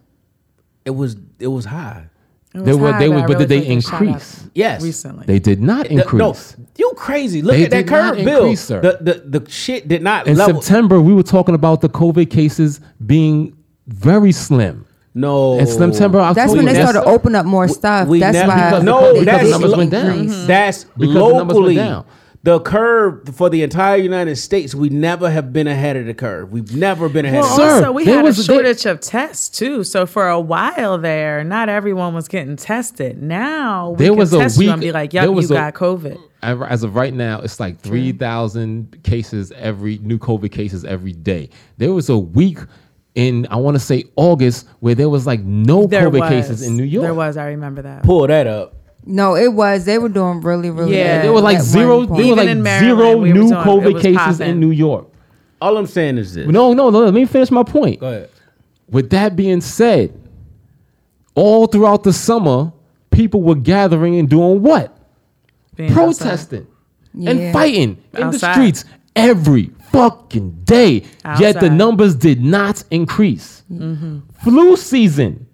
[SPEAKER 1] It was it was high.
[SPEAKER 2] It
[SPEAKER 9] They
[SPEAKER 2] was
[SPEAKER 9] were-
[SPEAKER 2] high,
[SPEAKER 9] they
[SPEAKER 2] but I
[SPEAKER 9] were- but did
[SPEAKER 2] really
[SPEAKER 9] they
[SPEAKER 2] think shot up
[SPEAKER 9] increase?
[SPEAKER 1] Yes.
[SPEAKER 2] recently?
[SPEAKER 9] They did not
[SPEAKER 1] The-
[SPEAKER 9] increase.
[SPEAKER 1] No, you crazy. Look
[SPEAKER 9] They
[SPEAKER 1] at that
[SPEAKER 9] did not
[SPEAKER 1] curve, Bill.
[SPEAKER 9] increase, sir.
[SPEAKER 1] The, the the shit did not
[SPEAKER 9] In
[SPEAKER 1] level.
[SPEAKER 9] September, we were talking about the COVID cases being very slim.
[SPEAKER 1] no,
[SPEAKER 9] In September, October,
[SPEAKER 3] That's when they started to open up more stuff.
[SPEAKER 1] we
[SPEAKER 3] that's
[SPEAKER 1] never-
[SPEAKER 3] why.
[SPEAKER 9] because
[SPEAKER 1] no,
[SPEAKER 9] the
[SPEAKER 1] that's
[SPEAKER 9] numbers went
[SPEAKER 1] lo-
[SPEAKER 9] down.
[SPEAKER 1] That's
[SPEAKER 9] Because the numbers went
[SPEAKER 1] locally.
[SPEAKER 9] down.
[SPEAKER 1] The curve for the entire United States, we never have been ahead of the curve. We've never been ahead.
[SPEAKER 2] Well,
[SPEAKER 1] of the
[SPEAKER 9] Sir,
[SPEAKER 2] also we
[SPEAKER 9] there
[SPEAKER 2] had a
[SPEAKER 9] was a-
[SPEAKER 2] shortage of tests too. So for a while there, not everyone was getting tested. Now we
[SPEAKER 9] There
[SPEAKER 2] can
[SPEAKER 9] was a
[SPEAKER 2] test you
[SPEAKER 9] week-
[SPEAKER 2] and be like,
[SPEAKER 9] there
[SPEAKER 2] "Yep, you
[SPEAKER 9] was a-
[SPEAKER 2] got COVID."
[SPEAKER 9] As as of right now, it's like 3,000 cases every new COVID cases every day. There was a week in, I want to say August, where there was like no
[SPEAKER 2] There
[SPEAKER 9] COVID
[SPEAKER 2] was
[SPEAKER 9] cases in New York.
[SPEAKER 2] There was. I remember that.
[SPEAKER 1] Pull that up.
[SPEAKER 3] Mm-hmm. No, it was. They were doing really, really.
[SPEAKER 2] Yeah,
[SPEAKER 3] bad
[SPEAKER 9] There were like
[SPEAKER 3] at one
[SPEAKER 9] zero.
[SPEAKER 3] point.
[SPEAKER 9] There were
[SPEAKER 2] Even
[SPEAKER 9] like
[SPEAKER 2] in Maryland,
[SPEAKER 9] zero
[SPEAKER 2] we were
[SPEAKER 9] new
[SPEAKER 2] doing- it
[SPEAKER 9] COVID
[SPEAKER 2] was
[SPEAKER 9] cases
[SPEAKER 2] popping.
[SPEAKER 9] in New York.
[SPEAKER 1] All I'm saying is this.
[SPEAKER 9] No, no, no. Let me finish my point.
[SPEAKER 1] Go ahead.
[SPEAKER 9] With that being said, all throughout the summer, people were gathering and doing what?
[SPEAKER 2] Being
[SPEAKER 9] Protesting
[SPEAKER 3] Yeah.
[SPEAKER 9] and fighting in the
[SPEAKER 2] Outside.
[SPEAKER 9] streets every fucking day. Yet the
[SPEAKER 2] Outside. Mm-hmm.
[SPEAKER 9] numbers did not increase. Flu season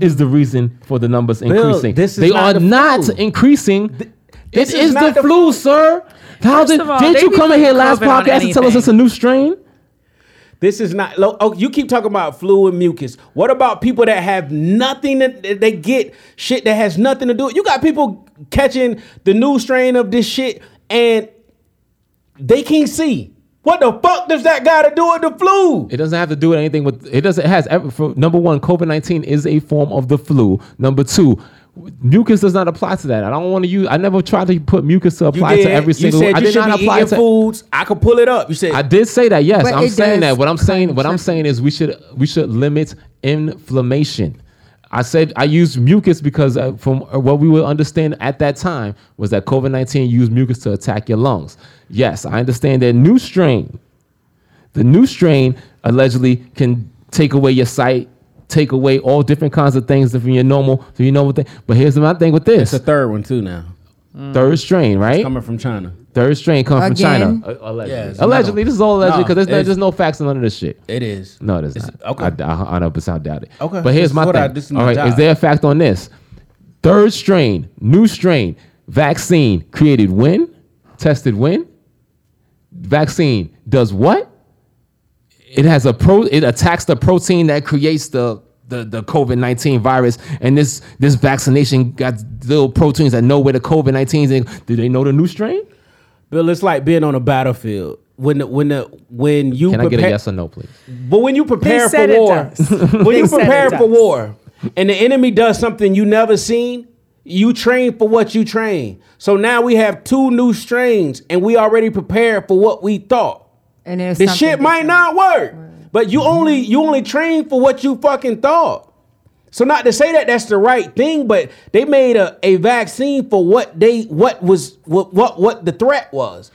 [SPEAKER 9] is the reason for the numbers increasing.
[SPEAKER 1] this is
[SPEAKER 9] they
[SPEAKER 1] not
[SPEAKER 9] are
[SPEAKER 1] the
[SPEAKER 9] not
[SPEAKER 1] flu.
[SPEAKER 9] increasing.
[SPEAKER 1] this is
[SPEAKER 9] it is,
[SPEAKER 1] not
[SPEAKER 9] the,
[SPEAKER 1] the
[SPEAKER 9] flu, sir. How
[SPEAKER 2] First
[SPEAKER 9] did,
[SPEAKER 2] of all,
[SPEAKER 9] did
[SPEAKER 2] they
[SPEAKER 9] you
[SPEAKER 2] be
[SPEAKER 9] come in here
[SPEAKER 2] putting
[SPEAKER 9] last
[SPEAKER 2] COVID on
[SPEAKER 9] podcast and tell us
[SPEAKER 2] anything.
[SPEAKER 9] it's a new strain?
[SPEAKER 1] This is not. lo- Oh, you keep talking about flu and mucus. What about people that have nothing that that they get shit that has nothing to do? You got people catching the new strain of this shit and they can't see. What the fuck does that got to do with the flu?
[SPEAKER 9] It doesn't have to do with anything with it doesn't it has ever for, number one, COVID nineteen is a form of the flu. Number two, mucus does not apply to that. I don't want to use I never tried to put mucus to
[SPEAKER 1] You
[SPEAKER 9] apply
[SPEAKER 1] did.
[SPEAKER 9] to every single
[SPEAKER 1] You said
[SPEAKER 9] I
[SPEAKER 1] you
[SPEAKER 9] did
[SPEAKER 1] should
[SPEAKER 9] not
[SPEAKER 1] be
[SPEAKER 9] apply
[SPEAKER 1] eating
[SPEAKER 9] to
[SPEAKER 1] foods. I could pull it up. You said
[SPEAKER 9] I did say that, yes.
[SPEAKER 3] But
[SPEAKER 9] I'm
[SPEAKER 3] it
[SPEAKER 9] saying
[SPEAKER 3] does
[SPEAKER 9] that. What I'm saying what I'm
[SPEAKER 3] contribute.
[SPEAKER 9] saying is we should we should limit inflammation. I said I used mucus because uh, from what we would understand at that time was that COVID 19 used mucus to attack your lungs. Yes, I understand that new strain, the new strain allegedly can take away your sight, take away all different kinds of things from your normal, from your normal thing. But here's my thing with
[SPEAKER 1] It's
[SPEAKER 9] this.
[SPEAKER 1] a third one too now.
[SPEAKER 9] Third strain, right?
[SPEAKER 1] coming from China.
[SPEAKER 9] Third strain comes from China.
[SPEAKER 1] Again?
[SPEAKER 9] Uh, Allegedly.
[SPEAKER 1] Yeah, it's
[SPEAKER 9] allegedly.
[SPEAKER 1] another-
[SPEAKER 9] This is all
[SPEAKER 1] Nah,
[SPEAKER 9] allegedly because there's,
[SPEAKER 1] it's-
[SPEAKER 9] there's no facts and none of this shit.
[SPEAKER 1] It is.
[SPEAKER 9] No, it is
[SPEAKER 1] It's-
[SPEAKER 9] not.
[SPEAKER 1] okay.
[SPEAKER 9] Okay. I, I, I know, but I doubt it.
[SPEAKER 1] Okay,
[SPEAKER 9] But here's
[SPEAKER 1] this
[SPEAKER 9] my
[SPEAKER 1] is what
[SPEAKER 9] thing.
[SPEAKER 1] I- this is my
[SPEAKER 9] all right.
[SPEAKER 1] job.
[SPEAKER 9] Is there a fact on this? Third strain, new strain, vaccine created when? Tested when? Vaccine does what? It has a pro. It attacks the protein that creates the the, the COVID nineteen virus, and this this vaccination got little proteins that know where the COVID 19s. in. Do they know the new strain?
[SPEAKER 1] Bill, it's like being on a battlefield. When the, when the when you
[SPEAKER 9] Can I get a
[SPEAKER 1] prepare-
[SPEAKER 9] yes or no, please?
[SPEAKER 1] But when you prepare for
[SPEAKER 2] said it
[SPEAKER 1] war,
[SPEAKER 2] does.
[SPEAKER 1] when
[SPEAKER 2] They
[SPEAKER 1] you
[SPEAKER 2] said it
[SPEAKER 1] prepare for
[SPEAKER 2] does.
[SPEAKER 1] war, and the enemy does something you never seen, you train for what you train. So now we have two new strains, and we already prepared for what we thought.
[SPEAKER 3] And there's
[SPEAKER 1] The
[SPEAKER 3] something
[SPEAKER 1] shit might not work, but you
[SPEAKER 2] Mm-hmm.
[SPEAKER 1] only you only train for what you fucking thought. So not to say that that's the right thing, but they made a, a vaccine for what they what was what what what the threat was.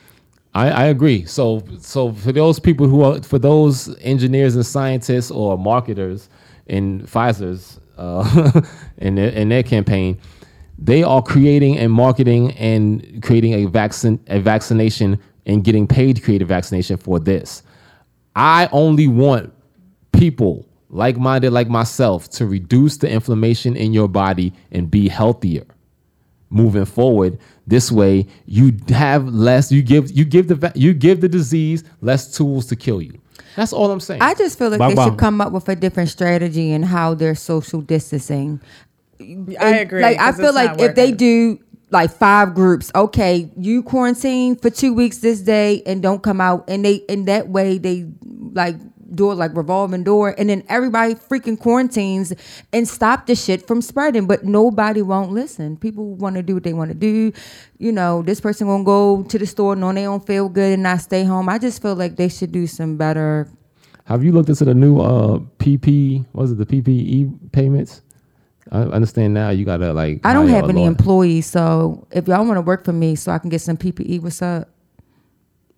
[SPEAKER 9] I, I agree. So so for those people who are for those engineers and scientists or marketers in Pfizer's uh, in their, in their campaign, they are creating and marketing and creating a vaccine a vaccination and getting paid to create a vaccination for this. I only want people like minded like myself to reduce the inflammation in your body and be healthier moving forward this way you have less you give you give the va- you give the disease less tools to kill you that's all i'm saying
[SPEAKER 3] I just feel like
[SPEAKER 9] Bye
[SPEAKER 3] they
[SPEAKER 9] bye.
[SPEAKER 3] should come up with a different strategy in how they're social distancing.
[SPEAKER 2] I
[SPEAKER 3] And,
[SPEAKER 2] agree.
[SPEAKER 3] Like I
[SPEAKER 2] 'cause
[SPEAKER 3] feel
[SPEAKER 2] it's
[SPEAKER 3] like
[SPEAKER 2] not
[SPEAKER 3] if they
[SPEAKER 2] working.
[SPEAKER 3] do like five groups, okay, you quarantine for two weeks this day and don't come out, and they in that way they like do it like revolving door, and then everybody freaking quarantines and stop the shit from spreading, but nobody won't listen. People want to do what they want to do. You know, this person gonna go to the store, no, they don't feel good, and not stay home. I just feel like they should do some better
[SPEAKER 9] have you looked into the new uh pp what was it the ppe payments i understand now you gotta like
[SPEAKER 3] I don't
[SPEAKER 9] hire
[SPEAKER 3] have
[SPEAKER 9] a
[SPEAKER 3] any
[SPEAKER 9] lawyer.
[SPEAKER 3] employees, so if y'all want to work for me, so I can get some PPE, what's up?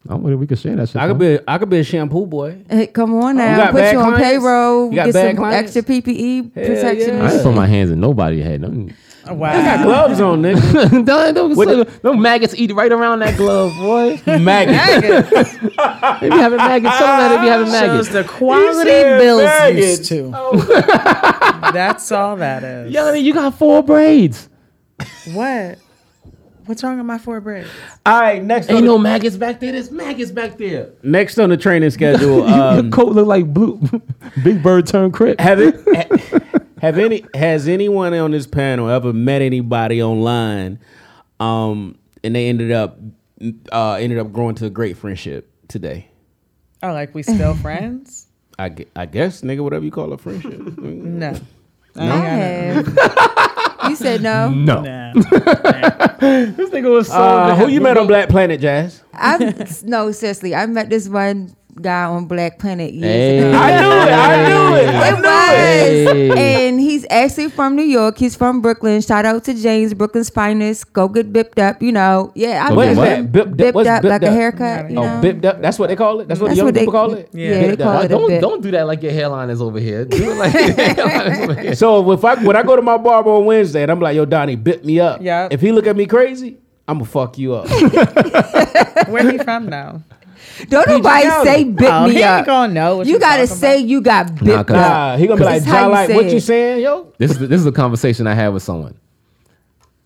[SPEAKER 9] i'm with it we could share that shit
[SPEAKER 1] I could be a, I could be a shampoo boy.
[SPEAKER 3] Hey, come on
[SPEAKER 1] Oh, You
[SPEAKER 3] now,
[SPEAKER 1] got
[SPEAKER 3] put
[SPEAKER 1] bad
[SPEAKER 3] you on
[SPEAKER 1] clients?
[SPEAKER 3] payroll,
[SPEAKER 1] You got
[SPEAKER 3] get
[SPEAKER 1] bad
[SPEAKER 3] some
[SPEAKER 1] clients?
[SPEAKER 3] extra PPE protection.
[SPEAKER 9] I ain't put my hands in nobody's head. No,
[SPEAKER 1] I got gloves on, nigga.
[SPEAKER 9] don't, don't,
[SPEAKER 1] What the-
[SPEAKER 9] no maggots eat right around that glove, boy.
[SPEAKER 1] Maggot.
[SPEAKER 9] If you having maggots, tell them that if you having
[SPEAKER 2] Shows
[SPEAKER 9] maggots.
[SPEAKER 2] the quality
[SPEAKER 1] said
[SPEAKER 2] Bill's
[SPEAKER 1] maggots.
[SPEAKER 2] used to. That's all that is.
[SPEAKER 9] Yanni, you got four braids.
[SPEAKER 2] What? What's wrong with my four braids?
[SPEAKER 1] All right, next on
[SPEAKER 9] Ain't
[SPEAKER 1] the,
[SPEAKER 9] no maggots back there. There's maggots back there.
[SPEAKER 1] next on the training schedule.
[SPEAKER 9] Your
[SPEAKER 1] Um,
[SPEAKER 9] coat look like blue. Big Bird turned crip.
[SPEAKER 1] have it? ha- Have any? Has anyone on this panel ever met anybody online, um, and they ended up uh, ended up growing to a great friendship today?
[SPEAKER 2] Oh, like we still friends?
[SPEAKER 1] I, gue- I guess, nigga, whatever you call a friendship. Mm.
[SPEAKER 2] No.
[SPEAKER 3] I have. you said no.
[SPEAKER 1] Mm.
[SPEAKER 9] No.
[SPEAKER 2] Nah.
[SPEAKER 9] This nigga was so.
[SPEAKER 1] uh, who you met on Black Planet, Jazz?
[SPEAKER 3] I no, seriously, I met this one guy on Black Planet years
[SPEAKER 9] Hey.
[SPEAKER 3] ago.
[SPEAKER 1] I knew it. I knew it. I
[SPEAKER 3] It
[SPEAKER 1] knew it.
[SPEAKER 3] was.
[SPEAKER 9] Hey.
[SPEAKER 3] And he's actually from New York. He's from Brooklyn. Shout out to James, Brooklyn's finest. Go get bipped up, you know. Yeah, I
[SPEAKER 9] Go
[SPEAKER 1] What
[SPEAKER 9] get
[SPEAKER 1] is
[SPEAKER 9] what?
[SPEAKER 1] that? Bip,
[SPEAKER 3] Bipped
[SPEAKER 1] what's
[SPEAKER 3] up
[SPEAKER 1] bipped
[SPEAKER 3] like a
[SPEAKER 1] up?
[SPEAKER 3] haircut. You
[SPEAKER 1] Oh,
[SPEAKER 3] know?
[SPEAKER 1] bipped up. That's what they call it. That's what
[SPEAKER 3] That's
[SPEAKER 1] the young
[SPEAKER 3] what they-
[SPEAKER 1] people call it.
[SPEAKER 3] yeah, they
[SPEAKER 1] Bipped up.
[SPEAKER 3] call it a
[SPEAKER 9] Don't
[SPEAKER 3] bit.
[SPEAKER 9] don't do that like your hairline is over here. Do it like your hairline is over here.
[SPEAKER 1] So if I when I go to my barber on Wednesday and I'm like, yo, Donnie, bit me up.
[SPEAKER 2] Yeah.
[SPEAKER 1] If he look at me crazy, I'ma fuck you up.
[SPEAKER 2] Where he from now?
[SPEAKER 3] Don't nobody
[SPEAKER 1] County.
[SPEAKER 3] say bit
[SPEAKER 2] Oh,
[SPEAKER 3] me
[SPEAKER 2] he
[SPEAKER 3] up.
[SPEAKER 2] ain't gonna know what
[SPEAKER 3] you
[SPEAKER 2] you
[SPEAKER 3] gotta
[SPEAKER 2] talking
[SPEAKER 3] say you got bit
[SPEAKER 9] Nah,
[SPEAKER 3] up.
[SPEAKER 9] cause-
[SPEAKER 1] Nah, he gonna be like,
[SPEAKER 3] That's how
[SPEAKER 1] Jai,
[SPEAKER 3] you
[SPEAKER 1] like,
[SPEAKER 3] say
[SPEAKER 1] what
[SPEAKER 3] it.
[SPEAKER 1] you saying, yo?
[SPEAKER 9] This is this is a conversation I had with someone.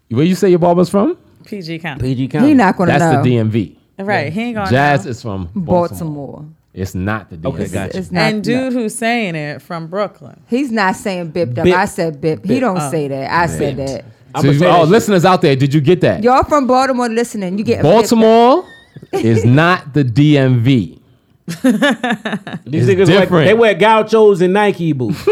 [SPEAKER 9] Where you say your barber's from?
[SPEAKER 2] PG County.
[SPEAKER 1] PG County.
[SPEAKER 3] He not gonna
[SPEAKER 9] That's
[SPEAKER 3] know.
[SPEAKER 9] the DMV.
[SPEAKER 2] Right. He ain't gonna
[SPEAKER 9] Jazz
[SPEAKER 2] know.
[SPEAKER 9] is from Baltimore.
[SPEAKER 3] Baltimore.
[SPEAKER 9] It's not the DMV.
[SPEAKER 1] Okay, gotcha.
[SPEAKER 3] It's not,
[SPEAKER 2] And
[SPEAKER 3] no.
[SPEAKER 2] dude who's saying it from Brooklyn.
[SPEAKER 3] he's not saying bipped up.
[SPEAKER 1] Bip.
[SPEAKER 3] I said bip. He don't
[SPEAKER 2] Uh.
[SPEAKER 3] say that. I said
[SPEAKER 9] Bipped.
[SPEAKER 3] that.
[SPEAKER 1] I'ma
[SPEAKER 9] So you-
[SPEAKER 1] say that
[SPEAKER 9] oh,
[SPEAKER 1] shit.
[SPEAKER 9] listeners out there, did you get that?
[SPEAKER 3] Y'all from Baltimore listening. You get
[SPEAKER 9] Baltimore is not the DMV.
[SPEAKER 1] These
[SPEAKER 9] It's
[SPEAKER 1] niggas wear,
[SPEAKER 9] different.
[SPEAKER 1] they wear gauchos and Nike boots.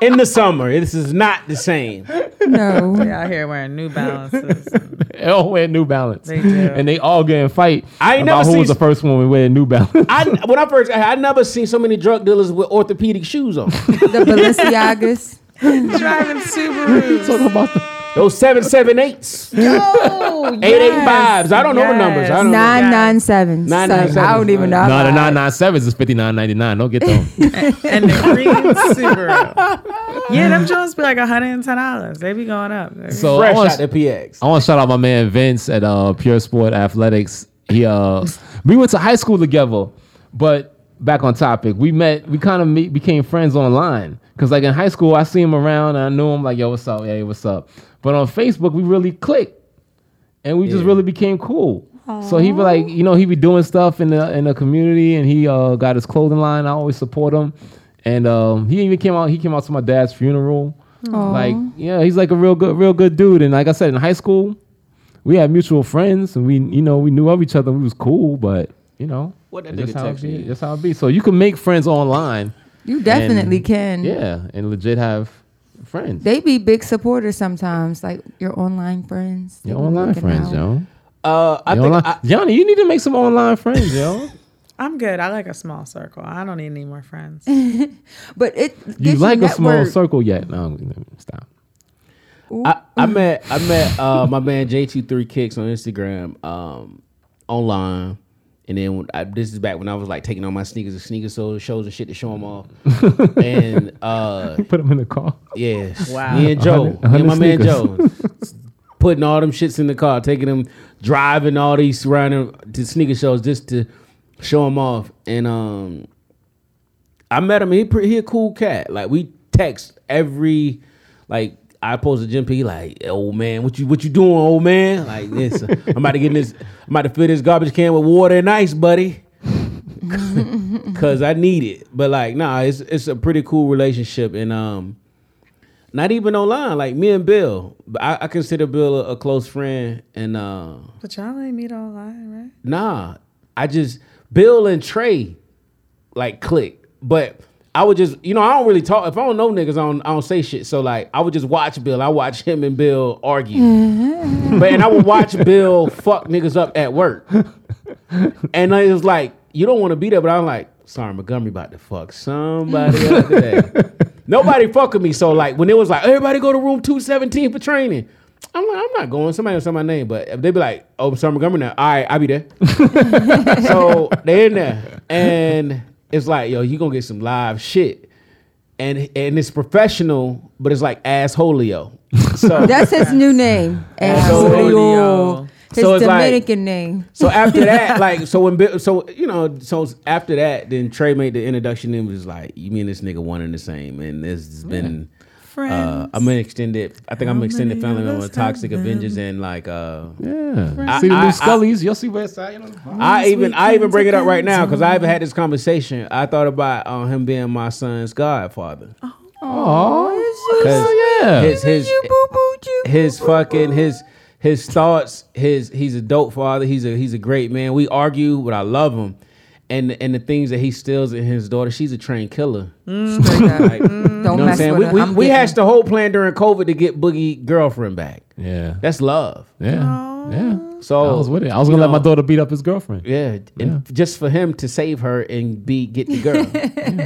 [SPEAKER 1] in the summer. This is not the same.
[SPEAKER 3] No.
[SPEAKER 2] They out here wearing New Balances.
[SPEAKER 9] They all wear New Balance,
[SPEAKER 2] They do.
[SPEAKER 9] and they all get in fight
[SPEAKER 1] I ain't
[SPEAKER 9] about
[SPEAKER 1] never
[SPEAKER 9] who was
[SPEAKER 1] seen-
[SPEAKER 9] the first one to wear New Balance.
[SPEAKER 1] I when I first I never seen so many drug dealers with orthopedic shoes on.
[SPEAKER 3] The Balenciagas.
[SPEAKER 2] Oh Driving Subarus.
[SPEAKER 9] Talking about the
[SPEAKER 1] Those seven seven eights, eight
[SPEAKER 2] Oh,
[SPEAKER 1] eight fives. I don't know the numbers. I don't know.
[SPEAKER 3] Nine nine sevens.
[SPEAKER 1] Nine,
[SPEAKER 3] Son,
[SPEAKER 1] nine,
[SPEAKER 3] I don't
[SPEAKER 1] sevens.
[SPEAKER 3] even know.
[SPEAKER 9] no, the nine nine sevens is fifty nine ninety nine. Don't get them.
[SPEAKER 2] and the green Subaru. Yeah, them Jones be like hundred and ten dollars. They be going up.
[SPEAKER 9] So I
[SPEAKER 1] Fresh
[SPEAKER 9] wanna-
[SPEAKER 1] out the PX.
[SPEAKER 9] I want to shout out my man Vince at uh, Pure Sport Athletics. He uh, we went to high school together, but back on topic, we met. We kind of meet, became friends online because like in high school, I see him around and I knew him. Like yo, what's up? Hey, what's up? But on Facebook, we really clicked, and we just really became cool. So he be like, you know, he be doing stuff in the in the community, and he uh, got his clothing line. I always support him, and um, he even came out. He came out to my dad's funeral. Like, yeah, he's like a real good, real good dude. And like I said, in high school, we had mutual friends, and we, you know, we knew of each other. We was cool, but you know,
[SPEAKER 1] What that
[SPEAKER 9] that's
[SPEAKER 1] nigga
[SPEAKER 9] how it
[SPEAKER 1] text
[SPEAKER 9] be.
[SPEAKER 1] you?
[SPEAKER 9] That's how it be. So you can make friends online.
[SPEAKER 3] You definitely
[SPEAKER 9] and-
[SPEAKER 3] can.
[SPEAKER 9] Yeah, and legit have friends.
[SPEAKER 3] They be big supporters sometimes, like your online friends. They
[SPEAKER 9] Your
[SPEAKER 3] be
[SPEAKER 9] online
[SPEAKER 3] working
[SPEAKER 9] friends,
[SPEAKER 3] out.
[SPEAKER 9] yo.
[SPEAKER 1] Uh, I
[SPEAKER 9] Your
[SPEAKER 1] think
[SPEAKER 9] online-
[SPEAKER 1] I,
[SPEAKER 9] Johnny, you need to make some online friends, yo.
[SPEAKER 2] I'm good. I like a small circle. I don't need any more friends.
[SPEAKER 3] But it
[SPEAKER 9] you
[SPEAKER 3] gets
[SPEAKER 9] like a
[SPEAKER 3] network.
[SPEAKER 9] small circle yet? No, stop.
[SPEAKER 1] I, I met I met uh, my man JT3 Kicks on Instagram um, online. And then when I, this is back when I was like taking on my sneakers and sneaker so- shows and shit to show them off. and uh,
[SPEAKER 9] Put them in the car.
[SPEAKER 1] yes,
[SPEAKER 2] Wow.
[SPEAKER 1] me and Joe,
[SPEAKER 9] A hundred- a
[SPEAKER 1] me and my
[SPEAKER 9] hundred
[SPEAKER 1] man Joe, putting all them shits in the car, taking them, driving all these surrounding to sneaker shows just to show them off. And um, I met him. He pretty, he a cool cat. Like we text every, like I post a gym P like, old man, what you what you doing, old man? Like this, uh, I'm about to get in this, I'm about to fill this garbage can with water and ice, buddy, cause I need it. But like, nah, it's it's a pretty cool relationship, and um, not even online. Like me and Bill, but I, I consider Bill a, a close friend, and uh,
[SPEAKER 2] But y'all ain't meet online, right?
[SPEAKER 1] nah, I just Bill and Trey like click. But I would just, you know, I don't really talk. If I don't know niggas, I don't, I don't say shit. So like, I would just watch Bill. I watch him and Bill argue. but and I would watch Bill fuck niggas up at work. And I was like, you don't want to be there, but I'm like, sorry, Montgomery about to fuck somebody up today. Nobody fuck with me. So like, when it was like, everybody go to room two seventeen for training. I'm like, I'm not going. Somebody will say my name, but if they be like, "Oh, sorry, Montgomery now," all right, I'll be there so they in there, and it's like, yo, you gonna get some live shit, and and it's professional, but it's like assholio. So
[SPEAKER 3] That's his new name.
[SPEAKER 2] Absolutely.
[SPEAKER 3] Absolutely. His
[SPEAKER 1] So it's like-
[SPEAKER 3] Dominican name.
[SPEAKER 1] so after that, like, so when Bill, so you know, so after that, then Trey made the introduction and was like, you mean this nigga one and the same, and this has been. Uh,
[SPEAKER 2] Friends.
[SPEAKER 1] I'm an extended. I think I'm an extended
[SPEAKER 2] many
[SPEAKER 1] family
[SPEAKER 2] of
[SPEAKER 1] member
[SPEAKER 2] us
[SPEAKER 1] of Toxic
[SPEAKER 2] have
[SPEAKER 1] Avengers and like uh,
[SPEAKER 9] Yeah.
[SPEAKER 1] I-
[SPEAKER 9] see the
[SPEAKER 1] I- I-
[SPEAKER 9] new Scullies. You'll see West Side. You know,
[SPEAKER 1] I even I even bring it up right now because I haven't had this conversation. I thought about uh, him being my son's godfather.
[SPEAKER 9] oh yeah.
[SPEAKER 1] his his
[SPEAKER 3] You boo boo you.
[SPEAKER 1] his fucking his his thoughts his he's a dope father he's a he's a great man we argue but i love him and and the things that he steals in his daughter she's a trained killer Like, you know
[SPEAKER 3] Mm. Don't
[SPEAKER 1] what i'm
[SPEAKER 3] mess
[SPEAKER 1] saying
[SPEAKER 3] with her.
[SPEAKER 1] we, we,
[SPEAKER 3] I'm
[SPEAKER 1] we
[SPEAKER 3] getting-
[SPEAKER 1] hashed the whole plan during covid to get boogie girlfriend back
[SPEAKER 9] yeah.
[SPEAKER 1] that's love
[SPEAKER 9] Yeah. Yeah.
[SPEAKER 1] so
[SPEAKER 9] I was with it. I was gonna
[SPEAKER 1] Oh, know,
[SPEAKER 9] let my daughter beat up his girlfriend.
[SPEAKER 1] yeah, and just for him to save her and be get the girl,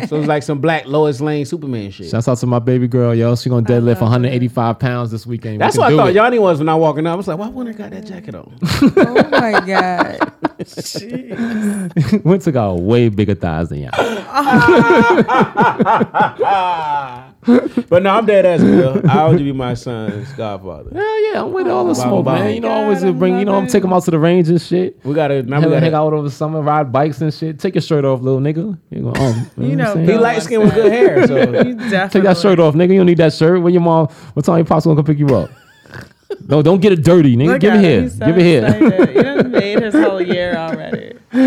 [SPEAKER 1] so it's like some black Lois Lane Superman shit.
[SPEAKER 9] Shouts out to my baby girl, yo. She gonna deadlift 185 pounds this weekend. We
[SPEAKER 1] That's
[SPEAKER 9] can
[SPEAKER 1] what I
[SPEAKER 9] do
[SPEAKER 1] thought
[SPEAKER 9] it.
[SPEAKER 1] Yanni was when I walking up. I was like, why wouldn't I got that jacket on?
[SPEAKER 3] Oh my God.
[SPEAKER 9] Winter got way bigger thighs than y'all.
[SPEAKER 1] Ah. But no, I'm dead ass real. I would be my son's godfather.
[SPEAKER 9] Hell yeah, I'm with all the
[SPEAKER 1] Wow,
[SPEAKER 9] smoke,
[SPEAKER 1] wow.
[SPEAKER 9] man. You know, I always
[SPEAKER 2] God, I
[SPEAKER 9] bring. You know,
[SPEAKER 2] love
[SPEAKER 9] I'm
[SPEAKER 2] it.
[SPEAKER 9] taking them out to the range and shit.
[SPEAKER 1] We gotta remember
[SPEAKER 9] Have
[SPEAKER 1] we
[SPEAKER 9] a hang
[SPEAKER 1] gotta,
[SPEAKER 9] out over summer, ride bikes and shit. Take your shirt off, little nigga. You know, um,
[SPEAKER 2] You know,
[SPEAKER 9] what I'm
[SPEAKER 1] He
[SPEAKER 9] saying?
[SPEAKER 2] Bill
[SPEAKER 1] light
[SPEAKER 2] likes
[SPEAKER 1] skinned with good hair, so
[SPEAKER 2] You definitely.
[SPEAKER 9] Take that shirt off, nigga. You don't need that shirt. When your mom, what time your pops gonna come pick you up? no, don't get it dirty, nigga.
[SPEAKER 2] Look
[SPEAKER 9] Give
[SPEAKER 2] at him.
[SPEAKER 9] it here.
[SPEAKER 2] He's so
[SPEAKER 9] Give it here.
[SPEAKER 2] excited. He done made his whole year already.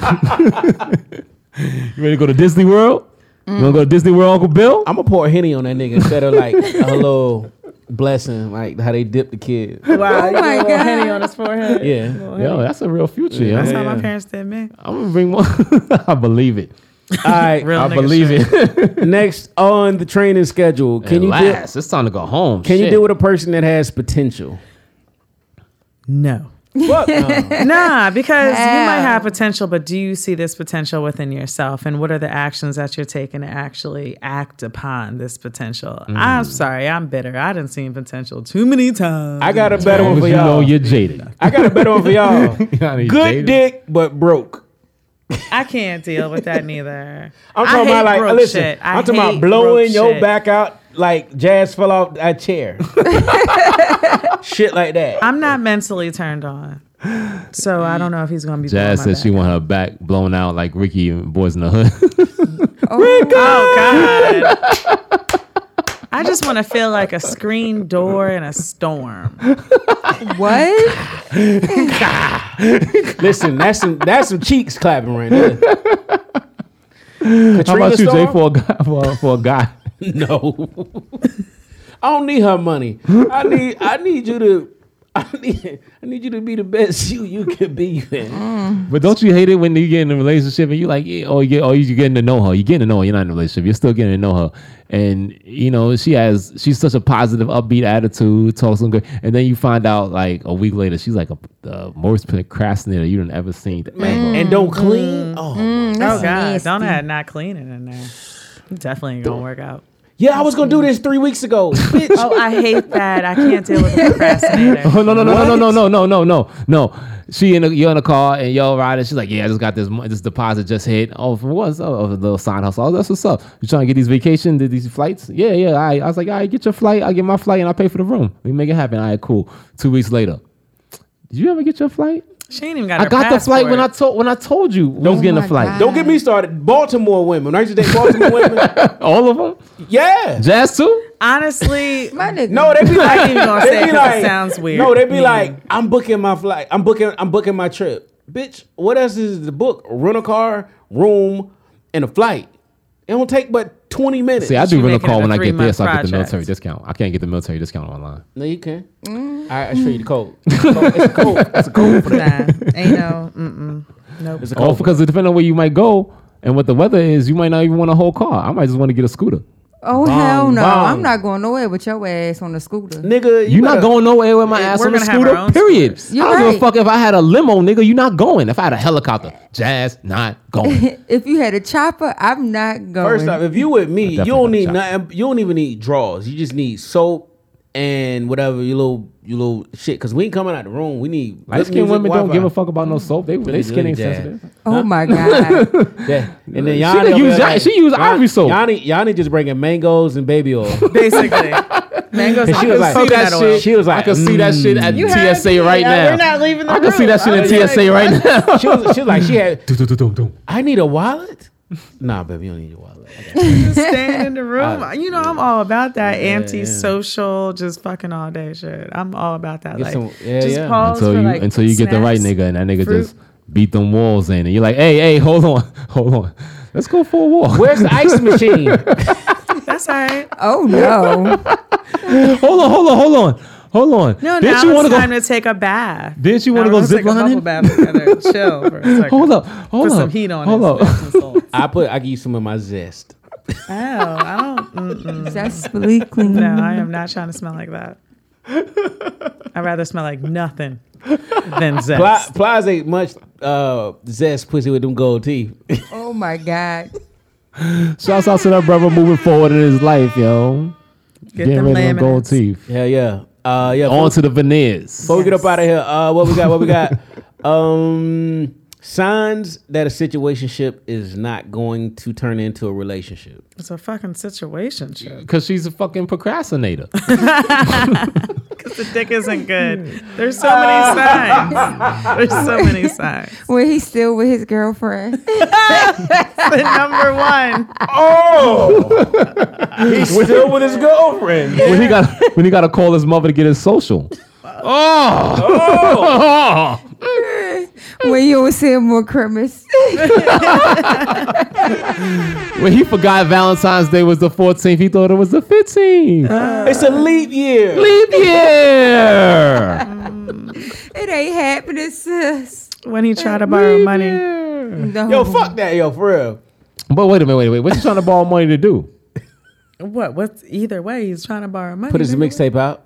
[SPEAKER 9] you ready to go to Disney World? You wanna go to Disney World, Uncle Bill?
[SPEAKER 1] I'm gonna pour henny on that nigga instead of like a little blessing, like how they dip the kid.
[SPEAKER 2] Wow, oh
[SPEAKER 3] my
[SPEAKER 2] my
[SPEAKER 3] God.
[SPEAKER 2] God. Henny on his forehead.
[SPEAKER 1] Yeah.
[SPEAKER 2] Little
[SPEAKER 9] Yo,
[SPEAKER 2] henny.
[SPEAKER 9] that's a real future. yo.
[SPEAKER 2] That's how
[SPEAKER 1] yeah. Oh.
[SPEAKER 2] my parents did me.
[SPEAKER 9] I'm gonna bring one. I believe it.
[SPEAKER 1] All right,
[SPEAKER 9] Real I nigga believe shit.
[SPEAKER 1] it. Next on the training schedule, can
[SPEAKER 9] At
[SPEAKER 1] you
[SPEAKER 9] last, it's time to go home.
[SPEAKER 1] Deal, can you
[SPEAKER 9] Shit.
[SPEAKER 1] deal with a person that has potential?
[SPEAKER 2] No.
[SPEAKER 1] What?
[SPEAKER 2] nah, because you might
[SPEAKER 1] Hell.
[SPEAKER 2] have potential, but do you see this potential within yourself? And what are the actions that you're taking to actually act upon this potential? I'm
[SPEAKER 1] Hmm.
[SPEAKER 2] sorry, I'm bitter. I didn't see potential too many times.
[SPEAKER 1] I got a
[SPEAKER 2] As
[SPEAKER 1] better
[SPEAKER 2] long
[SPEAKER 1] one
[SPEAKER 2] as
[SPEAKER 1] for
[SPEAKER 2] you
[SPEAKER 1] y'all.
[SPEAKER 2] know
[SPEAKER 9] you're jaded.
[SPEAKER 1] I got a better one for y'all.
[SPEAKER 9] Good
[SPEAKER 1] Good dick, but broke.
[SPEAKER 2] I can't deal with that neither.
[SPEAKER 1] I'm
[SPEAKER 2] I
[SPEAKER 1] talking
[SPEAKER 2] hate
[SPEAKER 1] about like
[SPEAKER 2] broke
[SPEAKER 1] listen.
[SPEAKER 2] shit. I
[SPEAKER 1] I'm talking
[SPEAKER 2] hate
[SPEAKER 1] about blowing
[SPEAKER 2] broke
[SPEAKER 1] your
[SPEAKER 2] shit.
[SPEAKER 1] back out like jazz fell off a chair. shit like that.
[SPEAKER 2] I'm not mentally turned on, so I don't know if he's gonna be. blowing
[SPEAKER 9] Jazz
[SPEAKER 2] my
[SPEAKER 9] said
[SPEAKER 2] back.
[SPEAKER 9] she want her back blown out like Ricky and Boys in the Hood. Oh,
[SPEAKER 2] I just want to feel like a screen door in a storm.
[SPEAKER 3] What?
[SPEAKER 1] Listen, that's some that's some cheeks clapping right there.
[SPEAKER 9] How
[SPEAKER 1] Katrina
[SPEAKER 9] about you, Jay,
[SPEAKER 1] Storm?
[SPEAKER 9] for a guy? For, for a guy?
[SPEAKER 1] No. I don't need her money. I need I need you to I need I need you to be the best you you can be,
[SPEAKER 2] Mm.
[SPEAKER 1] man.
[SPEAKER 9] But don't you hate it when you get in a relationship and you like, yeah, oh, yeah, oh, you're getting to know her. You're getting to know her. You're not in a relationship. You're still getting to know her. And you know, she has she's such a positive, upbeat attitude, talks some good. And then you find out like a week later, she's like a the most procrastinator you done ever seen.
[SPEAKER 1] Man,
[SPEAKER 9] ever.
[SPEAKER 1] and don't clean. Oh,
[SPEAKER 2] oh
[SPEAKER 1] that's
[SPEAKER 2] God, don't add not cleaning in there. Definitely ain't gonna work out.
[SPEAKER 1] yeah, I was gonna do this three weeks ago. Bitch.
[SPEAKER 2] Oh, I hate that. I can't deal with a procrastinator.
[SPEAKER 9] Oh no no no no no no no no no no. She in the, you're in the car and y'all riding. She's like, yeah, I just got this mo- this deposit just hit. Oh, from what's up? Oh, a little side hustle. Oh, that's what's up. You trying to get these vacation? Did these flights? Yeah, yeah. I I was like, all right, get your flight. I get my flight and I pay for the room. We make it happen. All right, cool. Two weeks later, did you ever get your flight?
[SPEAKER 2] She ain't even got.
[SPEAKER 9] I
[SPEAKER 2] her
[SPEAKER 9] got the flight when I
[SPEAKER 2] passport. Oh
[SPEAKER 9] told when I told you we was getting a flight.
[SPEAKER 1] Don't get me started. Baltimore women. I used to date Baltimore women.
[SPEAKER 9] All of them.
[SPEAKER 1] Yeah.
[SPEAKER 9] Jazz too.
[SPEAKER 2] Honestly,
[SPEAKER 3] My nigga.
[SPEAKER 1] No, they
[SPEAKER 2] I ain't
[SPEAKER 1] be like,
[SPEAKER 2] even gonna
[SPEAKER 1] they
[SPEAKER 2] say it 'cause
[SPEAKER 1] be
[SPEAKER 2] it
[SPEAKER 1] like-
[SPEAKER 2] sounds weird. Mm-hmm.
[SPEAKER 1] No, they be
[SPEAKER 2] Yeah.
[SPEAKER 1] like, I'm booking my flight. I'm booking. I'm booking my trip. Bitch, what else is the book? Rent a car, room, and a flight. It don't take but 20 minutes.
[SPEAKER 9] See, I
[SPEAKER 2] She
[SPEAKER 9] do rent a
[SPEAKER 2] making
[SPEAKER 9] car
[SPEAKER 2] it a
[SPEAKER 9] when I get there,
[SPEAKER 2] three-month
[SPEAKER 9] so I get the
[SPEAKER 2] project.
[SPEAKER 9] military discount. I can't get the military discount online.
[SPEAKER 1] No, you can.
[SPEAKER 2] Mm-hmm.
[SPEAKER 1] not I, I show you the code. It's a code. It's a code. It's a code for that.
[SPEAKER 2] Nah, ain't no. Mm-mm. Nope.
[SPEAKER 1] It's a
[SPEAKER 9] Oh,
[SPEAKER 1] code.
[SPEAKER 9] because it depending on where you might go and what the weather is, you might not even want a whole car. I might just want to get a scooter.
[SPEAKER 3] Oh hell no!
[SPEAKER 1] bong.
[SPEAKER 3] I'm not going nowhere with your ass on the scooter.
[SPEAKER 1] Nigga, you
[SPEAKER 9] You're not
[SPEAKER 1] better-
[SPEAKER 9] going nowhere with my
[SPEAKER 2] Yeah,
[SPEAKER 9] ass
[SPEAKER 2] we're
[SPEAKER 9] on a
[SPEAKER 2] gonna have our
[SPEAKER 9] scooter.
[SPEAKER 2] own
[SPEAKER 9] Period. I
[SPEAKER 3] You're
[SPEAKER 9] don't give a
[SPEAKER 3] right.
[SPEAKER 9] fuck if I had a limo, nigga. You're not going. If I had a helicopter, jazz, not going.
[SPEAKER 3] if you had a chopper, I'm not going.
[SPEAKER 1] First off, if you with me, you
[SPEAKER 9] definitely
[SPEAKER 1] don't
[SPEAKER 9] got
[SPEAKER 1] need
[SPEAKER 9] shot.
[SPEAKER 1] nothing. You don't even need draws. You just need soap and whatever your little your little shit. Cause we ain't coming out the room. We need
[SPEAKER 9] Light
[SPEAKER 1] good
[SPEAKER 9] skinned
[SPEAKER 1] music,
[SPEAKER 9] women don't
[SPEAKER 1] Wi-Fi.
[SPEAKER 9] give a fuck about no soap. They they skin ain't
[SPEAKER 1] Yeah.
[SPEAKER 9] sensitive.
[SPEAKER 3] oh my god,
[SPEAKER 1] Yeah. And then
[SPEAKER 9] She
[SPEAKER 1] Yanni
[SPEAKER 9] done
[SPEAKER 1] over
[SPEAKER 9] use
[SPEAKER 1] there
[SPEAKER 9] Ya- she used Ivory soap.
[SPEAKER 1] Yanni, Yanni just bringing mangoes and baby oil.
[SPEAKER 2] Basically, mangoes.
[SPEAKER 1] And
[SPEAKER 2] and
[SPEAKER 1] she was
[SPEAKER 2] coconut
[SPEAKER 1] like,
[SPEAKER 9] See that
[SPEAKER 1] Coconut
[SPEAKER 2] oil.
[SPEAKER 1] oil.
[SPEAKER 9] shit.
[SPEAKER 1] She was like,
[SPEAKER 9] I can see that shit at
[SPEAKER 2] Mm. You had
[SPEAKER 9] TSA
[SPEAKER 2] me.
[SPEAKER 9] right
[SPEAKER 2] Uh,
[SPEAKER 9] now.
[SPEAKER 2] We're not leaving the
[SPEAKER 9] I can see that
[SPEAKER 2] room.
[SPEAKER 9] shit in
[SPEAKER 2] I was
[SPEAKER 9] TSA right now.
[SPEAKER 1] she was she was like she had. I need a wallet. Nah, baby, you don't need your wallet. I got it.
[SPEAKER 2] just stand in the room. you know, I'm all about that anti-social, just fucking all day shit. I'm all about that.
[SPEAKER 1] Get
[SPEAKER 2] Like,
[SPEAKER 1] some- yeah,
[SPEAKER 2] just
[SPEAKER 1] yeah.
[SPEAKER 2] pause
[SPEAKER 9] until
[SPEAKER 2] for,
[SPEAKER 9] you
[SPEAKER 2] like,
[SPEAKER 9] until you get the right
[SPEAKER 2] snacks.
[SPEAKER 9] nigga and that nigga
[SPEAKER 2] fruit.
[SPEAKER 9] just beat them walls in and you're like, hey, hey, hold on, hold on. Let's go for a walk.
[SPEAKER 1] Where's the ice machine?
[SPEAKER 2] That's all right.
[SPEAKER 3] oh no,
[SPEAKER 9] hold on, hold on, hold on, hold on.
[SPEAKER 2] No,
[SPEAKER 9] Didn't
[SPEAKER 2] now
[SPEAKER 9] you
[SPEAKER 2] it's
[SPEAKER 9] wanna
[SPEAKER 2] time
[SPEAKER 9] go?
[SPEAKER 2] to take a bath.
[SPEAKER 9] Didn't you
[SPEAKER 2] Now
[SPEAKER 9] want to go
[SPEAKER 2] let's
[SPEAKER 9] zip
[SPEAKER 2] take a bubble
[SPEAKER 9] lining?
[SPEAKER 2] bath together. Chill for a second.
[SPEAKER 9] Hold up, hold
[SPEAKER 2] Put
[SPEAKER 9] up,
[SPEAKER 2] some heat on
[SPEAKER 9] hold
[SPEAKER 2] it.
[SPEAKER 9] up.
[SPEAKER 2] Some salt.
[SPEAKER 1] I put I give you some of my zest.
[SPEAKER 2] Oh, I don't. Mm-mm.
[SPEAKER 3] zestfully clean.
[SPEAKER 2] No, I am not trying to smell like that. I'd rather smell like nothing than zest.
[SPEAKER 1] Pla, Plies ain't much uh, zest pussy with them gold teeth.
[SPEAKER 3] Oh my god,
[SPEAKER 9] Shouts out to that brother moving forward in his life, yo.
[SPEAKER 2] Get
[SPEAKER 9] Getting
[SPEAKER 2] them
[SPEAKER 9] rid of them gold
[SPEAKER 2] laminates.
[SPEAKER 9] teeth.
[SPEAKER 1] Hell yeah. Uh, yeah.
[SPEAKER 9] On to the veneers.
[SPEAKER 1] Before we get up out of here, uh, what we got? What we got? um, signs that a situationship is not going to turn into a relationship.
[SPEAKER 2] It's a fucking situation, shit.
[SPEAKER 9] Because she's a fucking procrastinator.
[SPEAKER 2] Because the dick isn't good. There's so
[SPEAKER 9] Uh.
[SPEAKER 2] many signs. There's so many signs.
[SPEAKER 3] when he's still with his girlfriend.
[SPEAKER 2] The number one.
[SPEAKER 1] He's still with his girlfriend.
[SPEAKER 9] when he got when he got to call his mother to get his social. Oh,
[SPEAKER 3] when you will see him more crevice.
[SPEAKER 9] when he forgot Valentine's Day was the 14th, he thought it was the 15th.
[SPEAKER 2] Uh.
[SPEAKER 1] It's a leap year.
[SPEAKER 9] Leap year.
[SPEAKER 3] it ain't happening, sis.
[SPEAKER 2] When he tried to borrow money.
[SPEAKER 3] No.
[SPEAKER 1] Yo, fuck that, yo, for real.
[SPEAKER 9] But wait a minute, wait, wait. What's he trying to borrow money to do?
[SPEAKER 2] What? What's either way? He's trying to borrow money.
[SPEAKER 1] Put his
[SPEAKER 2] nigga.
[SPEAKER 1] mixtape out.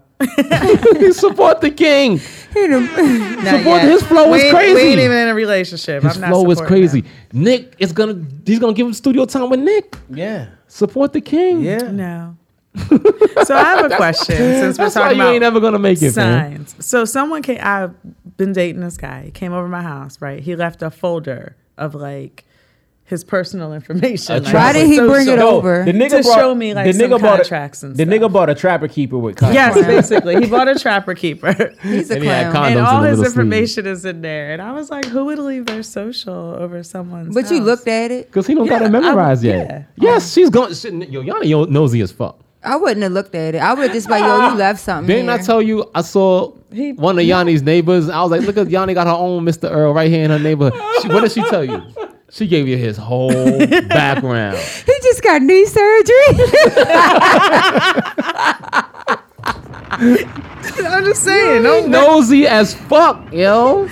[SPEAKER 9] Support the king.
[SPEAKER 2] Not
[SPEAKER 9] Support
[SPEAKER 2] yet.
[SPEAKER 9] his flow
[SPEAKER 2] we
[SPEAKER 9] is
[SPEAKER 2] ain't-
[SPEAKER 9] crazy.
[SPEAKER 2] We ain't even in a relationship.
[SPEAKER 9] His
[SPEAKER 2] I'm not
[SPEAKER 9] flow is
[SPEAKER 2] supporting
[SPEAKER 9] crazy. Nick is gonna he's gonna give him studio time with Nick.
[SPEAKER 1] Yeah.
[SPEAKER 9] Support the king.
[SPEAKER 1] Yeah.
[SPEAKER 2] No. so I have a question since we're
[SPEAKER 9] That's why
[SPEAKER 2] talking
[SPEAKER 9] you
[SPEAKER 2] about
[SPEAKER 9] ain't never gonna make it, man.
[SPEAKER 2] signs. So someone came. I've been dating this guy. He came over my house. Right. He left a folder of like his personal information. like,
[SPEAKER 3] Why did he
[SPEAKER 2] social-
[SPEAKER 3] bring it
[SPEAKER 1] No,
[SPEAKER 3] over?
[SPEAKER 1] The nigga
[SPEAKER 2] to
[SPEAKER 1] brought,
[SPEAKER 2] show me like
[SPEAKER 1] the
[SPEAKER 2] some
[SPEAKER 1] nigga bought
[SPEAKER 2] contracts
[SPEAKER 1] a,
[SPEAKER 2] and
[SPEAKER 1] The
[SPEAKER 2] stuff.
[SPEAKER 1] nigga bought a trapper keeper with
[SPEAKER 2] Yes,
[SPEAKER 1] contracts.
[SPEAKER 2] basically, he bought a trapper keeper.
[SPEAKER 3] He's a
[SPEAKER 9] And he had
[SPEAKER 3] clown.
[SPEAKER 9] condoms
[SPEAKER 2] and
[SPEAKER 9] in
[SPEAKER 2] all
[SPEAKER 9] the
[SPEAKER 2] his
[SPEAKER 9] middle sleeve.
[SPEAKER 2] information is in there. And I was like, who would leave their social over someone's?
[SPEAKER 3] But you
[SPEAKER 2] house?
[SPEAKER 3] looked at it.
[SPEAKER 9] Cause he don't got
[SPEAKER 2] Yeah,
[SPEAKER 9] it
[SPEAKER 2] I would-
[SPEAKER 9] memorized yet.
[SPEAKER 2] yeah.
[SPEAKER 9] Yes, she's going. She, yo, Yanni yo, nosy as fuck.
[SPEAKER 3] I wouldn't have looked at it. I would have just like, yo, you left something.
[SPEAKER 9] Didn't I
[SPEAKER 3] here.
[SPEAKER 9] tell you I saw
[SPEAKER 2] He-
[SPEAKER 9] one of Yanni's neighbors? I was like, look at Yanni got her own Mr. Earl right here in her neighborhood. She, what did she tell you? She gave you his whole background.
[SPEAKER 3] He just got knee surgery.
[SPEAKER 2] I'm just saying. Don't,
[SPEAKER 9] Nosy as fuck, yo.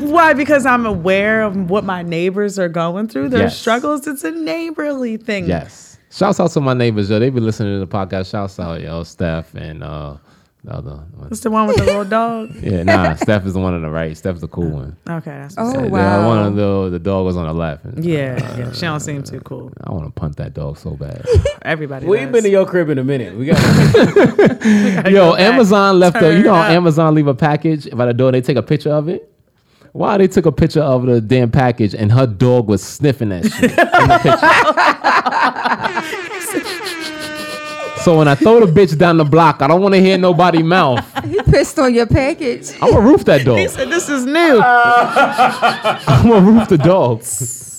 [SPEAKER 2] Why? Because I'm aware of what my neighbors are going through, their
[SPEAKER 9] Yes.
[SPEAKER 2] struggles. It's a neighborly thing.
[SPEAKER 9] Yes. Shouts out to my neighbors, yo. They be listening to the podcast. Shouts out, yo, Steph and uh, the other one.
[SPEAKER 2] It's the one with the little dog.
[SPEAKER 9] Yeah, nah, Steph is the one on the right. Steph's the cool one.
[SPEAKER 2] Okay, that's
[SPEAKER 3] Oh,
[SPEAKER 2] what
[SPEAKER 9] Yeah,
[SPEAKER 2] oh.
[SPEAKER 9] the-
[SPEAKER 3] wow.
[SPEAKER 9] one of the the dog was on the left. And
[SPEAKER 2] Yeah, yeah. She don't seem too cool.
[SPEAKER 9] I want to punt that dog so bad.
[SPEAKER 2] Everybody.
[SPEAKER 1] We've been
[SPEAKER 2] does.
[SPEAKER 1] to your crib in a minute. We got
[SPEAKER 9] Yo, Amazon left a you
[SPEAKER 2] Turn
[SPEAKER 9] know how
[SPEAKER 2] up.
[SPEAKER 9] Amazon leave a package by the door, they take a picture of it. Why they took a picture of the damn package and her dog was sniffing that shit in the picture. so when I throw the bitch down the block, I don't want to hear nobody mouth.
[SPEAKER 3] he pissed on your package.
[SPEAKER 9] I'm gonna roof that dog.
[SPEAKER 2] He said, "This is new."
[SPEAKER 3] Uh,
[SPEAKER 9] I'm gonna roof the dog.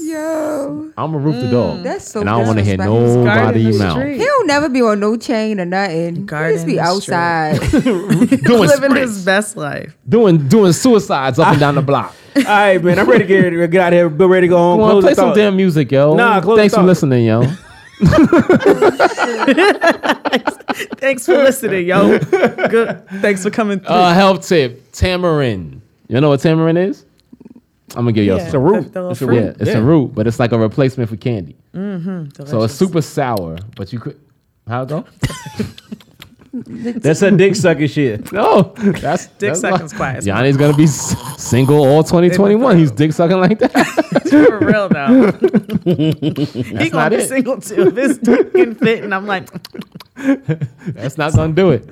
[SPEAKER 3] Yo,
[SPEAKER 9] I'm gonna roof
[SPEAKER 2] Mm,
[SPEAKER 9] the dog.
[SPEAKER 3] that's so.
[SPEAKER 9] and I don't want to hear
[SPEAKER 3] disrespectful.
[SPEAKER 2] Guarding
[SPEAKER 9] nobody
[SPEAKER 2] the
[SPEAKER 9] mouth.
[SPEAKER 2] street.
[SPEAKER 3] He'll never be on no chain or nothing. He'll
[SPEAKER 2] Garden
[SPEAKER 3] just be
[SPEAKER 2] the
[SPEAKER 3] outside.
[SPEAKER 9] Doing
[SPEAKER 2] Living
[SPEAKER 9] sprints.
[SPEAKER 2] his best life.
[SPEAKER 9] doing doing suicides up and down the block.
[SPEAKER 1] All right, man. I'm ready to get, get out of here. Be ready to go home.
[SPEAKER 9] Come on,
[SPEAKER 1] Close
[SPEAKER 9] play
[SPEAKER 1] the
[SPEAKER 9] some
[SPEAKER 1] thought.
[SPEAKER 9] damn music, yo.
[SPEAKER 1] Nah, close the
[SPEAKER 9] Thanks for
[SPEAKER 1] thought.
[SPEAKER 9] listening, yo.
[SPEAKER 2] Thanks for listening, yo. Good. Thanks for coming through.
[SPEAKER 9] Uh, help tip: tamarind. You know what tamarind is? I'm gonna give you
[SPEAKER 2] Yeah,
[SPEAKER 9] a root.
[SPEAKER 2] the- the little
[SPEAKER 9] it's a
[SPEAKER 2] fruit. Mm.
[SPEAKER 9] root. Yeah, it's
[SPEAKER 1] Yeah.
[SPEAKER 9] a root, but it's like a replacement for candy. So it's
[SPEAKER 2] Delicious.
[SPEAKER 9] super sour, but you could. How it go?
[SPEAKER 1] That's a dick sucking shit.
[SPEAKER 9] No, that's
[SPEAKER 2] Dick
[SPEAKER 9] that's why-
[SPEAKER 2] sucking's quiet.
[SPEAKER 9] Yanni's gonna be s- single all 2021. He's dick sucking like that.
[SPEAKER 2] For real though. he
[SPEAKER 9] not
[SPEAKER 2] gonna be
[SPEAKER 9] it.
[SPEAKER 2] single too. If his dick can fit, and I'm like,
[SPEAKER 9] that's not gonna do it.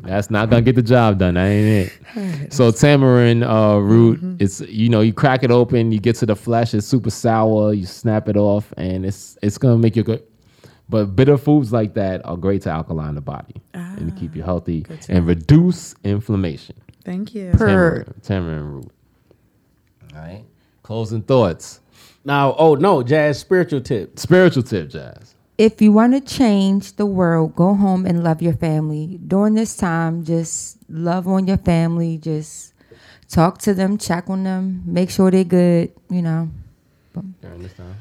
[SPEAKER 9] That's not gonna get the job done. That ain't it. So tamarind uh, root, it's you know you crack it open, you get to the flesh. It's super sour. You snap it off, and it's it's gonna make you good. But bitter foods like that are great to alkaline the body and to keep you healthy and reduce inflammation.
[SPEAKER 2] thank you.
[SPEAKER 3] Purr.
[SPEAKER 9] Tamarind, tamarind root. All right. Closing thoughts.
[SPEAKER 1] Now, oh no, jazz spiritual tip.
[SPEAKER 9] Spiritual tip, Jazz.
[SPEAKER 3] if you want to change the world, go home and love your family. During this time, just love on your family. Just talk to them, check on them, make sure they're good. You know,
[SPEAKER 9] During this time.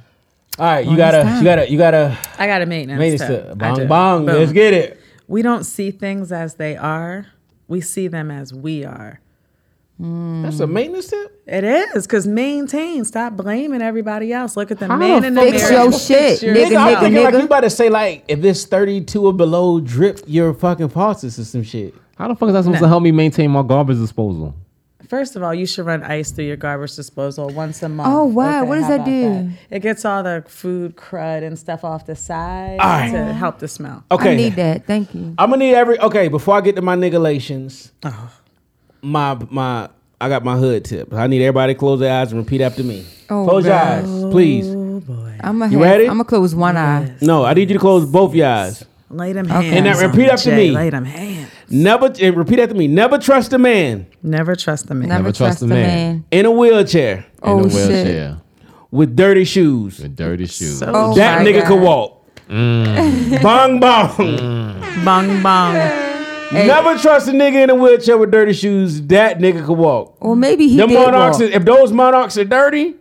[SPEAKER 1] All right, you
[SPEAKER 3] Bonus
[SPEAKER 1] gotta,
[SPEAKER 3] time.
[SPEAKER 1] you gotta, you gotta.
[SPEAKER 2] I got a maintenance.
[SPEAKER 1] Maintenance
[SPEAKER 3] uh,
[SPEAKER 2] tip.
[SPEAKER 1] tip.
[SPEAKER 2] I
[SPEAKER 1] Bong
[SPEAKER 2] do.
[SPEAKER 1] bong.
[SPEAKER 2] Boom. Mm-hmm.
[SPEAKER 1] Let's get it.
[SPEAKER 2] we don't see things as they are. We see them as we are.
[SPEAKER 1] That's a maintenance tip.
[SPEAKER 2] It is because maintain. Stop blaming everybody else. Look at the
[SPEAKER 3] How
[SPEAKER 2] man in the
[SPEAKER 3] fix
[SPEAKER 2] mirror.
[SPEAKER 3] your shit,
[SPEAKER 2] your-
[SPEAKER 3] nigga,
[SPEAKER 1] I'm
[SPEAKER 3] nigga,
[SPEAKER 1] thinking like
[SPEAKER 3] nigga.
[SPEAKER 1] you about to say like if it's 32 or below, drip your fucking faucets or some shit.
[SPEAKER 9] How the fuck is that supposed to help me maintain my garbage disposal?
[SPEAKER 2] First of all, you should run ice through your garbage disposal once a month.
[SPEAKER 3] Oh, wow. What does
[SPEAKER 2] how
[SPEAKER 3] that
[SPEAKER 2] about
[SPEAKER 3] do?
[SPEAKER 2] It gets all the food crud and stuff off the side to help the smell.
[SPEAKER 1] Okay,
[SPEAKER 3] I need that. Thank you.
[SPEAKER 1] I'm gonna need every okay before I get to my nigulations. My my I got my hood tip. I need everybody to close their eyes and repeat after me.
[SPEAKER 3] Oh,
[SPEAKER 1] close your
[SPEAKER 3] God.
[SPEAKER 1] eyes, please.
[SPEAKER 3] I'm a.
[SPEAKER 1] You ready?
[SPEAKER 3] I'm gonna close one eye.
[SPEAKER 1] No, I need you to close both your eyes.
[SPEAKER 2] Lay them hands.
[SPEAKER 1] And now
[SPEAKER 2] on
[SPEAKER 1] repeat
[SPEAKER 2] me,
[SPEAKER 1] after
[SPEAKER 2] Jay.
[SPEAKER 1] me.
[SPEAKER 2] Lay them hands.
[SPEAKER 1] Never and repeat after me. Never trust a man
[SPEAKER 2] Never trust the man.
[SPEAKER 3] Never, trust a man.
[SPEAKER 1] in a wheelchair
[SPEAKER 9] In
[SPEAKER 3] Oh
[SPEAKER 9] a
[SPEAKER 3] shit.
[SPEAKER 9] wheelchair.
[SPEAKER 1] with dirty shoes.
[SPEAKER 9] With dirty shoes.
[SPEAKER 2] So
[SPEAKER 3] Oh
[SPEAKER 1] that
[SPEAKER 3] my
[SPEAKER 1] nigga
[SPEAKER 3] God. Mm.
[SPEAKER 1] could walk. bong bong.
[SPEAKER 2] bong bong.
[SPEAKER 1] Never trust a nigga in a wheelchair with dirty shoes. That nigga could walk.
[SPEAKER 3] Or maybe he
[SPEAKER 1] Them
[SPEAKER 3] did
[SPEAKER 1] monarchs,
[SPEAKER 3] walk.
[SPEAKER 1] is- if those monarchs are dirty,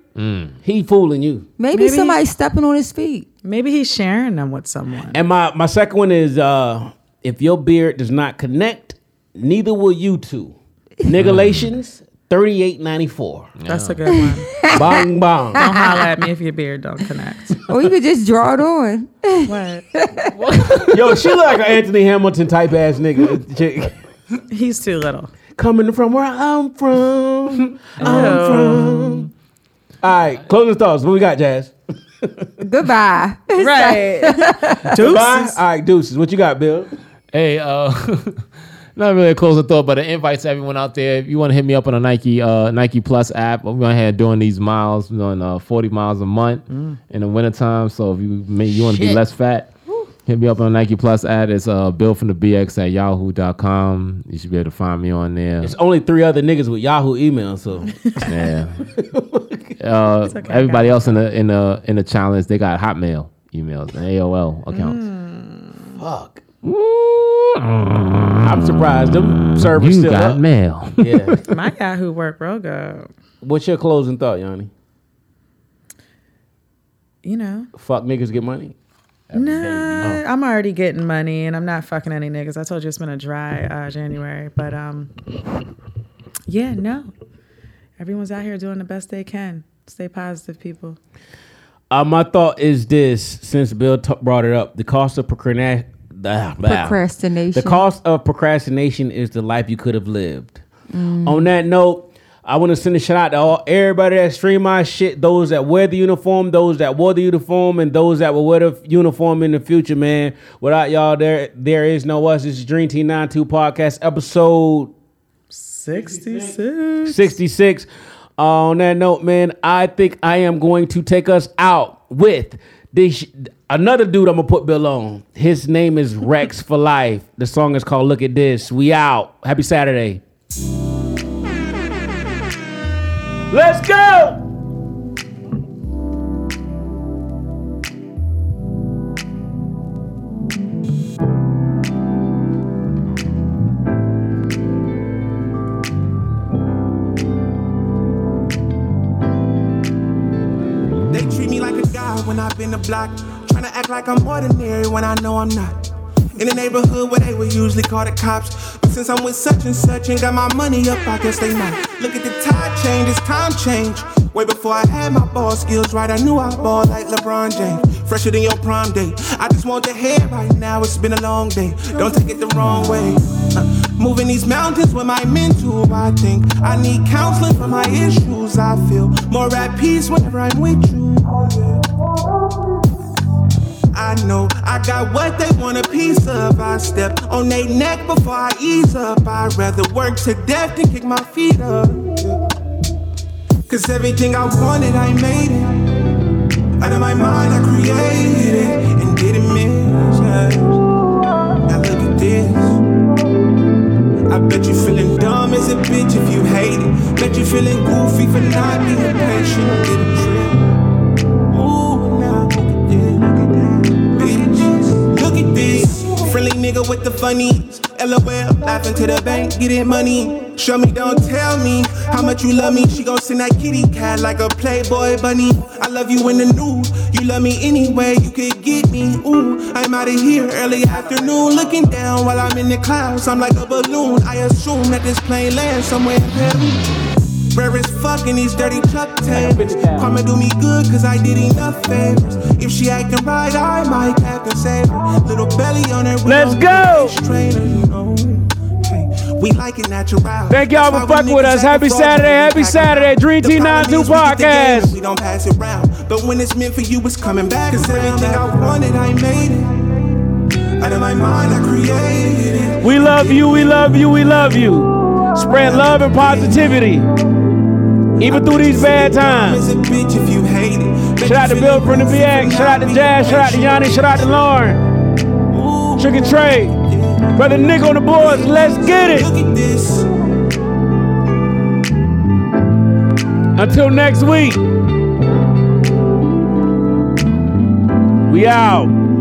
[SPEAKER 1] he fooling you.
[SPEAKER 3] Maybe,
[SPEAKER 2] Maybe-
[SPEAKER 3] somebody stepping on his feet.
[SPEAKER 2] Maybe he's sharing them with someone.
[SPEAKER 1] And my my second one is uh, if your beard does not connect, neither will you two. Nigulations, thirty-eight ninety-four.
[SPEAKER 2] That's a good one.
[SPEAKER 1] bong bong.
[SPEAKER 2] Don't holler at me if your beard don't connect.
[SPEAKER 3] Or you could just draw it on.
[SPEAKER 1] Yo, she like an Anthony Hamilton type ass nigga. chick.
[SPEAKER 2] He's too little.
[SPEAKER 1] Coming from where I'm from. I'm from. All right, closing thoughts. What we got, Jazz?
[SPEAKER 3] Goodbye.
[SPEAKER 2] Right.
[SPEAKER 1] Deuces. All right, deuces. What you got, Bill?
[SPEAKER 9] Hey, uh, not really a closing thought, but an invite to everyone out there. If you want to hit me up on a Nike uh, Nike Plus app, we're going to have doing these miles. We're doing uh, 40 miles a month in the wintertime. So if you may, you want to be
[SPEAKER 1] Mm. Shit.
[SPEAKER 9] less fat, hit me up on Nike Plus ad. It's uh, Bill from the BX at yahoo.com. You should be able to find me on there.
[SPEAKER 1] There's only three other niggas with Yahoo email, so
[SPEAKER 9] Yeah. uh,
[SPEAKER 2] okay,
[SPEAKER 9] everybody else in the in the in the challenge, they got Hotmail emails and AOL accounts.
[SPEAKER 1] Mm. fuck. I'm surprised them servers
[SPEAKER 9] You
[SPEAKER 1] still
[SPEAKER 9] got
[SPEAKER 1] up.
[SPEAKER 9] mail.
[SPEAKER 1] Yeah.
[SPEAKER 2] My guy who worked real good.
[SPEAKER 1] What's your closing thought, Yanni?
[SPEAKER 2] You know.
[SPEAKER 1] Fuck niggas get money.
[SPEAKER 2] Nah, I'm already getting money and I'm not fucking any niggas. I told you it's been a dry uh, January, but um, yeah, no. Everyone's out here doing the best they can. Stay positive, people.
[SPEAKER 1] Uh, my thought is this: since Bill t- brought it up, the cost of procrastination.
[SPEAKER 3] Procrastination.
[SPEAKER 1] The cost of procrastination is the life you could have lived. On that note, I want to send a shout out to all everybody that stream my shit. Those that wear the uniform, those that wore the uniform, and those that will wear the f- uniform in the future, man. Without y'all, there there is no us. This is Dream Team 92 podcast episode
[SPEAKER 2] 66.
[SPEAKER 1] 66. On that note, man, I think I am going to take us out with this another dude I'm gonna put Bill on. His name is Rex for Life. The song is called Look at This. We out. Happy Saturday. Let's go!
[SPEAKER 7] They treat me like a god when I've been the block. Tryna act like I'm ordinary when I know I'm not. In the neighborhood where they would usually call the cops. But since I'm with such and such and got my money up, I guess they not. Look at the tide change, it's time change. Way before I had my ball skills right, I knew I ball like LeBron James. Fresher than your prom day. I just want the head right now, it's been a long day. Don't take it the wrong way. Uh, moving these mountains with my mental, I think. I need counseling for my issues, I feel. More at peace whenever I'm with you. I know I got what they want a piece of. I step on their neck before I ease up. I'd rather work to death than kick my feet up. Cause everything I wanted, I made it. Out of my mind, I created it and didn't miss it. Now look at this. I bet you feeling dumb as a bitch if you hate it. Bet you feeling goofy for not being patient. Did a trip. Ooh, now look at this, look at that, bitch. Look at this. Friendly nigga with the funnies. LOL, laughing to the bank, getting money. Show me, don't tell me how much you love me. She gon' send that kitty cat like a Playboy bunny. I love you in the nude. You love me anyway, you could get me. Ooh, I'm out of here early afternoon. Looking down while I'm in the clouds. I'm like a balloon. I assume that this plane lands somewhere in Peru. Rare as fuck in these dirty truck tables. Karma do me good cause I did enough favors. If she acting right, I might have to save her. Little belly on her.
[SPEAKER 1] Let's go!
[SPEAKER 7] Trainer, you know. Hey, we like it natural.
[SPEAKER 1] Thank y'all for
[SPEAKER 7] That's why we
[SPEAKER 1] fucking with
[SPEAKER 7] niggas
[SPEAKER 1] us. Happy
[SPEAKER 7] act the fuck
[SPEAKER 1] Saturday, happy
[SPEAKER 7] we act the
[SPEAKER 1] Saturday.
[SPEAKER 7] fuck.
[SPEAKER 1] Dream
[SPEAKER 7] The
[SPEAKER 1] Team
[SPEAKER 7] problem
[SPEAKER 1] 92
[SPEAKER 7] is we get the game
[SPEAKER 1] podcast.
[SPEAKER 7] and We don't pass it round. But when it's meant for you, it's coming back. Cause everything I wanted, I made it. Out of my mind, I created it.
[SPEAKER 1] We love you, we love you, we love you. Spread love and positivity. Even through these bad times.
[SPEAKER 7] Dumb as a bitch if you hate it. Bet
[SPEAKER 1] Shout out to
[SPEAKER 7] you
[SPEAKER 1] Bill
[SPEAKER 7] feeling
[SPEAKER 1] from the
[SPEAKER 7] goofy
[SPEAKER 1] VX.
[SPEAKER 7] for
[SPEAKER 1] Shout out to
[SPEAKER 7] not
[SPEAKER 1] Jazz. Shout out to
[SPEAKER 7] being
[SPEAKER 1] Yanni. Shout out to Lauren. Trick and Trey. Brother Nick on the boards. Let's get it.
[SPEAKER 7] Look at this.
[SPEAKER 1] Until next week. We out.